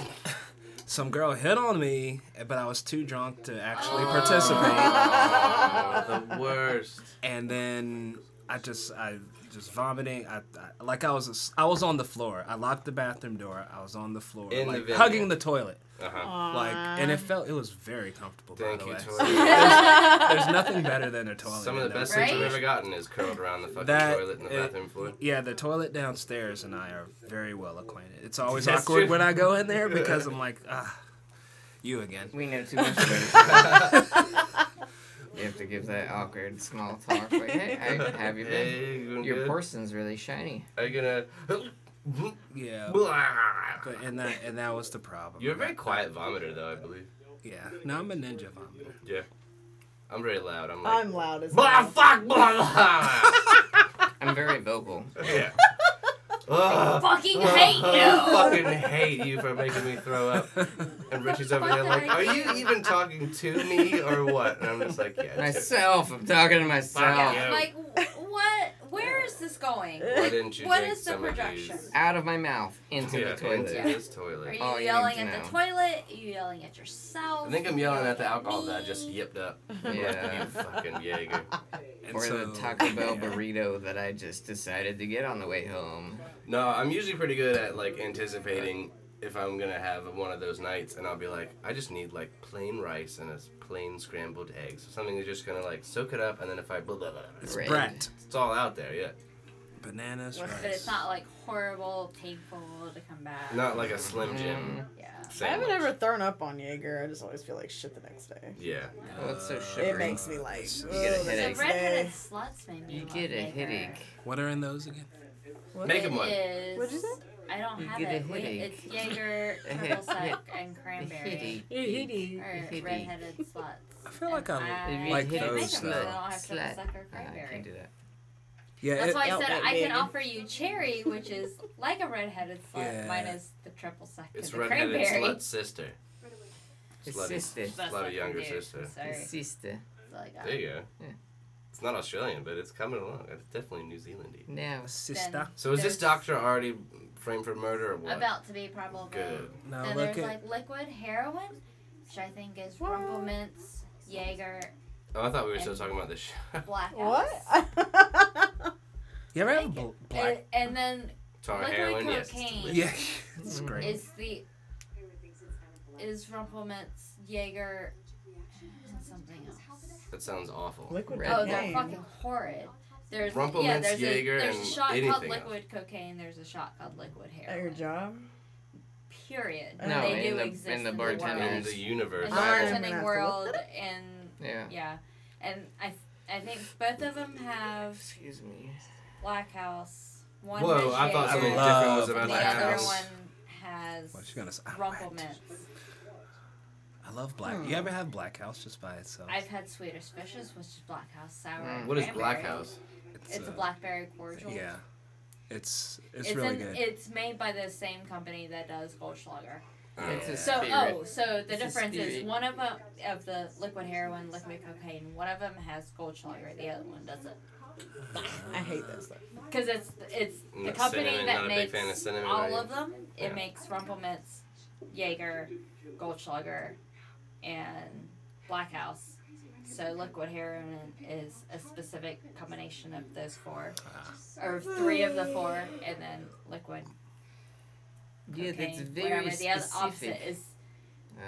Speaker 2: Some girl hit on me, but I was too drunk to
Speaker 1: *laughs*
Speaker 2: actually participate.
Speaker 1: Oh, the worst.
Speaker 2: And then I just, I just vomiting. I, I like I was, s- I was on the floor. I locked the bathroom door. I was on the floor,
Speaker 1: In the
Speaker 2: like
Speaker 1: venue.
Speaker 2: hugging the toilet.
Speaker 1: Uh huh.
Speaker 2: Like, and it felt, it was very comfortable. by
Speaker 1: Thank
Speaker 2: the
Speaker 1: you,
Speaker 2: way.
Speaker 1: toilet.
Speaker 2: *laughs* There's nothing better than a toilet.
Speaker 1: Some of
Speaker 2: in
Speaker 1: the
Speaker 2: there.
Speaker 1: best sleep I've
Speaker 6: Right?
Speaker 1: ever gotten is curled around the fucking
Speaker 2: Oh, That-
Speaker 1: toilet and the
Speaker 2: it-
Speaker 1: bathroom floor.
Speaker 2: Yeah, the toilet downstairs and I are very well acquainted. It's always
Speaker 1: That's
Speaker 2: awkward
Speaker 1: true.
Speaker 2: when I go
Speaker 1: *laughs*
Speaker 2: in there because I'm like, ah, you again.
Speaker 4: We know too much about *laughs* each other. You have to give that awkward small talk. Like, hey, I
Speaker 1: *laughs*
Speaker 4: have you been?
Speaker 1: Hey, you doing
Speaker 4: Your
Speaker 1: good?
Speaker 4: porcelain's really shiny.
Speaker 1: Are you gonna? *laughs*
Speaker 2: Yeah. But and that and that was the problem.
Speaker 1: You're a very quiet vomiter, though. I believe.
Speaker 2: Yeah. No, I'm a ninja vomiter.
Speaker 1: Yeah. I'm very loud.
Speaker 5: *laughs*
Speaker 1: I'm like.
Speaker 5: I'm loud as
Speaker 1: Blah
Speaker 5: hell.
Speaker 1: fuck blah.
Speaker 4: *laughs*
Speaker 6: *laughs*
Speaker 4: I'm very vocal.
Speaker 1: blah." yeah. Ugh. *laughs*
Speaker 6: Fucking hate
Speaker 1: I
Speaker 6: you!
Speaker 1: fucking
Speaker 6: *laughs*
Speaker 1: hate you for making me throw up.
Speaker 2: *laughs*
Speaker 1: And Richie's over there like, are you even talking to me or what? And I'm just like, yeah. Too.
Speaker 4: Myself. I'm talking to
Speaker 1: Fuck
Speaker 4: myself.
Speaker 1: yeah.
Speaker 6: Like, wh- what? Where is this going?
Speaker 1: Why didn't you
Speaker 6: What
Speaker 1: drink
Speaker 6: is the
Speaker 1: some of these-
Speaker 6: projection?
Speaker 4: Out of my mouth into
Speaker 1: Yeah,
Speaker 4: the toilet.
Speaker 1: into
Speaker 6: Yeah.
Speaker 1: this
Speaker 6: Are
Speaker 1: toilet.
Speaker 6: you
Speaker 4: All you
Speaker 6: yelling
Speaker 4: need to
Speaker 6: at the
Speaker 4: know.
Speaker 6: toilet? Are you yelling at yourself?
Speaker 1: I think I'm yelling at the alcohol
Speaker 6: me?
Speaker 1: that I just yipped up.
Speaker 4: Yeah.
Speaker 1: You fucking Jaeger.
Speaker 2: And
Speaker 4: *laughs* Or the
Speaker 2: so-
Speaker 4: Taco Bell *laughs*
Speaker 2: yeah. *laughs*
Speaker 4: burrito that I just decided to get on the way home.
Speaker 1: No, I'm usually pretty good at like anticipating if I'm gonna have one of those nights, and I'll be like, I just need like plain rice and a s- plain scrambled egg, so something that's just gonna like soak it up, and then if I blah blah blah, blah,
Speaker 4: Red.
Speaker 2: Brat,
Speaker 1: it's all out there, yeah.
Speaker 2: bananas,
Speaker 5: But
Speaker 6: But
Speaker 2: rice.
Speaker 6: it's not like horrible, painful to come back.
Speaker 1: Not like a Slim
Speaker 6: Mm-hmm.
Speaker 1: Jim.
Speaker 4: Mm.
Speaker 6: Yeah.
Speaker 5: *laughs* I haven't
Speaker 1: sandwich.
Speaker 5: ever thrown up on Jaeger. I just always feel like shit the next day.
Speaker 1: Yeah.
Speaker 4: Oh, it's so sugary.
Speaker 5: It makes me like.
Speaker 2: You
Speaker 5: "Ugh,
Speaker 4: get a
Speaker 5: the
Speaker 6: The
Speaker 4: headache.
Speaker 5: next
Speaker 6: redheaded
Speaker 5: day."
Speaker 6: sluts made me
Speaker 4: Mm, you
Speaker 6: love
Speaker 4: get a
Speaker 6: Jaeger.
Speaker 4: headache.
Speaker 2: What are in those again?
Speaker 1: Make him one.
Speaker 6: It is.
Speaker 5: What'd you say?
Speaker 6: I don't
Speaker 4: You
Speaker 6: have
Speaker 4: get a
Speaker 6: it. Wait,
Speaker 4: headache.
Speaker 6: it's
Speaker 4: *laughs*
Speaker 6: Jaeger,
Speaker 4: A
Speaker 6: turtle
Speaker 4: hit- hit-
Speaker 6: sack, and cranberry. Or
Speaker 4: headache.
Speaker 6: redheaded sluts.
Speaker 2: I feel
Speaker 6: And
Speaker 2: like I
Speaker 6: I
Speaker 2: like
Speaker 6: can't make
Speaker 2: those,
Speaker 6: them, so I
Speaker 2: though.
Speaker 6: don't have turtle
Speaker 4: Slut.
Speaker 6: sack or
Speaker 4: Ah, I
Speaker 6: cranberry.
Speaker 4: can't do that.
Speaker 2: Yeah.
Speaker 6: That's
Speaker 2: it-
Speaker 6: why I
Speaker 5: Don't
Speaker 6: said
Speaker 5: get
Speaker 6: I can
Speaker 5: vegan.
Speaker 6: offer you cherry, which is like a redheaded slut
Speaker 2: *laughs* Yeah.
Speaker 6: minus the triple sec
Speaker 1: It's
Speaker 6: the
Speaker 1: redheaded
Speaker 6: cranberry.
Speaker 1: slut sister.
Speaker 4: His
Speaker 1: Slutty.
Speaker 4: sister.
Speaker 6: That's
Speaker 1: Love a
Speaker 6: what I
Speaker 1: younger
Speaker 6: do.
Speaker 1: sister.
Speaker 6: Sorry.
Speaker 4: His sister.
Speaker 6: That's all I got.
Speaker 1: There you go.
Speaker 4: Yeah.
Speaker 1: It's not Australian, but it's coming along. It's definitely New Zealandy.
Speaker 4: No.
Speaker 2: Sister.
Speaker 1: So is this
Speaker 6: There's-
Speaker 1: doctor already framed for murder or what?
Speaker 6: About to be probably.
Speaker 1: Good.
Speaker 2: Now
Speaker 6: Then
Speaker 2: look
Speaker 6: there's
Speaker 2: at
Speaker 6: like liquid heroin, which I think is rumplemintz, Jaeger,
Speaker 1: Oh, I thought we were still talking about this *laughs* show.
Speaker 6: black Ice.
Speaker 5: What?
Speaker 2: you ever have
Speaker 6: like
Speaker 2: bl-
Speaker 6: And,
Speaker 2: black?
Speaker 6: and then
Speaker 1: Tar
Speaker 6: Liquid
Speaker 1: heroin, yes. it's
Speaker 6: cocaine.
Speaker 1: delicious.
Speaker 2: Yeah, *laughs* it's great.
Speaker 6: Mm. is the is rumplemintz, Jaeger, and something else.
Speaker 1: That sounds awful.
Speaker 5: *laughs* Liquid
Speaker 4: Red
Speaker 6: Oh, they're
Speaker 4: Cocaine.
Speaker 6: fucking horrid. There's yeah,
Speaker 1: Rumplemintz,
Speaker 6: there's
Speaker 1: Jaeger,
Speaker 6: a, there's
Speaker 1: and
Speaker 6: a shot called
Speaker 1: anything else.
Speaker 6: liquid cocaine. There's a shot called liquid
Speaker 5: At your
Speaker 6: heroin.
Speaker 5: job?
Speaker 6: Period.
Speaker 5: No,
Speaker 6: they
Speaker 5: in
Speaker 6: do
Speaker 4: the-
Speaker 6: exist
Speaker 4: in the
Speaker 6: world.
Speaker 1: In
Speaker 4: bartenders.
Speaker 1: the universe.
Speaker 6: in the
Speaker 5: I'm gonna
Speaker 6: bartending
Speaker 5: have to
Speaker 6: world,
Speaker 5: look
Speaker 6: and
Speaker 4: Yeah.
Speaker 6: yeah, and I I think both of them have
Speaker 4: Excuse me.
Speaker 6: Black House. One
Speaker 1: Whoa,
Speaker 6: has
Speaker 1: I thought something
Speaker 6: Jaeger,
Speaker 1: different
Speaker 2: Love
Speaker 1: was about
Speaker 6: and
Speaker 1: to
Speaker 6: the
Speaker 2: Black
Speaker 6: other
Speaker 1: happen.
Speaker 2: House.
Speaker 6: one has
Speaker 2: What you gonna say? I like-
Speaker 6: rumplemintz.
Speaker 2: I love black.
Speaker 5: Hmm.
Speaker 2: You ever have black house just by itself?
Speaker 6: I've had Swedish Fishes, which is Black House sour.
Speaker 4: Mm.
Speaker 6: and
Speaker 1: What is
Speaker 6: cranberry.
Speaker 1: Black House?
Speaker 6: It's a blackberry cordial.
Speaker 2: uh, Yeah. It's it's, really
Speaker 6: in,
Speaker 2: good.
Speaker 6: It's made by the same company that does Goldschlager.
Speaker 4: It's a
Speaker 6: So
Speaker 4: spirit.
Speaker 6: oh, so the
Speaker 4: It's a
Speaker 6: difference is
Speaker 4: spirit.
Speaker 6: one of them of the liquid heroin, liquid cocaine. One of them has Goldschlager, the other one doesn't.
Speaker 5: I hate that stuff.
Speaker 6: Because it's it's the
Speaker 1: Not
Speaker 6: company
Speaker 1: cinnamon, not
Speaker 6: that
Speaker 1: a big
Speaker 6: makes
Speaker 1: fan of cinnamon, are
Speaker 6: all
Speaker 1: you?
Speaker 6: of them.
Speaker 1: Yeah.
Speaker 6: It makes Rumpelmintz, Jaeger, Goldschlager, and Black House. So liquid heroin is a specific combination of those four,
Speaker 1: Ah.
Speaker 6: or three of the four, and then liquid.
Speaker 4: Yeah, that's
Speaker 6: cocaine,
Speaker 4: very
Speaker 6: whatever. The other
Speaker 4: specific.
Speaker 6: opposite is
Speaker 4: Uh,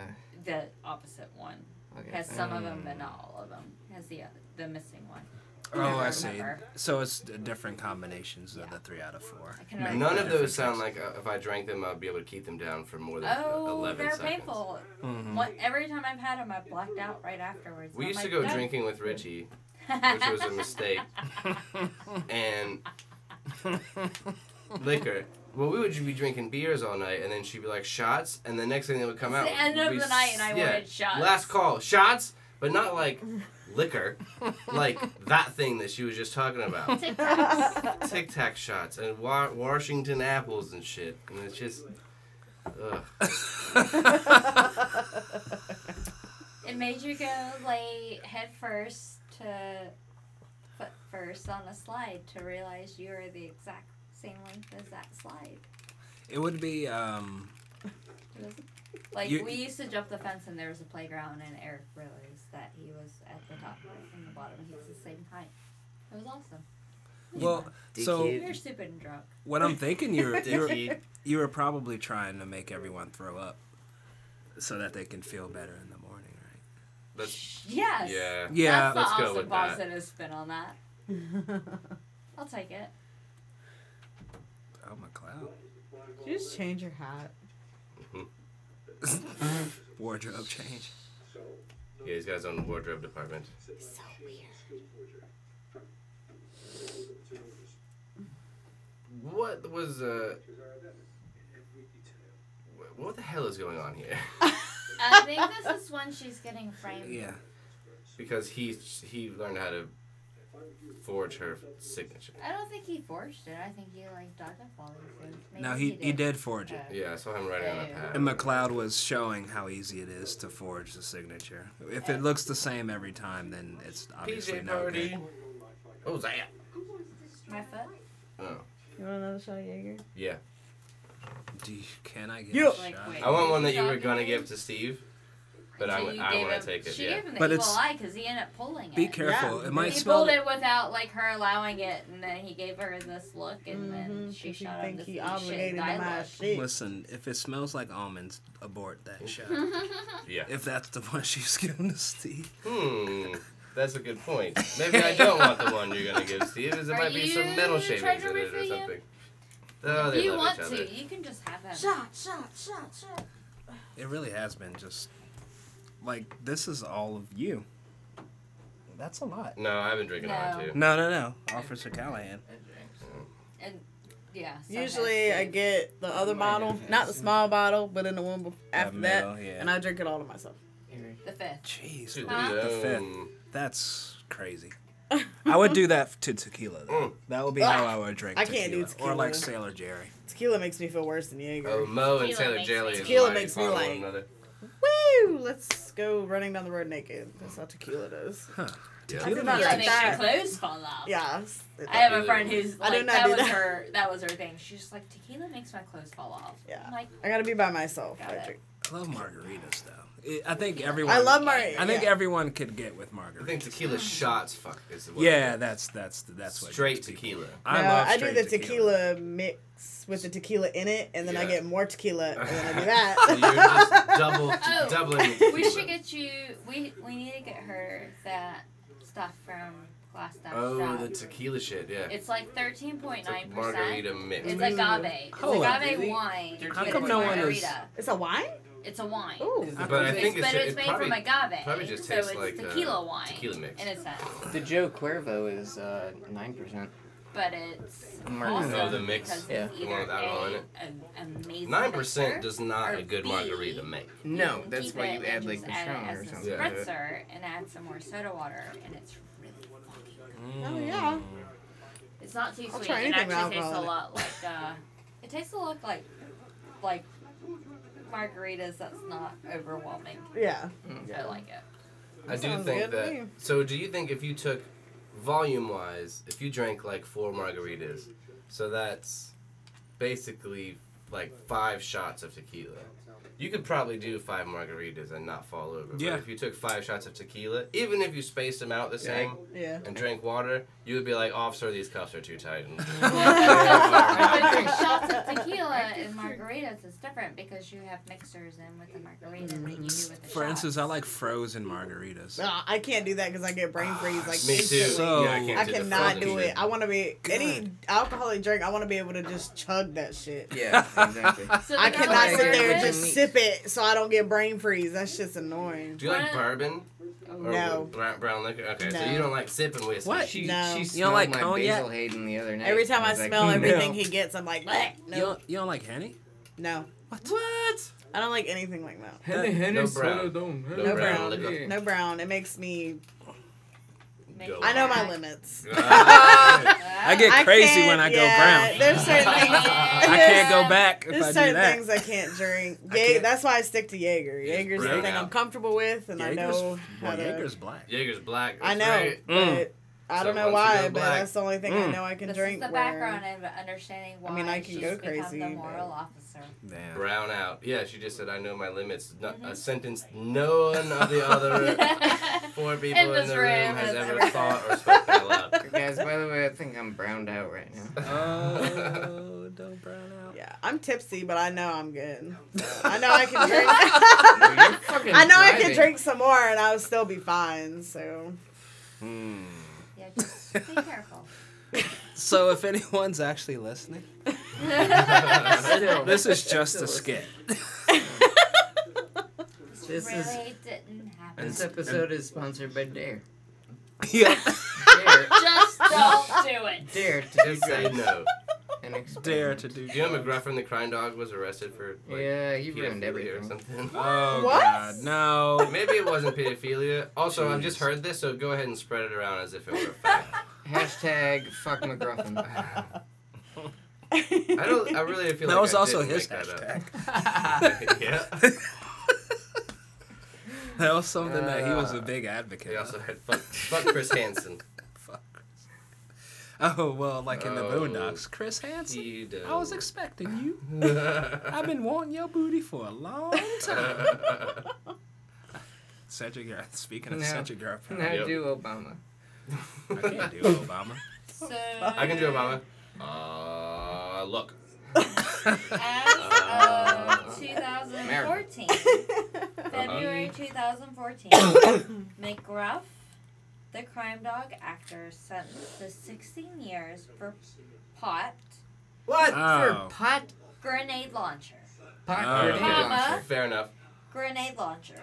Speaker 6: the opposite one.
Speaker 4: okay.
Speaker 6: Has some of them, but
Speaker 4: Mm.
Speaker 6: not all of them. Has the other, the missing one.
Speaker 2: oh, I
Speaker 6: never
Speaker 2: see.
Speaker 6: remember.
Speaker 2: So it's d- different combinations of the three out of four.
Speaker 6: I can remember.
Speaker 1: None
Speaker 2: the
Speaker 1: of those sound
Speaker 2: different
Speaker 1: like uh, if I drank them, I'd be able to keep them down for more than uh,
Speaker 6: Oh,
Speaker 1: 11
Speaker 6: they're
Speaker 1: seconds.
Speaker 6: painful.
Speaker 2: Mhm.
Speaker 6: *laughs* What, every time I've had them, I blacked out right afterwards.
Speaker 1: We
Speaker 6: I'm
Speaker 1: used to
Speaker 6: like,
Speaker 1: go
Speaker 6: "No." *laughs*
Speaker 1: drinking with Richie, which was a mistake, and liquor. Well, we would be drinking beers all night, and then she'd be like shots, and the next thing that would come
Speaker 6: It's
Speaker 1: out.
Speaker 6: the end
Speaker 1: would
Speaker 6: of
Speaker 1: be
Speaker 6: the night, and I
Speaker 1: s- yeah,
Speaker 6: wanted shots.
Speaker 1: Last call, shots, but not like liquor, like that thing that she was just talking *laughs* about.
Speaker 6: Tic Tacs.
Speaker 1: Tic Tac shots and wa- Washington apples and shit, and it's just. Ugh.
Speaker 6: *laughs* it made you go lay head first to foot first on a slide to realize you are the exact same length as that slide.
Speaker 2: *laughs* It would be um,
Speaker 6: Like
Speaker 2: You-
Speaker 6: we used to jump the fence and there was a playground and Eric realized that he was at the top and the bottom. He was the same height. It was awesome.
Speaker 2: well. So
Speaker 4: dickhead.
Speaker 6: We were stupid and drunk.
Speaker 2: what I'm thinking, you're you're
Speaker 1: Dickhead.
Speaker 2: you were probably trying to make everyone throw up, so that they can feel better in the morning, right?
Speaker 1: That's,
Speaker 6: Yes.
Speaker 1: yeah.
Speaker 2: Yeah,
Speaker 6: That's the
Speaker 1: let's go
Speaker 6: awesome
Speaker 1: with that.
Speaker 6: positive spin on that. *laughs* I'll take it.
Speaker 2: Oh my cloud.
Speaker 5: Did you just change your hat?
Speaker 2: Wardrobe change.
Speaker 1: Yeah, he's got his own wardrobe department. What was uh? wh- What the hell is going on here? *laughs*
Speaker 6: I think this is when she's getting framed.
Speaker 2: Yeah.
Speaker 1: Because he he learned how to forge her signature.
Speaker 6: I don't think he forged it. I think he like dug up all these things. Maybe Uh,
Speaker 2: No, he he did forge it.
Speaker 1: Yeah, I saw him writing on a pad.
Speaker 2: And McLeod was showing how easy it is to forge the signature. If it looks the same every time, then it's obviously
Speaker 1: PJ
Speaker 2: no
Speaker 1: party.
Speaker 2: good.
Speaker 1: What was that?
Speaker 6: My foot.
Speaker 1: Oh,
Speaker 5: You want another shot of Jaeger?
Speaker 1: yeah.
Speaker 2: Do you, can I get
Speaker 5: Yeah.
Speaker 2: a shot?
Speaker 6: Like, wait.
Speaker 1: I want one that you were gonna give to Steve, but I,
Speaker 6: So
Speaker 1: w-
Speaker 6: you
Speaker 1: I
Speaker 6: gave
Speaker 1: want
Speaker 6: him-
Speaker 1: to take it.
Speaker 6: She
Speaker 1: Yeah.
Speaker 6: gave him the
Speaker 2: But
Speaker 6: evil
Speaker 2: it's-
Speaker 6: eye because he ended up pulling it.
Speaker 2: Be careful.
Speaker 5: Yeah.
Speaker 2: It might
Speaker 6: he
Speaker 2: smell.
Speaker 6: pulled it without like her allowing it, and then he gave her this look, and then
Speaker 5: Mhm,
Speaker 6: she
Speaker 5: 'cause you
Speaker 6: shot him
Speaker 5: think
Speaker 6: this
Speaker 5: he
Speaker 6: eat shit
Speaker 5: obligated
Speaker 6: and
Speaker 5: to
Speaker 6: die
Speaker 5: my
Speaker 6: look.
Speaker 5: shit.
Speaker 2: Listen, if it smells like almonds, abort that shot.
Speaker 1: Yeah.
Speaker 2: if that's the one she's giving to Steve.
Speaker 1: Hmm. That's a good point. Maybe I don't want the one you're gonna give Steve, because there
Speaker 6: Are
Speaker 1: might be some
Speaker 6: you
Speaker 1: metal shavings in
Speaker 6: treasury
Speaker 1: it
Speaker 6: for
Speaker 1: or
Speaker 6: you?
Speaker 1: something. Oh, they
Speaker 6: If you
Speaker 1: love
Speaker 6: want
Speaker 1: each
Speaker 6: to,
Speaker 1: other.
Speaker 6: you can just have him.
Speaker 3: Shot, shot, shot, shot.
Speaker 2: It really has been just like this is all of you. That's a lot.
Speaker 1: No, I've been drinking on
Speaker 6: No.
Speaker 1: too.
Speaker 2: No, no, no, Officer Callahan.
Speaker 6: And yeah. so
Speaker 5: Usually I
Speaker 6: has Steve.
Speaker 5: get the other
Speaker 4: Mine
Speaker 5: bottle,
Speaker 4: doesn't.
Speaker 5: not the small bottle, but in the one bef- after
Speaker 2: middle,
Speaker 5: that,
Speaker 2: yeah.
Speaker 5: and I drink it all to myself.
Speaker 6: the fifth.
Speaker 2: Jeez,
Speaker 1: Dude,
Speaker 6: Huh?
Speaker 1: look at
Speaker 2: The
Speaker 1: that.
Speaker 2: fifth.
Speaker 1: Um,
Speaker 2: that's crazy. I would do that to tequila. Though.
Speaker 1: Mm.
Speaker 2: That would be how I would drink.
Speaker 5: I can't do
Speaker 2: Or like
Speaker 5: tequila.
Speaker 2: Sailor Jerry.
Speaker 5: Tequila makes me feel worse than Jaeger.
Speaker 1: Oh, Mo and
Speaker 6: Tequila
Speaker 1: Sailor
Speaker 6: makes
Speaker 1: Jelly
Speaker 6: me-
Speaker 1: and
Speaker 5: Tequila
Speaker 1: Whitey
Speaker 5: makes me
Speaker 1: follow one
Speaker 5: like-
Speaker 1: another.
Speaker 2: Oh.
Speaker 5: Woo! Let's go running down the road naked. That's how tequila does. I
Speaker 2: Tequila
Speaker 5: do not
Speaker 2: makes
Speaker 6: Tequila
Speaker 2: me-
Speaker 5: like
Speaker 6: makes
Speaker 5: that.
Speaker 6: your clothes fall off.
Speaker 5: Yeah.
Speaker 6: I have
Speaker 1: Tequila.
Speaker 6: a friend who's
Speaker 5: I
Speaker 6: like,
Speaker 5: do not
Speaker 6: that
Speaker 5: do
Speaker 6: was
Speaker 5: that.
Speaker 6: her that was her thing. She's just like tequila makes my clothes fall off.
Speaker 5: Yeah.
Speaker 6: I'm
Speaker 5: *laughs*
Speaker 6: like
Speaker 5: I gotta be by myself.
Speaker 6: Got
Speaker 5: I
Speaker 6: it.
Speaker 5: drink-
Speaker 2: I love margaritas though. It- I think everyone.
Speaker 5: I love my.
Speaker 2: I think
Speaker 5: yeah.
Speaker 2: everyone could get with
Speaker 1: I
Speaker 2: margaritas.
Speaker 1: think tequila shots. Fuck. Is what
Speaker 2: Yeah, that's that's that's what
Speaker 1: Straight
Speaker 2: gets people.
Speaker 1: tequila.
Speaker 5: No,
Speaker 2: I love
Speaker 5: I do
Speaker 2: straight
Speaker 5: the tequila, mix with the tequila in it, and then I
Speaker 1: Yeah.
Speaker 5: get more tequila, and
Speaker 2: *laughs*
Speaker 5: then I do
Speaker 1: So you're
Speaker 6: *laughs*
Speaker 1: just
Speaker 5: *laughs* that.
Speaker 1: double,
Speaker 6: Oh,
Speaker 1: doubling. the
Speaker 6: we
Speaker 1: tequila.
Speaker 6: should get you. We we need to get her that stuff from Glass Down
Speaker 1: Oh,
Speaker 6: Shop.
Speaker 1: the tequila shit. Yeah.
Speaker 6: It's like thirteen point
Speaker 1: It's like
Speaker 6: nine percent.
Speaker 1: margarita mix.
Speaker 6: It's agave. It's
Speaker 2: Hold up,
Speaker 6: agave
Speaker 4: really?
Speaker 6: wine.
Speaker 4: How
Speaker 6: but
Speaker 4: come
Speaker 6: it's
Speaker 2: no one
Speaker 6: margarita.
Speaker 5: it's a wine.
Speaker 6: It's a wine.
Speaker 5: Ooh.
Speaker 4: Is
Speaker 2: I
Speaker 4: the-
Speaker 1: but Oh. I
Speaker 2: think
Speaker 1: think it's,
Speaker 6: It's- but it's
Speaker 1: it
Speaker 6: made
Speaker 1: probably,
Speaker 6: from agave.
Speaker 1: probably just
Speaker 6: so
Speaker 1: tastes
Speaker 6: it's
Speaker 1: like, uh,
Speaker 6: tequila wine.
Speaker 1: tequila mix.
Speaker 6: In a sense,
Speaker 4: The Joe Cuervo is uh, 9%.
Speaker 6: but it's
Speaker 4: Margarita.
Speaker 6: awesome
Speaker 1: Oh, the mix.
Speaker 6: because
Speaker 4: Yeah.
Speaker 6: it's
Speaker 1: The one
Speaker 6: either
Speaker 1: with alcohol in
Speaker 6: a,
Speaker 1: it.
Speaker 6: an amazing
Speaker 1: Nine percent
Speaker 6: mixer,
Speaker 1: does not
Speaker 6: or
Speaker 1: a good
Speaker 6: B,
Speaker 1: margarita make.
Speaker 4: No,
Speaker 6: you can
Speaker 4: that's
Speaker 6: keep
Speaker 4: why
Speaker 6: it
Speaker 4: you
Speaker 6: and
Speaker 4: add like
Speaker 6: just
Speaker 4: the
Speaker 6: add it
Speaker 4: Patron or
Speaker 6: as
Speaker 4: something.
Speaker 6: a
Speaker 1: Yeah.
Speaker 6: spritzer and add some more soda water, and it's really fucking
Speaker 5: Oh yeah.
Speaker 6: It's It's not too
Speaker 5: I'll
Speaker 6: sweet.
Speaker 5: try
Speaker 6: It
Speaker 5: anything with
Speaker 6: actually tastes a
Speaker 5: alcohol in it.
Speaker 6: lot like uh, it tastes a lot like like margaritas. That's not overwhelming.
Speaker 2: Mm.
Speaker 5: Yeah.
Speaker 6: I like
Speaker 5: *laughs*
Speaker 6: it.
Speaker 1: I do
Speaker 5: Sounds
Speaker 1: think
Speaker 5: good to
Speaker 1: that.
Speaker 5: me.
Speaker 1: So, do you think if you took volume wise, if you drank like four margaritas, so that's basically like five shots of tequila. You could probably do five margaritas and not fall over.
Speaker 2: Yeah.
Speaker 1: But if you took five shots of tequila, even if you spaced them out the same
Speaker 5: Yeah.
Speaker 1: and drank water, you would be like, officer, these cuffs are too
Speaker 5: *laughs*
Speaker 1: tight. And
Speaker 6: but the shots of tequila and margaritas is different because you have mixers in with the margarita than you do with the
Speaker 2: For
Speaker 6: shots.
Speaker 2: instance, I like frozen margaritas.
Speaker 5: No, I can't do that because I get brain freeze like
Speaker 1: Ah, Me too.
Speaker 5: instantly.
Speaker 2: So-
Speaker 1: yeah, I, can't
Speaker 5: I
Speaker 1: do the
Speaker 5: cannot
Speaker 1: frozen
Speaker 5: do
Speaker 1: shit.
Speaker 5: it. I want to be any alcoholic drink. I want to be able to just chug that shit.
Speaker 4: Yeah, *laughs* exactly.
Speaker 6: so
Speaker 5: I
Speaker 6: the
Speaker 5: cannot
Speaker 6: garlic
Speaker 5: sit there
Speaker 6: bread-
Speaker 5: and just sip it so I don't get brain freeze. That shit's annoying.
Speaker 1: Do you like
Speaker 6: What?
Speaker 1: bourbon? Or
Speaker 5: No.
Speaker 1: Brown, brown liquor? Okay, so
Speaker 5: No.
Speaker 1: you don't like sipping whiskey.
Speaker 2: What?
Speaker 4: She,
Speaker 5: No.
Speaker 1: *laughs*
Speaker 4: she
Speaker 5: *laughs* You
Speaker 2: don't
Speaker 4: smelled
Speaker 2: like
Speaker 4: my
Speaker 2: cognac?
Speaker 4: Basil Hayden the other night.
Speaker 5: Every time I
Speaker 4: was like,
Speaker 5: smell
Speaker 4: "Mm,
Speaker 5: everything
Speaker 2: hmm, no.
Speaker 5: he gets, I'm like, "Bleh,
Speaker 2: You
Speaker 5: no,
Speaker 2: don't, you don't like Henny?
Speaker 5: no,
Speaker 2: What? What?
Speaker 5: I don't like anything like that.
Speaker 4: Henny, Henny,
Speaker 1: No
Speaker 4: soda
Speaker 1: brown.
Speaker 4: don't-
Speaker 1: No
Speaker 4: Henny
Speaker 5: brown
Speaker 4: don't-
Speaker 1: liquor.
Speaker 4: yeah.
Speaker 5: No brown. It makes me.
Speaker 1: Go
Speaker 5: I know my
Speaker 1: on.
Speaker 2: *laughs*
Speaker 5: limits. *laughs*
Speaker 1: Ah.
Speaker 2: I get crazy
Speaker 5: can't-
Speaker 2: when I go
Speaker 5: yeah,
Speaker 2: brown.
Speaker 5: There's
Speaker 2: *laughs*
Speaker 5: certain things.
Speaker 2: I can't go back if
Speaker 5: There's
Speaker 2: I do
Speaker 5: certain
Speaker 2: that.
Speaker 5: things I can't drink.
Speaker 2: I
Speaker 5: Jaeg-
Speaker 2: can't-
Speaker 5: that's why I stick to Jaeger.
Speaker 1: Just
Speaker 5: Jaeger's
Speaker 1: brown
Speaker 5: the thing I'm
Speaker 1: out.
Speaker 5: comfortable with, and I
Speaker 2: Jaeger's,
Speaker 5: know how
Speaker 2: well,
Speaker 5: to.
Speaker 2: Jaeger's black.
Speaker 1: Jaeger's black.
Speaker 5: I
Speaker 1: that's
Speaker 5: know,
Speaker 1: right.
Speaker 5: but
Speaker 2: Mm.
Speaker 5: I don't
Speaker 1: So
Speaker 5: know
Speaker 1: once you go
Speaker 5: why. But
Speaker 1: black-
Speaker 5: that's the only thing I
Speaker 2: Mm.
Speaker 5: know I can
Speaker 6: This
Speaker 5: drink.
Speaker 6: is the
Speaker 5: where-
Speaker 6: background of understanding why
Speaker 5: I mean, I can
Speaker 6: she's
Speaker 5: go
Speaker 6: become
Speaker 5: crazy,
Speaker 6: the
Speaker 5: but-
Speaker 6: moral officer.
Speaker 2: Damn. *laughs*
Speaker 1: Brown out. Yeah, she just said, I know my limits. No, A sentence no one of the *laughs* other four people in,
Speaker 6: this
Speaker 1: the
Speaker 6: room
Speaker 1: room has
Speaker 6: has
Speaker 1: ever
Speaker 6: ever
Speaker 1: thought or spoken *laughs* out loud.
Speaker 4: Guys, by the way, I think I'm browned out right now.
Speaker 2: Oh, don't brown out.
Speaker 5: Yeah, I'm tipsy, but I know I'm good.
Speaker 1: *laughs*
Speaker 5: I know I can drink.
Speaker 4: You're fucking
Speaker 5: *laughs* I know I can
Speaker 4: driving.
Speaker 5: drink some more and I'll still be fine. So
Speaker 6: Yeah,
Speaker 1: *laughs*
Speaker 6: just be careful.
Speaker 2: Hmm. So if anyone's actually listening, *laughs*
Speaker 4: Still.
Speaker 2: this *laughs* is just a skit.
Speaker 4: This
Speaker 6: really
Speaker 4: is-
Speaker 6: didn't happen.
Speaker 4: This episode is sponsored by
Speaker 5: *laughs*
Speaker 4: Dare.
Speaker 2: yeah.
Speaker 4: Dare,
Speaker 6: Just *laughs* don't do it.
Speaker 4: Dare to
Speaker 1: *laughs*
Speaker 4: do
Speaker 1: Just say
Speaker 4: drugs
Speaker 1: no.
Speaker 4: and experiment.
Speaker 2: Dare to do.
Speaker 1: Do you know McGruff from the crime dog was arrested for like
Speaker 4: Yeah, you ruined
Speaker 1: pedophilia or
Speaker 4: *laughs* everything.
Speaker 1: something?
Speaker 2: Oh
Speaker 5: What?
Speaker 2: God, no.
Speaker 1: *laughs* Maybe it wasn't pedophilia. Also, I've just
Speaker 2: Jeez.
Speaker 1: heard this, so go ahead and spread it around as if it were a fact.
Speaker 4: Hashtag fuck
Speaker 5: *laughs*
Speaker 4: McGruffin.
Speaker 1: I don't. I really feel
Speaker 2: That
Speaker 1: like
Speaker 2: was
Speaker 1: I
Speaker 2: also
Speaker 1: didn't
Speaker 2: his
Speaker 1: make
Speaker 2: hashtag.
Speaker 1: That up. *laughs* yeah.
Speaker 2: That was something that he was a
Speaker 1: Uh,
Speaker 2: big advocate.
Speaker 1: They
Speaker 2: of.
Speaker 1: also had fuck, fuck Chris
Speaker 2: *laughs*
Speaker 1: Hansen.
Speaker 2: Fuck. Oh well, like in the
Speaker 1: Oh.
Speaker 2: Boondocks, Chris Hansen.
Speaker 1: He
Speaker 2: I was
Speaker 1: does.
Speaker 2: expecting you. *laughs* I've been wanting your booty for a long
Speaker 1: *laughs*
Speaker 2: time. Cedric, Gar- speaking of
Speaker 4: No.
Speaker 2: Cedric Garfield,
Speaker 4: now
Speaker 1: Yep.
Speaker 4: do Obama.
Speaker 2: I can't do
Speaker 4: *laughs*
Speaker 2: Obama.
Speaker 6: So
Speaker 1: I can do it, Mama. Uh, look.
Speaker 6: As of 2014, February
Speaker 1: *coughs*
Speaker 6: 2014, McGruff, the crime dog actor, sentenced to 16 years for pot
Speaker 4: What?
Speaker 2: Oh.
Speaker 4: For pot,
Speaker 6: grenade launcher.
Speaker 4: pot
Speaker 2: Oh.
Speaker 4: grenade
Speaker 6: Comma.
Speaker 4: launcher.
Speaker 1: Fair enough.
Speaker 6: Grenade launcher.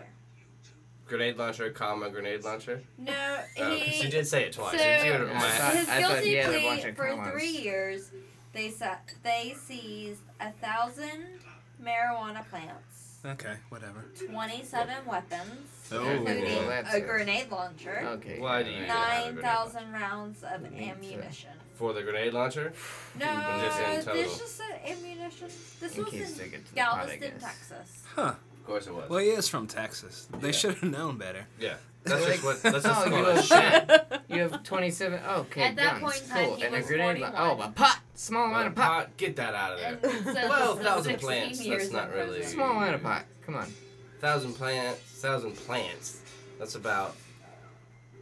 Speaker 1: Grenade launcher, comma grenade launcher. uh,
Speaker 6: No,
Speaker 1: Oh, 'cause you
Speaker 6: he.
Speaker 1: did say it twice.
Speaker 6: so-
Speaker 1: You would've-
Speaker 4: I thought-
Speaker 6: His
Speaker 4: I thought he
Speaker 6: guilty
Speaker 4: had a bunch
Speaker 6: plea
Speaker 4: of
Speaker 6: for
Speaker 4: commas.
Speaker 6: three years, they sa- they seized a thousand marijuana plants,
Speaker 2: Okay, whatever.
Speaker 6: 27 weapons,
Speaker 2: Oh.
Speaker 6: including
Speaker 1: Well,
Speaker 4: that's
Speaker 6: a
Speaker 4: it. Oh,
Speaker 6: grenade launcher,
Speaker 4: Okay.
Speaker 1: Why do you-
Speaker 6: nine thousand rounds of ammunition.
Speaker 1: for the grenade launcher.
Speaker 6: No,
Speaker 1: Just in total.
Speaker 6: this just said ammunition. This
Speaker 4: In
Speaker 6: was
Speaker 4: case
Speaker 6: in
Speaker 4: they get to the pot, I
Speaker 6: Galveston,
Speaker 4: guess.
Speaker 6: Texas.
Speaker 2: Huh.
Speaker 1: Of course it was.
Speaker 2: Well, he is from Texas. They
Speaker 1: Yeah.
Speaker 2: should have known better.
Speaker 1: yeah. That's just what.
Speaker 4: *laughs*
Speaker 1: That's
Speaker 4: Oh,
Speaker 1: just
Speaker 4: you
Speaker 1: called
Speaker 4: little
Speaker 1: a
Speaker 2: *laughs*
Speaker 1: shit.
Speaker 4: shit. You have 27. Okay,
Speaker 6: At that
Speaker 4: guns,
Speaker 6: point in time,
Speaker 4: cool.
Speaker 6: he
Speaker 4: and
Speaker 6: was
Speaker 4: a grenade launcher.
Speaker 6: 41.
Speaker 4: Oh, a pot. Small amount of pot.
Speaker 1: Uh, Pot, get that out of there.
Speaker 6: And so
Speaker 1: Well,
Speaker 6: this is
Speaker 1: 1,000
Speaker 6: 16
Speaker 1: plants, that's
Speaker 6: years in
Speaker 1: not really-
Speaker 6: prison.
Speaker 4: Small amount of pot. Come on.
Speaker 1: Thousand plants. Thousand plants. That's about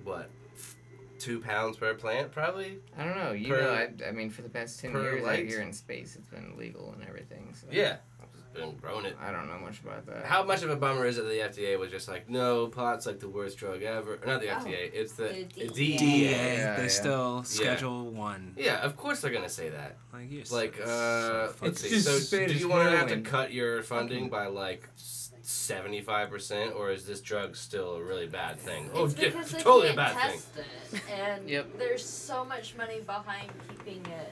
Speaker 1: what? Two pounds per plant, probably.
Speaker 4: I don't know. You
Speaker 1: Per-
Speaker 4: know, I, I mean, for the past 10
Speaker 1: per
Speaker 4: years
Speaker 1: light?
Speaker 4: out here in space, it's been legal and everything. So
Speaker 1: Yeah. I've just been growing it.
Speaker 4: I don't know much about that.
Speaker 1: How much of a bummer is it that the FDA was just like, no, pot's like the worst drug ever? Or not the
Speaker 6: Oh.
Speaker 1: FDA, it's the,
Speaker 6: The
Speaker 1: DEA.
Speaker 2: DEA,
Speaker 4: yeah,
Speaker 2: they
Speaker 4: yeah.
Speaker 2: still schedule one.
Speaker 1: Yeah, of course they're gonna say that.
Speaker 2: Like you
Speaker 1: Like, uh, let's see.
Speaker 4: just
Speaker 1: So,
Speaker 4: spit
Speaker 1: do
Speaker 4: is
Speaker 1: you want to have to
Speaker 4: heroin.
Speaker 1: cut your funding by like seventy-five percent, or is this drug still a really bad thing? Oh,
Speaker 6: It's
Speaker 1: yeah,
Speaker 6: because they
Speaker 1: totally a
Speaker 6: can't
Speaker 1: bad thing.
Speaker 6: test it, and
Speaker 4: Yep.
Speaker 6: there's so much money behind keeping it.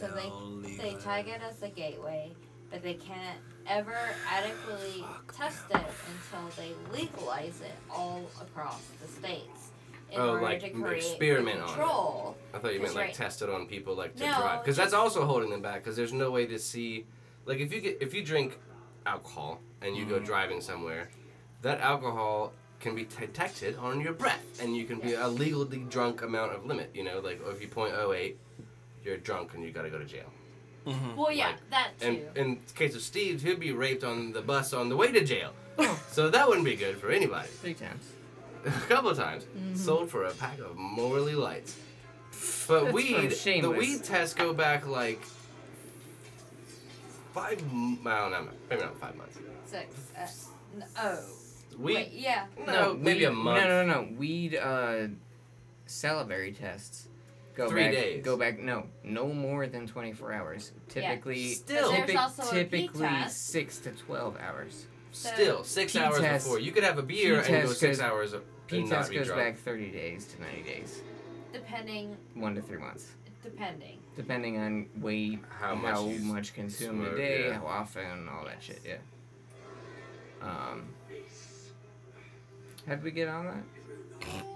Speaker 6: So they they tag it as the gateway, but they can't ever adequately test it until they legalize it all across the states. in
Speaker 1: Oh,
Speaker 6: order
Speaker 1: like,
Speaker 6: to create
Speaker 1: experiment on it.
Speaker 6: control.
Speaker 1: I thought you meant
Speaker 6: That's
Speaker 1: like
Speaker 6: right.
Speaker 1: test it on people like to
Speaker 6: No,
Speaker 1: drive because that's
Speaker 6: just-
Speaker 1: also holding them back because there's no way to see like if you get if you drink alcohol and you go driving somewhere that alcohol can be detected on your breath and you can be a legally drunk amount of limit you know like if you point oh eight you're drunk and you got to go to jail
Speaker 2: Mm-hmm.
Speaker 6: Well, yeah,
Speaker 1: Like,
Speaker 6: that too.
Speaker 1: and in case of Steve he'd be raped on the bus on the way to jail
Speaker 4: Oh.
Speaker 1: so that wouldn't be good for anybody *laughs*
Speaker 4: Three times.
Speaker 1: a couple of times.
Speaker 4: Mm-hmm.
Speaker 1: Sold for a pack of Morley lights. But
Speaker 4: That's from
Speaker 1: weed, the
Speaker 4: Shameless.
Speaker 1: weed tests go back like five. m- I don't know, maybe not five months.
Speaker 6: Six. Uh, n- oh.
Speaker 1: Weed,
Speaker 6: Wait, yeah.
Speaker 1: no, maybe a
Speaker 4: weed-
Speaker 1: month.
Speaker 4: No, no, no. Weed uh, salivary tests. Go
Speaker 1: Three
Speaker 4: back,
Speaker 1: days.
Speaker 4: Go back. No, no more than 24 hours. Typically,
Speaker 1: Still.
Speaker 6: There's
Speaker 4: typic-
Speaker 6: also a pee
Speaker 4: typically
Speaker 6: test.
Speaker 4: six to 12 hours.
Speaker 1: Still six
Speaker 4: Pee
Speaker 1: hours
Speaker 4: test-
Speaker 1: before. You could have a beer
Speaker 4: pee
Speaker 1: and go
Speaker 4: test
Speaker 1: six
Speaker 4: goes-
Speaker 1: hours and
Speaker 4: P
Speaker 1: not
Speaker 4: test
Speaker 1: be
Speaker 4: goes
Speaker 1: drunk.
Speaker 4: back 30 days to 90 days,
Speaker 6: Depending.
Speaker 4: one to three months,
Speaker 6: Depending.
Speaker 4: depending on weight,
Speaker 1: How much you
Speaker 4: much consumed
Speaker 1: smoke,
Speaker 4: a day,
Speaker 1: yeah.
Speaker 4: how often, all that shit. Yeah. Um. How did we get on
Speaker 2: *laughs*
Speaker 4: that?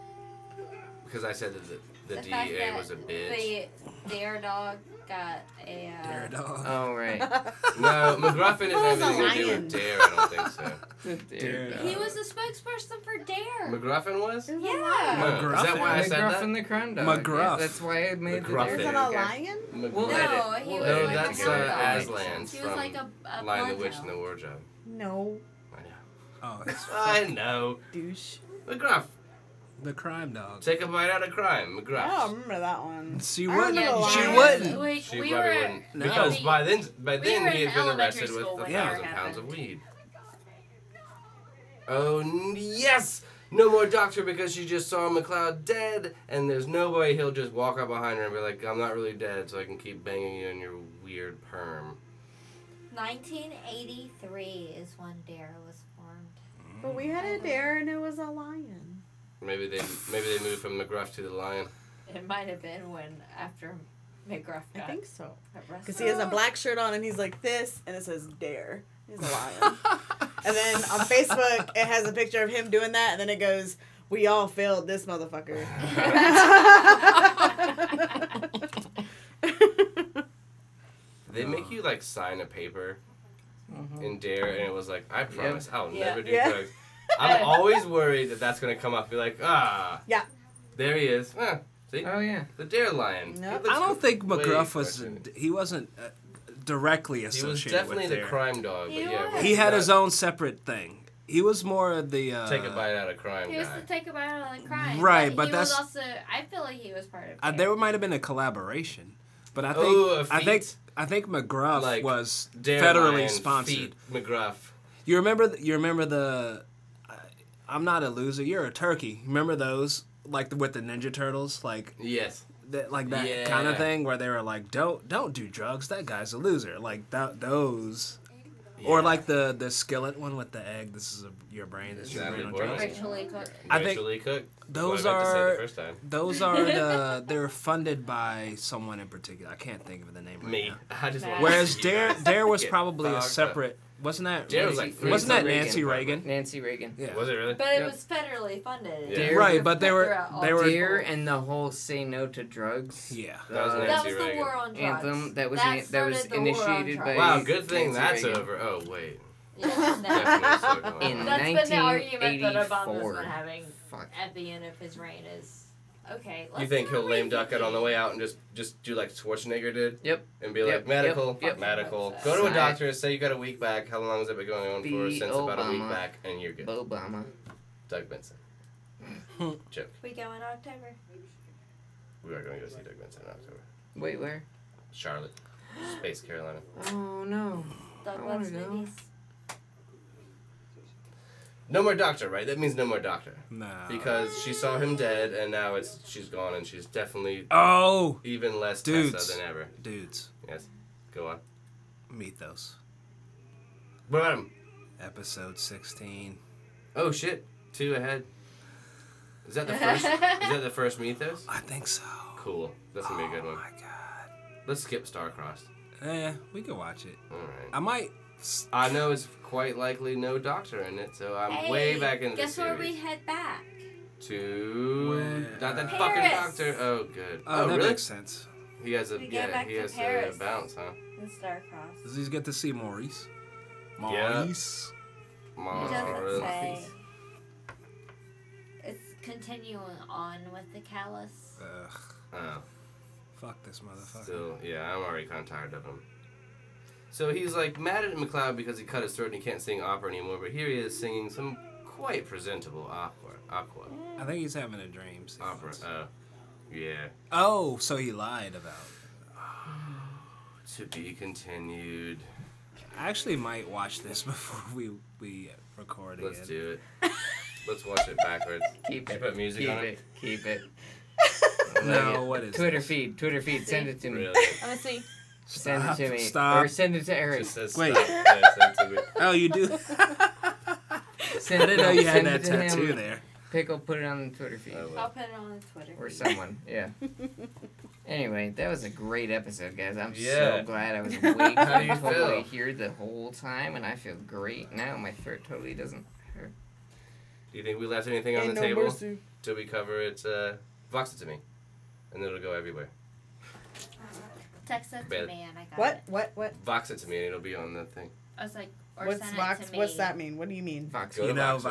Speaker 1: Because I said that the, the,
Speaker 6: The fact
Speaker 1: DEA
Speaker 6: that
Speaker 1: was a
Speaker 6: *laughs*
Speaker 1: bitch.
Speaker 6: The dare dog got a. Uh,
Speaker 2: Dare dog.
Speaker 4: Oh right.
Speaker 1: no, McGruffin
Speaker 5: What
Speaker 1: is
Speaker 5: is a
Speaker 1: anything to do
Speaker 5: lion?
Speaker 1: with Dare. I don't think so.
Speaker 6: *laughs*
Speaker 2: Dare dog.
Speaker 6: He was the spokesperson for Dare.
Speaker 1: McGruffin was.
Speaker 5: There's a
Speaker 6: Yeah.
Speaker 5: lion.
Speaker 1: No, is that
Speaker 2: McGruffin.
Speaker 1: why I said
Speaker 4: McGruff
Speaker 1: that?
Speaker 4: and the Crown Dog.
Speaker 2: McGruff.
Speaker 4: That's why I made
Speaker 1: McGruffin.
Speaker 5: There's
Speaker 4: the
Speaker 1: There
Speaker 5: an
Speaker 4: dog.
Speaker 5: lion?
Speaker 4: We'll
Speaker 1: McGruffin.
Speaker 4: edit.
Speaker 6: No, he
Speaker 4: We'll
Speaker 6: was
Speaker 4: edit
Speaker 1: No,
Speaker 6: like
Speaker 1: that's
Speaker 6: a
Speaker 1: uh,
Speaker 6: hound dog.
Speaker 1: Aslan's
Speaker 6: He was
Speaker 1: from
Speaker 6: like a, a
Speaker 1: Lion the Witch
Speaker 6: bloodhound.
Speaker 1: and the Wardrobe.
Speaker 5: No,
Speaker 1: I know.
Speaker 2: Oh, it's
Speaker 1: I know.
Speaker 5: douche.
Speaker 1: McGruff.
Speaker 2: the crime
Speaker 1: *laughs*
Speaker 2: dog.
Speaker 1: Take a bite out of crime, McGruff.
Speaker 5: I don't remember that one.
Speaker 2: She
Speaker 5: I
Speaker 2: wouldn't.
Speaker 5: remember
Speaker 2: She
Speaker 5: lions.
Speaker 2: wouldn't. *laughs*
Speaker 6: Like,
Speaker 1: she
Speaker 6: we
Speaker 1: probably
Speaker 6: were,
Speaker 1: wouldn't.
Speaker 2: No.
Speaker 1: Because by then, by
Speaker 6: We
Speaker 1: then
Speaker 6: were
Speaker 1: he
Speaker 6: in
Speaker 1: had been
Speaker 6: elementary
Speaker 1: arrested with
Speaker 6: school
Speaker 1: a
Speaker 6: when
Speaker 2: that
Speaker 1: thousand pounds of
Speaker 6: happened.
Speaker 1: weed. Oh n- yes, no more doctor because she just saw McLeod dead, and there's no way he'll just walk up behind her and be like, "I'm not really dead, so I can keep banging you in your weird perm."
Speaker 6: 1983 is when Dare was formed.
Speaker 5: But we had a dare and it was a lion.
Speaker 1: Maybe they maybe they moved from McGruff to the lion.
Speaker 6: It might have been when after McGruff
Speaker 5: I
Speaker 6: got
Speaker 5: think so.
Speaker 6: arrested.
Speaker 5: Because he has a black shirt on and he's like this and it says dare. He's a
Speaker 6: *laughs*
Speaker 5: lion. and then on Facebook it has a picture of him doing that and then it goes, We all failed this
Speaker 2: *laughs*
Speaker 5: motherfucker. *laughs*
Speaker 1: They make you like sign a paper
Speaker 2: Mm-hmm.
Speaker 1: in Dare, and it was like, I promise I'll
Speaker 6: Yeah.
Speaker 1: never do
Speaker 5: Yeah.
Speaker 1: drugs. I'm always worried that that's gonna come up, be like, ah,
Speaker 5: Yeah.
Speaker 1: there he is. Ah, see,
Speaker 4: Oh yeah.
Speaker 1: the Dare lion.
Speaker 5: Nope.
Speaker 1: It looks
Speaker 2: I don't think
Speaker 1: way
Speaker 2: McGruff was.
Speaker 1: questionable.
Speaker 2: He wasn't uh, directly
Speaker 1: He was
Speaker 2: associated
Speaker 1: definitely
Speaker 2: with
Speaker 1: the
Speaker 2: Dare.
Speaker 1: crime dog, but
Speaker 6: He
Speaker 1: yeah,
Speaker 6: was.
Speaker 2: He had
Speaker 1: not
Speaker 2: his own separate thing. He was more of the. Uh,
Speaker 1: Take a bite out of crime
Speaker 6: He was
Speaker 1: guy.
Speaker 6: the take about out of the crime.
Speaker 2: Right,
Speaker 6: but,
Speaker 2: but
Speaker 6: he
Speaker 2: that's-
Speaker 6: was also. I feel like he was part of.
Speaker 2: Uh,
Speaker 6: Dare.
Speaker 2: there might have been a collaboration, but I think
Speaker 1: Oh, a
Speaker 2: I think
Speaker 1: feat.
Speaker 2: I think McGruff
Speaker 1: Like,
Speaker 2: was
Speaker 1: Dare
Speaker 2: federally
Speaker 1: lion,
Speaker 2: sponsored.
Speaker 1: Feet, McGruff.
Speaker 2: You remember? th- You remember the? I- I'm not a loser. You're a turkey. Remember those? Like with the Ninja Turtles, like
Speaker 1: Yes.
Speaker 2: that, like that
Speaker 1: Yeah.
Speaker 2: kind of thing, where they were like, "Don't, don't do drugs. That guy's a loser." Like that, those, or
Speaker 1: Yeah.
Speaker 2: like the the skillet one with the egg. This is a, your brain. This is your
Speaker 1: Natalie
Speaker 2: brain on
Speaker 1: Portman.
Speaker 2: drugs.
Speaker 6: Ritually cooked.
Speaker 2: I think
Speaker 1: Rachel Lee Cook.
Speaker 2: those
Speaker 1: what I meant To say
Speaker 2: are-
Speaker 1: the first time.
Speaker 2: Those are the *laughs* they're funded by someone in particular. I can't think of the name right
Speaker 1: Me.
Speaker 2: now.
Speaker 1: *laughs* I just want.
Speaker 2: Whereas Dare
Speaker 1: *laughs*
Speaker 2: Dare was
Speaker 1: Get
Speaker 2: probably a
Speaker 1: fogged up.
Speaker 2: separate. Wasn't that?
Speaker 1: Dare was
Speaker 2: Nancy-
Speaker 1: like three
Speaker 2: wasn't that
Speaker 4: Reagan.
Speaker 2: Nancy Reagan?
Speaker 4: Nancy Reagan.
Speaker 2: Yeah.
Speaker 1: Was it really?
Speaker 6: But it
Speaker 4: Yep.
Speaker 6: was federally funded.
Speaker 1: Yeah.
Speaker 4: Dare-
Speaker 2: Right, but they were-
Speaker 6: Throughout all
Speaker 2: they were-
Speaker 6: the
Speaker 4: Dare
Speaker 6: wars.
Speaker 4: and the whole say no to drugs.
Speaker 2: Yeah.
Speaker 1: That was
Speaker 4: Uh,
Speaker 1: Nancy
Speaker 6: That was the
Speaker 1: Reagan.
Speaker 6: war on drugs.
Speaker 4: Anthem that was
Speaker 6: That
Speaker 4: in- that was
Speaker 6: started the war on
Speaker 4: initiated by-
Speaker 6: drugs.
Speaker 1: Wow, good thing
Speaker 4: Nancy
Speaker 1: that's
Speaker 4: Reagan.
Speaker 1: over. Oh wait. *laughs*
Speaker 6: Yeah, no.
Speaker 1: Definitely still going
Speaker 4: In
Speaker 1: on.
Speaker 6: That's been the argument that Obama's
Speaker 4: 1984.
Speaker 6: been having
Speaker 4: Fuck.
Speaker 6: at the end of his reign is okay. Let's
Speaker 1: You think
Speaker 6: not
Speaker 1: he'll lame duck it on the
Speaker 6: revisit
Speaker 1: way out and just just do like Schwarzenegger did?
Speaker 4: Yep.
Speaker 1: And be
Speaker 4: Yep,
Speaker 1: like medical,
Speaker 4: yep, yep.
Speaker 1: medical.
Speaker 6: Fucking
Speaker 1: Go to a
Speaker 4: Side.
Speaker 1: doctor. Say you got a week back. How long has it been going on for?
Speaker 4: The
Speaker 1: Since about a week
Speaker 4: Obama.
Speaker 1: back, and you're good.
Speaker 4: Obama.
Speaker 1: Doug Benson. Joke.
Speaker 6: We go in October.
Speaker 1: We are going to go see Doug Benson in October.
Speaker 4: Wait, where?
Speaker 1: Charlotte, Space Carolina.
Speaker 4: Oh no.
Speaker 6: Doug
Speaker 4: I wanna
Speaker 6: loves
Speaker 4: go.
Speaker 6: movies.
Speaker 1: No more doctor, right? That means no more doctor
Speaker 2: Nah.
Speaker 1: because she saw him dead, and now it's she's gone, and she's definitely
Speaker 2: oh,
Speaker 1: even less
Speaker 2: Dudes.
Speaker 1: Tessa than ever.
Speaker 2: dudes,
Speaker 1: Yes. Go on.
Speaker 2: Mythos,
Speaker 1: What about him?
Speaker 2: episode sixteen.
Speaker 1: Oh shit! Two ahead. Is that the first? is that the first Mythos?
Speaker 2: I think so.
Speaker 1: *laughs* Cool. That's gonna be a good one.
Speaker 2: Oh my god.
Speaker 1: Let's skip Starcrossed.
Speaker 2: Eh, we could watch it.
Speaker 1: All right.
Speaker 2: I might.
Speaker 1: I know it's quite likely no doctor in it, so I'm
Speaker 6: Hey,
Speaker 1: way back in the
Speaker 6: Guess
Speaker 1: series.
Speaker 6: where we head back?
Speaker 1: To Not that
Speaker 6: Paris.
Speaker 1: fucking doctor. Oh, good.
Speaker 2: Oh,
Speaker 1: Oh,
Speaker 2: that
Speaker 1: really?
Speaker 2: makes sense.
Speaker 1: He has a
Speaker 6: We go
Speaker 1: yeah.
Speaker 6: back
Speaker 1: He
Speaker 6: to
Speaker 1: has to uh,
Speaker 6: Paris.
Speaker 1: bounce, huh?
Speaker 6: in Starcross.
Speaker 2: Does he get to see Maurice?
Speaker 1: Yeah.
Speaker 2: Maurice.
Speaker 1: Mom,
Speaker 6: It doesn't
Speaker 1: really?
Speaker 6: say. It's continuing on with the callus.
Speaker 2: Ugh,
Speaker 1: Oh,
Speaker 2: fuck this motherfucker.
Speaker 1: still, yeah. I'm already kind of tired of him. So he's like mad at McLeod because he cut his throat and he can't sing opera anymore. But here he is singing some quite presentable aqua, aqua
Speaker 2: I think he's having a dream.
Speaker 1: opera.
Speaker 2: sequence.
Speaker 1: Oh, yeah.
Speaker 2: Oh, so he lied about. it.
Speaker 1: To be continued.
Speaker 2: I actually might watch this *laughs* before we we record
Speaker 1: Let's
Speaker 2: again.
Speaker 1: do it. Let's watch it backwards.
Speaker 4: Keep
Speaker 1: Should
Speaker 4: it.
Speaker 1: I put music
Speaker 4: keep
Speaker 1: on
Speaker 4: it.
Speaker 1: it?
Speaker 4: Keep *laughs* it.
Speaker 2: No, what is
Speaker 4: Twitter
Speaker 2: this?
Speaker 4: feed. Twitter feed. Send it to me.
Speaker 1: Really?
Speaker 8: Let me see.
Speaker 4: Send
Speaker 2: Stop,
Speaker 4: it to me.
Speaker 2: Stop.
Speaker 4: Or send it to Eric.
Speaker 1: It says
Speaker 2: Wait.
Speaker 1: stop. Yeah, send it to me.
Speaker 2: Oh, you
Speaker 4: *laughs*
Speaker 2: do. *laughs*
Speaker 4: Send
Speaker 2: I didn't know you had
Speaker 4: send
Speaker 2: that
Speaker 4: it to him.
Speaker 2: tattoo there.
Speaker 4: Pickle, put it on the Twitter feed.
Speaker 1: I will.
Speaker 6: I'll put it on the Twitter.
Speaker 4: Or someone.
Speaker 2: *laughs*
Speaker 4: Yeah. Anyway, that was a great episode, guys. I'm
Speaker 1: Yeah.
Speaker 4: so glad I
Speaker 1: *laughs*
Speaker 4: was awake.
Speaker 1: How do
Speaker 4: I
Speaker 1: you
Speaker 4: was totally
Speaker 1: feel?
Speaker 4: here the whole time, and I feel great now. My throat totally doesn't hurt.
Speaker 1: Do you think we left anything on the table till we cover it? Uh, Vox it to me, and it'll go everywhere.
Speaker 6: Text it to
Speaker 1: Bet.
Speaker 6: me and I got
Speaker 5: What?
Speaker 6: it.
Speaker 5: What? What?
Speaker 1: Vox it to me, and it'll be on the thing.
Speaker 6: I was like, or
Speaker 5: what's
Speaker 6: send
Speaker 5: Vox?
Speaker 6: it to me.
Speaker 5: What's that mean? What do you mean?
Speaker 4: Fox.
Speaker 1: Go
Speaker 2: You
Speaker 1: to
Speaker 2: know, Voxer.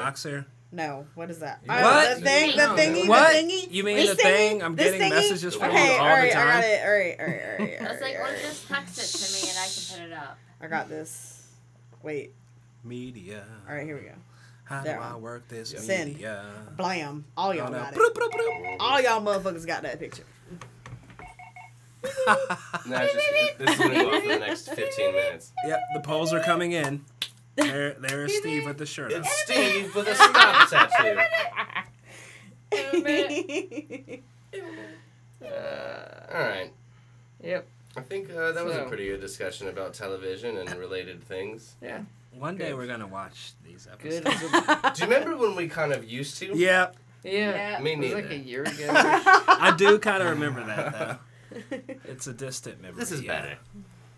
Speaker 1: Voxer.
Speaker 5: No. What is that?
Speaker 1: You-
Speaker 5: Oh,
Speaker 2: What?
Speaker 5: The thing. The
Speaker 4: No.
Speaker 5: thingy.
Speaker 2: What?
Speaker 5: The thingy.
Speaker 2: You mean
Speaker 5: This
Speaker 2: the thing? I'm
Speaker 5: This
Speaker 2: getting messages from you
Speaker 5: okay,
Speaker 2: all
Speaker 5: all
Speaker 2: the
Speaker 5: right, I
Speaker 2: time.
Speaker 5: got it. All
Speaker 6: *laughs*
Speaker 5: right. All right. All right. All
Speaker 6: I was like,
Speaker 5: right.
Speaker 6: well,
Speaker 5: all right.
Speaker 6: just text it to me and I can put it up.
Speaker 5: I got this. Wait.
Speaker 2: Media.
Speaker 5: All right. Here we go.
Speaker 2: How do
Speaker 5: There.
Speaker 2: I work this
Speaker 5: Send.
Speaker 2: media?
Speaker 5: Blam. All
Speaker 2: Oh,
Speaker 5: *laughs* y'all
Speaker 2: no.
Speaker 5: got
Speaker 2: Bloop,
Speaker 5: it.
Speaker 2: bloop, bloop.
Speaker 5: All y'all motherfuckers got that picture.
Speaker 1: No, it's just, this is gonna go on for the next 15 minutes.
Speaker 2: *laughs* Yep, the polls are coming
Speaker 5: *laughs*
Speaker 2: in. There, there is Steve with the shirt. on.
Speaker 1: It's Steve with a
Speaker 2: *laughs*
Speaker 1: stop tattoo.
Speaker 5: *laughs*
Speaker 1: All right.
Speaker 4: Uh, Yep.
Speaker 1: I think uh, that was a
Speaker 4: So-
Speaker 1: pretty good discussion about television and related things.
Speaker 4: Yeah.
Speaker 2: One day
Speaker 4: Good.
Speaker 2: we're gonna watch these episodes.
Speaker 4: Good. as *laughs*
Speaker 1: Do
Speaker 4: a-
Speaker 1: you remember when we kind of used to?
Speaker 2: Yep,
Speaker 4: yeah.
Speaker 1: Me
Speaker 4: It was like
Speaker 1: neither.
Speaker 4: a
Speaker 1: *laughs*
Speaker 4: year ago.
Speaker 2: I do kind of remember that though. It's a distant memory.
Speaker 1: This is
Speaker 2: yeah.
Speaker 1: better.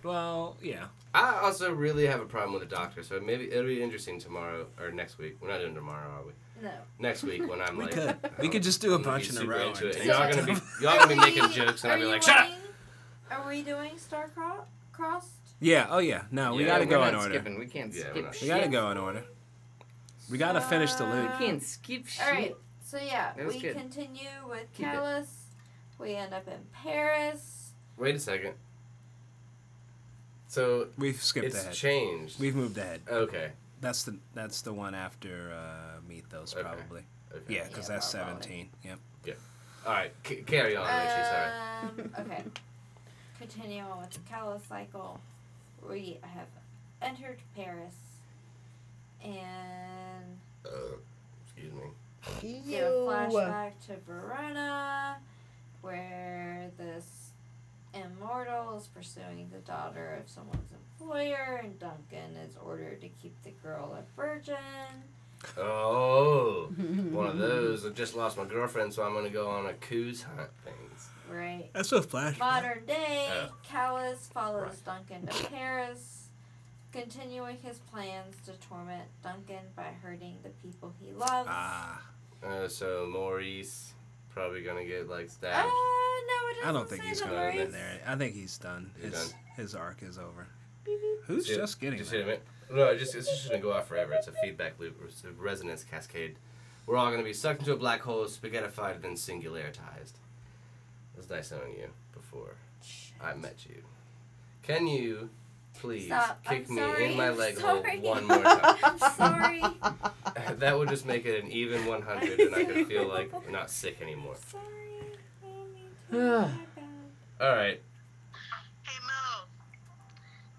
Speaker 2: Well, yeah.
Speaker 1: I also really have a problem with the doctor, so maybe it'll be interesting tomorrow or next week. We're not doing tomorrow, are we?
Speaker 6: No.
Speaker 1: Next week when I'm
Speaker 2: *laughs* We
Speaker 1: like,
Speaker 2: could.
Speaker 1: I
Speaker 2: We
Speaker 1: don't-
Speaker 2: could just do a
Speaker 1: I'm gonna
Speaker 2: bunch
Speaker 1: be
Speaker 2: in a
Speaker 1: super
Speaker 2: row.
Speaker 1: into
Speaker 2: and
Speaker 1: it. And
Speaker 2: take
Speaker 1: y'all
Speaker 2: it.
Speaker 1: are gonna be *laughs* y'all gonna be making jokes, and I'll be like, shut up.
Speaker 6: Are we doing Starcross? Crossed?
Speaker 2: Yeah. Oh yeah. No, we
Speaker 1: Yeah,
Speaker 2: gotta
Speaker 4: We're
Speaker 2: go
Speaker 4: not
Speaker 2: in order.
Speaker 4: skipping. We can't
Speaker 1: Yeah, we're
Speaker 4: skip
Speaker 1: not-
Speaker 2: We
Speaker 4: shit.
Speaker 2: gotta go in order. We gotta finish the loot.
Speaker 4: We can't skip shit.
Speaker 6: All right. So yeah,
Speaker 4: That was
Speaker 6: we
Speaker 4: good.
Speaker 6: continue with
Speaker 4: Keep it.
Speaker 6: Callus. We end up in Paris.
Speaker 1: Wait a second. So
Speaker 2: We've skipped
Speaker 1: it's
Speaker 2: ahead.
Speaker 1: changed.
Speaker 2: We've moved ahead.
Speaker 1: okay.
Speaker 2: That's the that's the one after uh, Mythos
Speaker 1: Okay.
Speaker 2: probably.
Speaker 1: Okay.
Speaker 2: Yeah, 'cause Yeah, because
Speaker 6: Yeah,
Speaker 2: that's
Speaker 6: probably.
Speaker 2: seventeen. Yep.
Speaker 1: All right. C- carry on, Richie. Oh, Sorry.
Speaker 6: Um, okay. Continue on with the Callus cycle. We have entered Paris. And
Speaker 1: Uh, excuse me.
Speaker 6: do a flashback to Verona, where this immortal is pursuing the daughter of someone's employer, and Duncan is ordered to keep the girl a virgin.
Speaker 1: Oh, one of those. I just lost my girlfriend, so I'm gonna go on a coos hunt things.
Speaker 2: *laughs*
Speaker 6: Right.
Speaker 2: That's a flash.
Speaker 6: Modern day,
Speaker 1: Oh.
Speaker 6: Callus follows Duncan to Paris, continuing his plans to torment Duncan by hurting the people he loves.
Speaker 2: Ah,
Speaker 1: Uh, so Maurice probably gonna get like
Speaker 6: Uh,
Speaker 1: stabbed.
Speaker 6: no, it doesn't
Speaker 2: I don't think
Speaker 6: say
Speaker 2: he's
Speaker 6: the
Speaker 2: going to
Speaker 1: Maurice.
Speaker 2: in there. I think he's done.
Speaker 1: He's
Speaker 2: his
Speaker 1: done.
Speaker 2: his arc is over. Who's
Speaker 1: Yeah,
Speaker 2: just getting
Speaker 1: Just
Speaker 2: that?
Speaker 1: hit it. No, it just it's just gonna go out forever. It's a feedback loop, it's a resonance cascade. We're all gonna be sucked into a black hole, spaghettified, then singularitized. It was nice knowing you before I met you. Can you please
Speaker 6: Stop. I'm
Speaker 1: kick me
Speaker 6: sorry.
Speaker 1: in my
Speaker 6: I'm
Speaker 1: leg
Speaker 6: sorry.
Speaker 1: hole one more time?
Speaker 6: I'm sorry.
Speaker 1: *laughs* that would just make it an even 100, and I could feel like not sick anymore.
Speaker 6: sorry. I don't mean to. My bad.
Speaker 1: All right.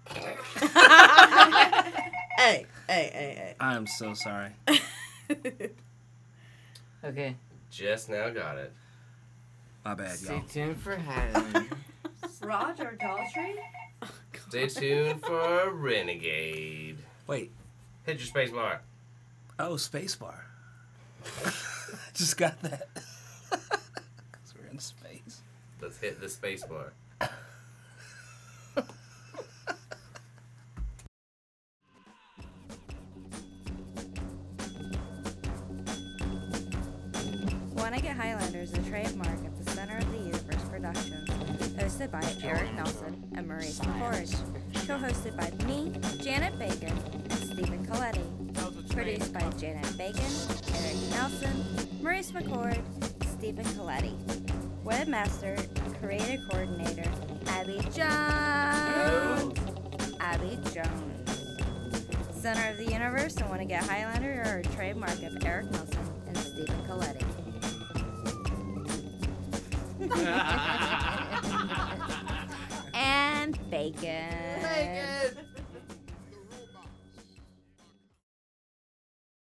Speaker 9: Hey Mo,
Speaker 5: Hey, hey,
Speaker 2: I'm so sorry.
Speaker 5: hey, hey.
Speaker 4: Okay.
Speaker 1: Just now got it.
Speaker 2: My bad,
Speaker 4: Stay
Speaker 2: y'all.
Speaker 4: tuned for
Speaker 1: *laughs*
Speaker 4: Highland.
Speaker 6: Roger Daltrey?
Speaker 1: Stay tuned for Renegade.
Speaker 2: Wait.
Speaker 1: Hit your space bar.
Speaker 2: Oh, spacebar. *laughs* just got that. *laughs* Cause we're in space.
Speaker 1: Let's hit the space bar.
Speaker 6: Wanna get Highlanders is a trademark of the Center of the Universe Productions, hosted by Eric Nelson and Maurice LaForge, co-hosted by me, Janet Bacon, and Stephen Coletti. Produced by Janet Bacon, Eric Nelson, Maurice McCord, Stephen Coletti. Webmaster and Creative Coordinator, Abby Jones. Abby Jones. Center of the Universe and Want to Get Highlander are a trademark of Eric Nelson and Stephen Coletti. and bacon. Bacon.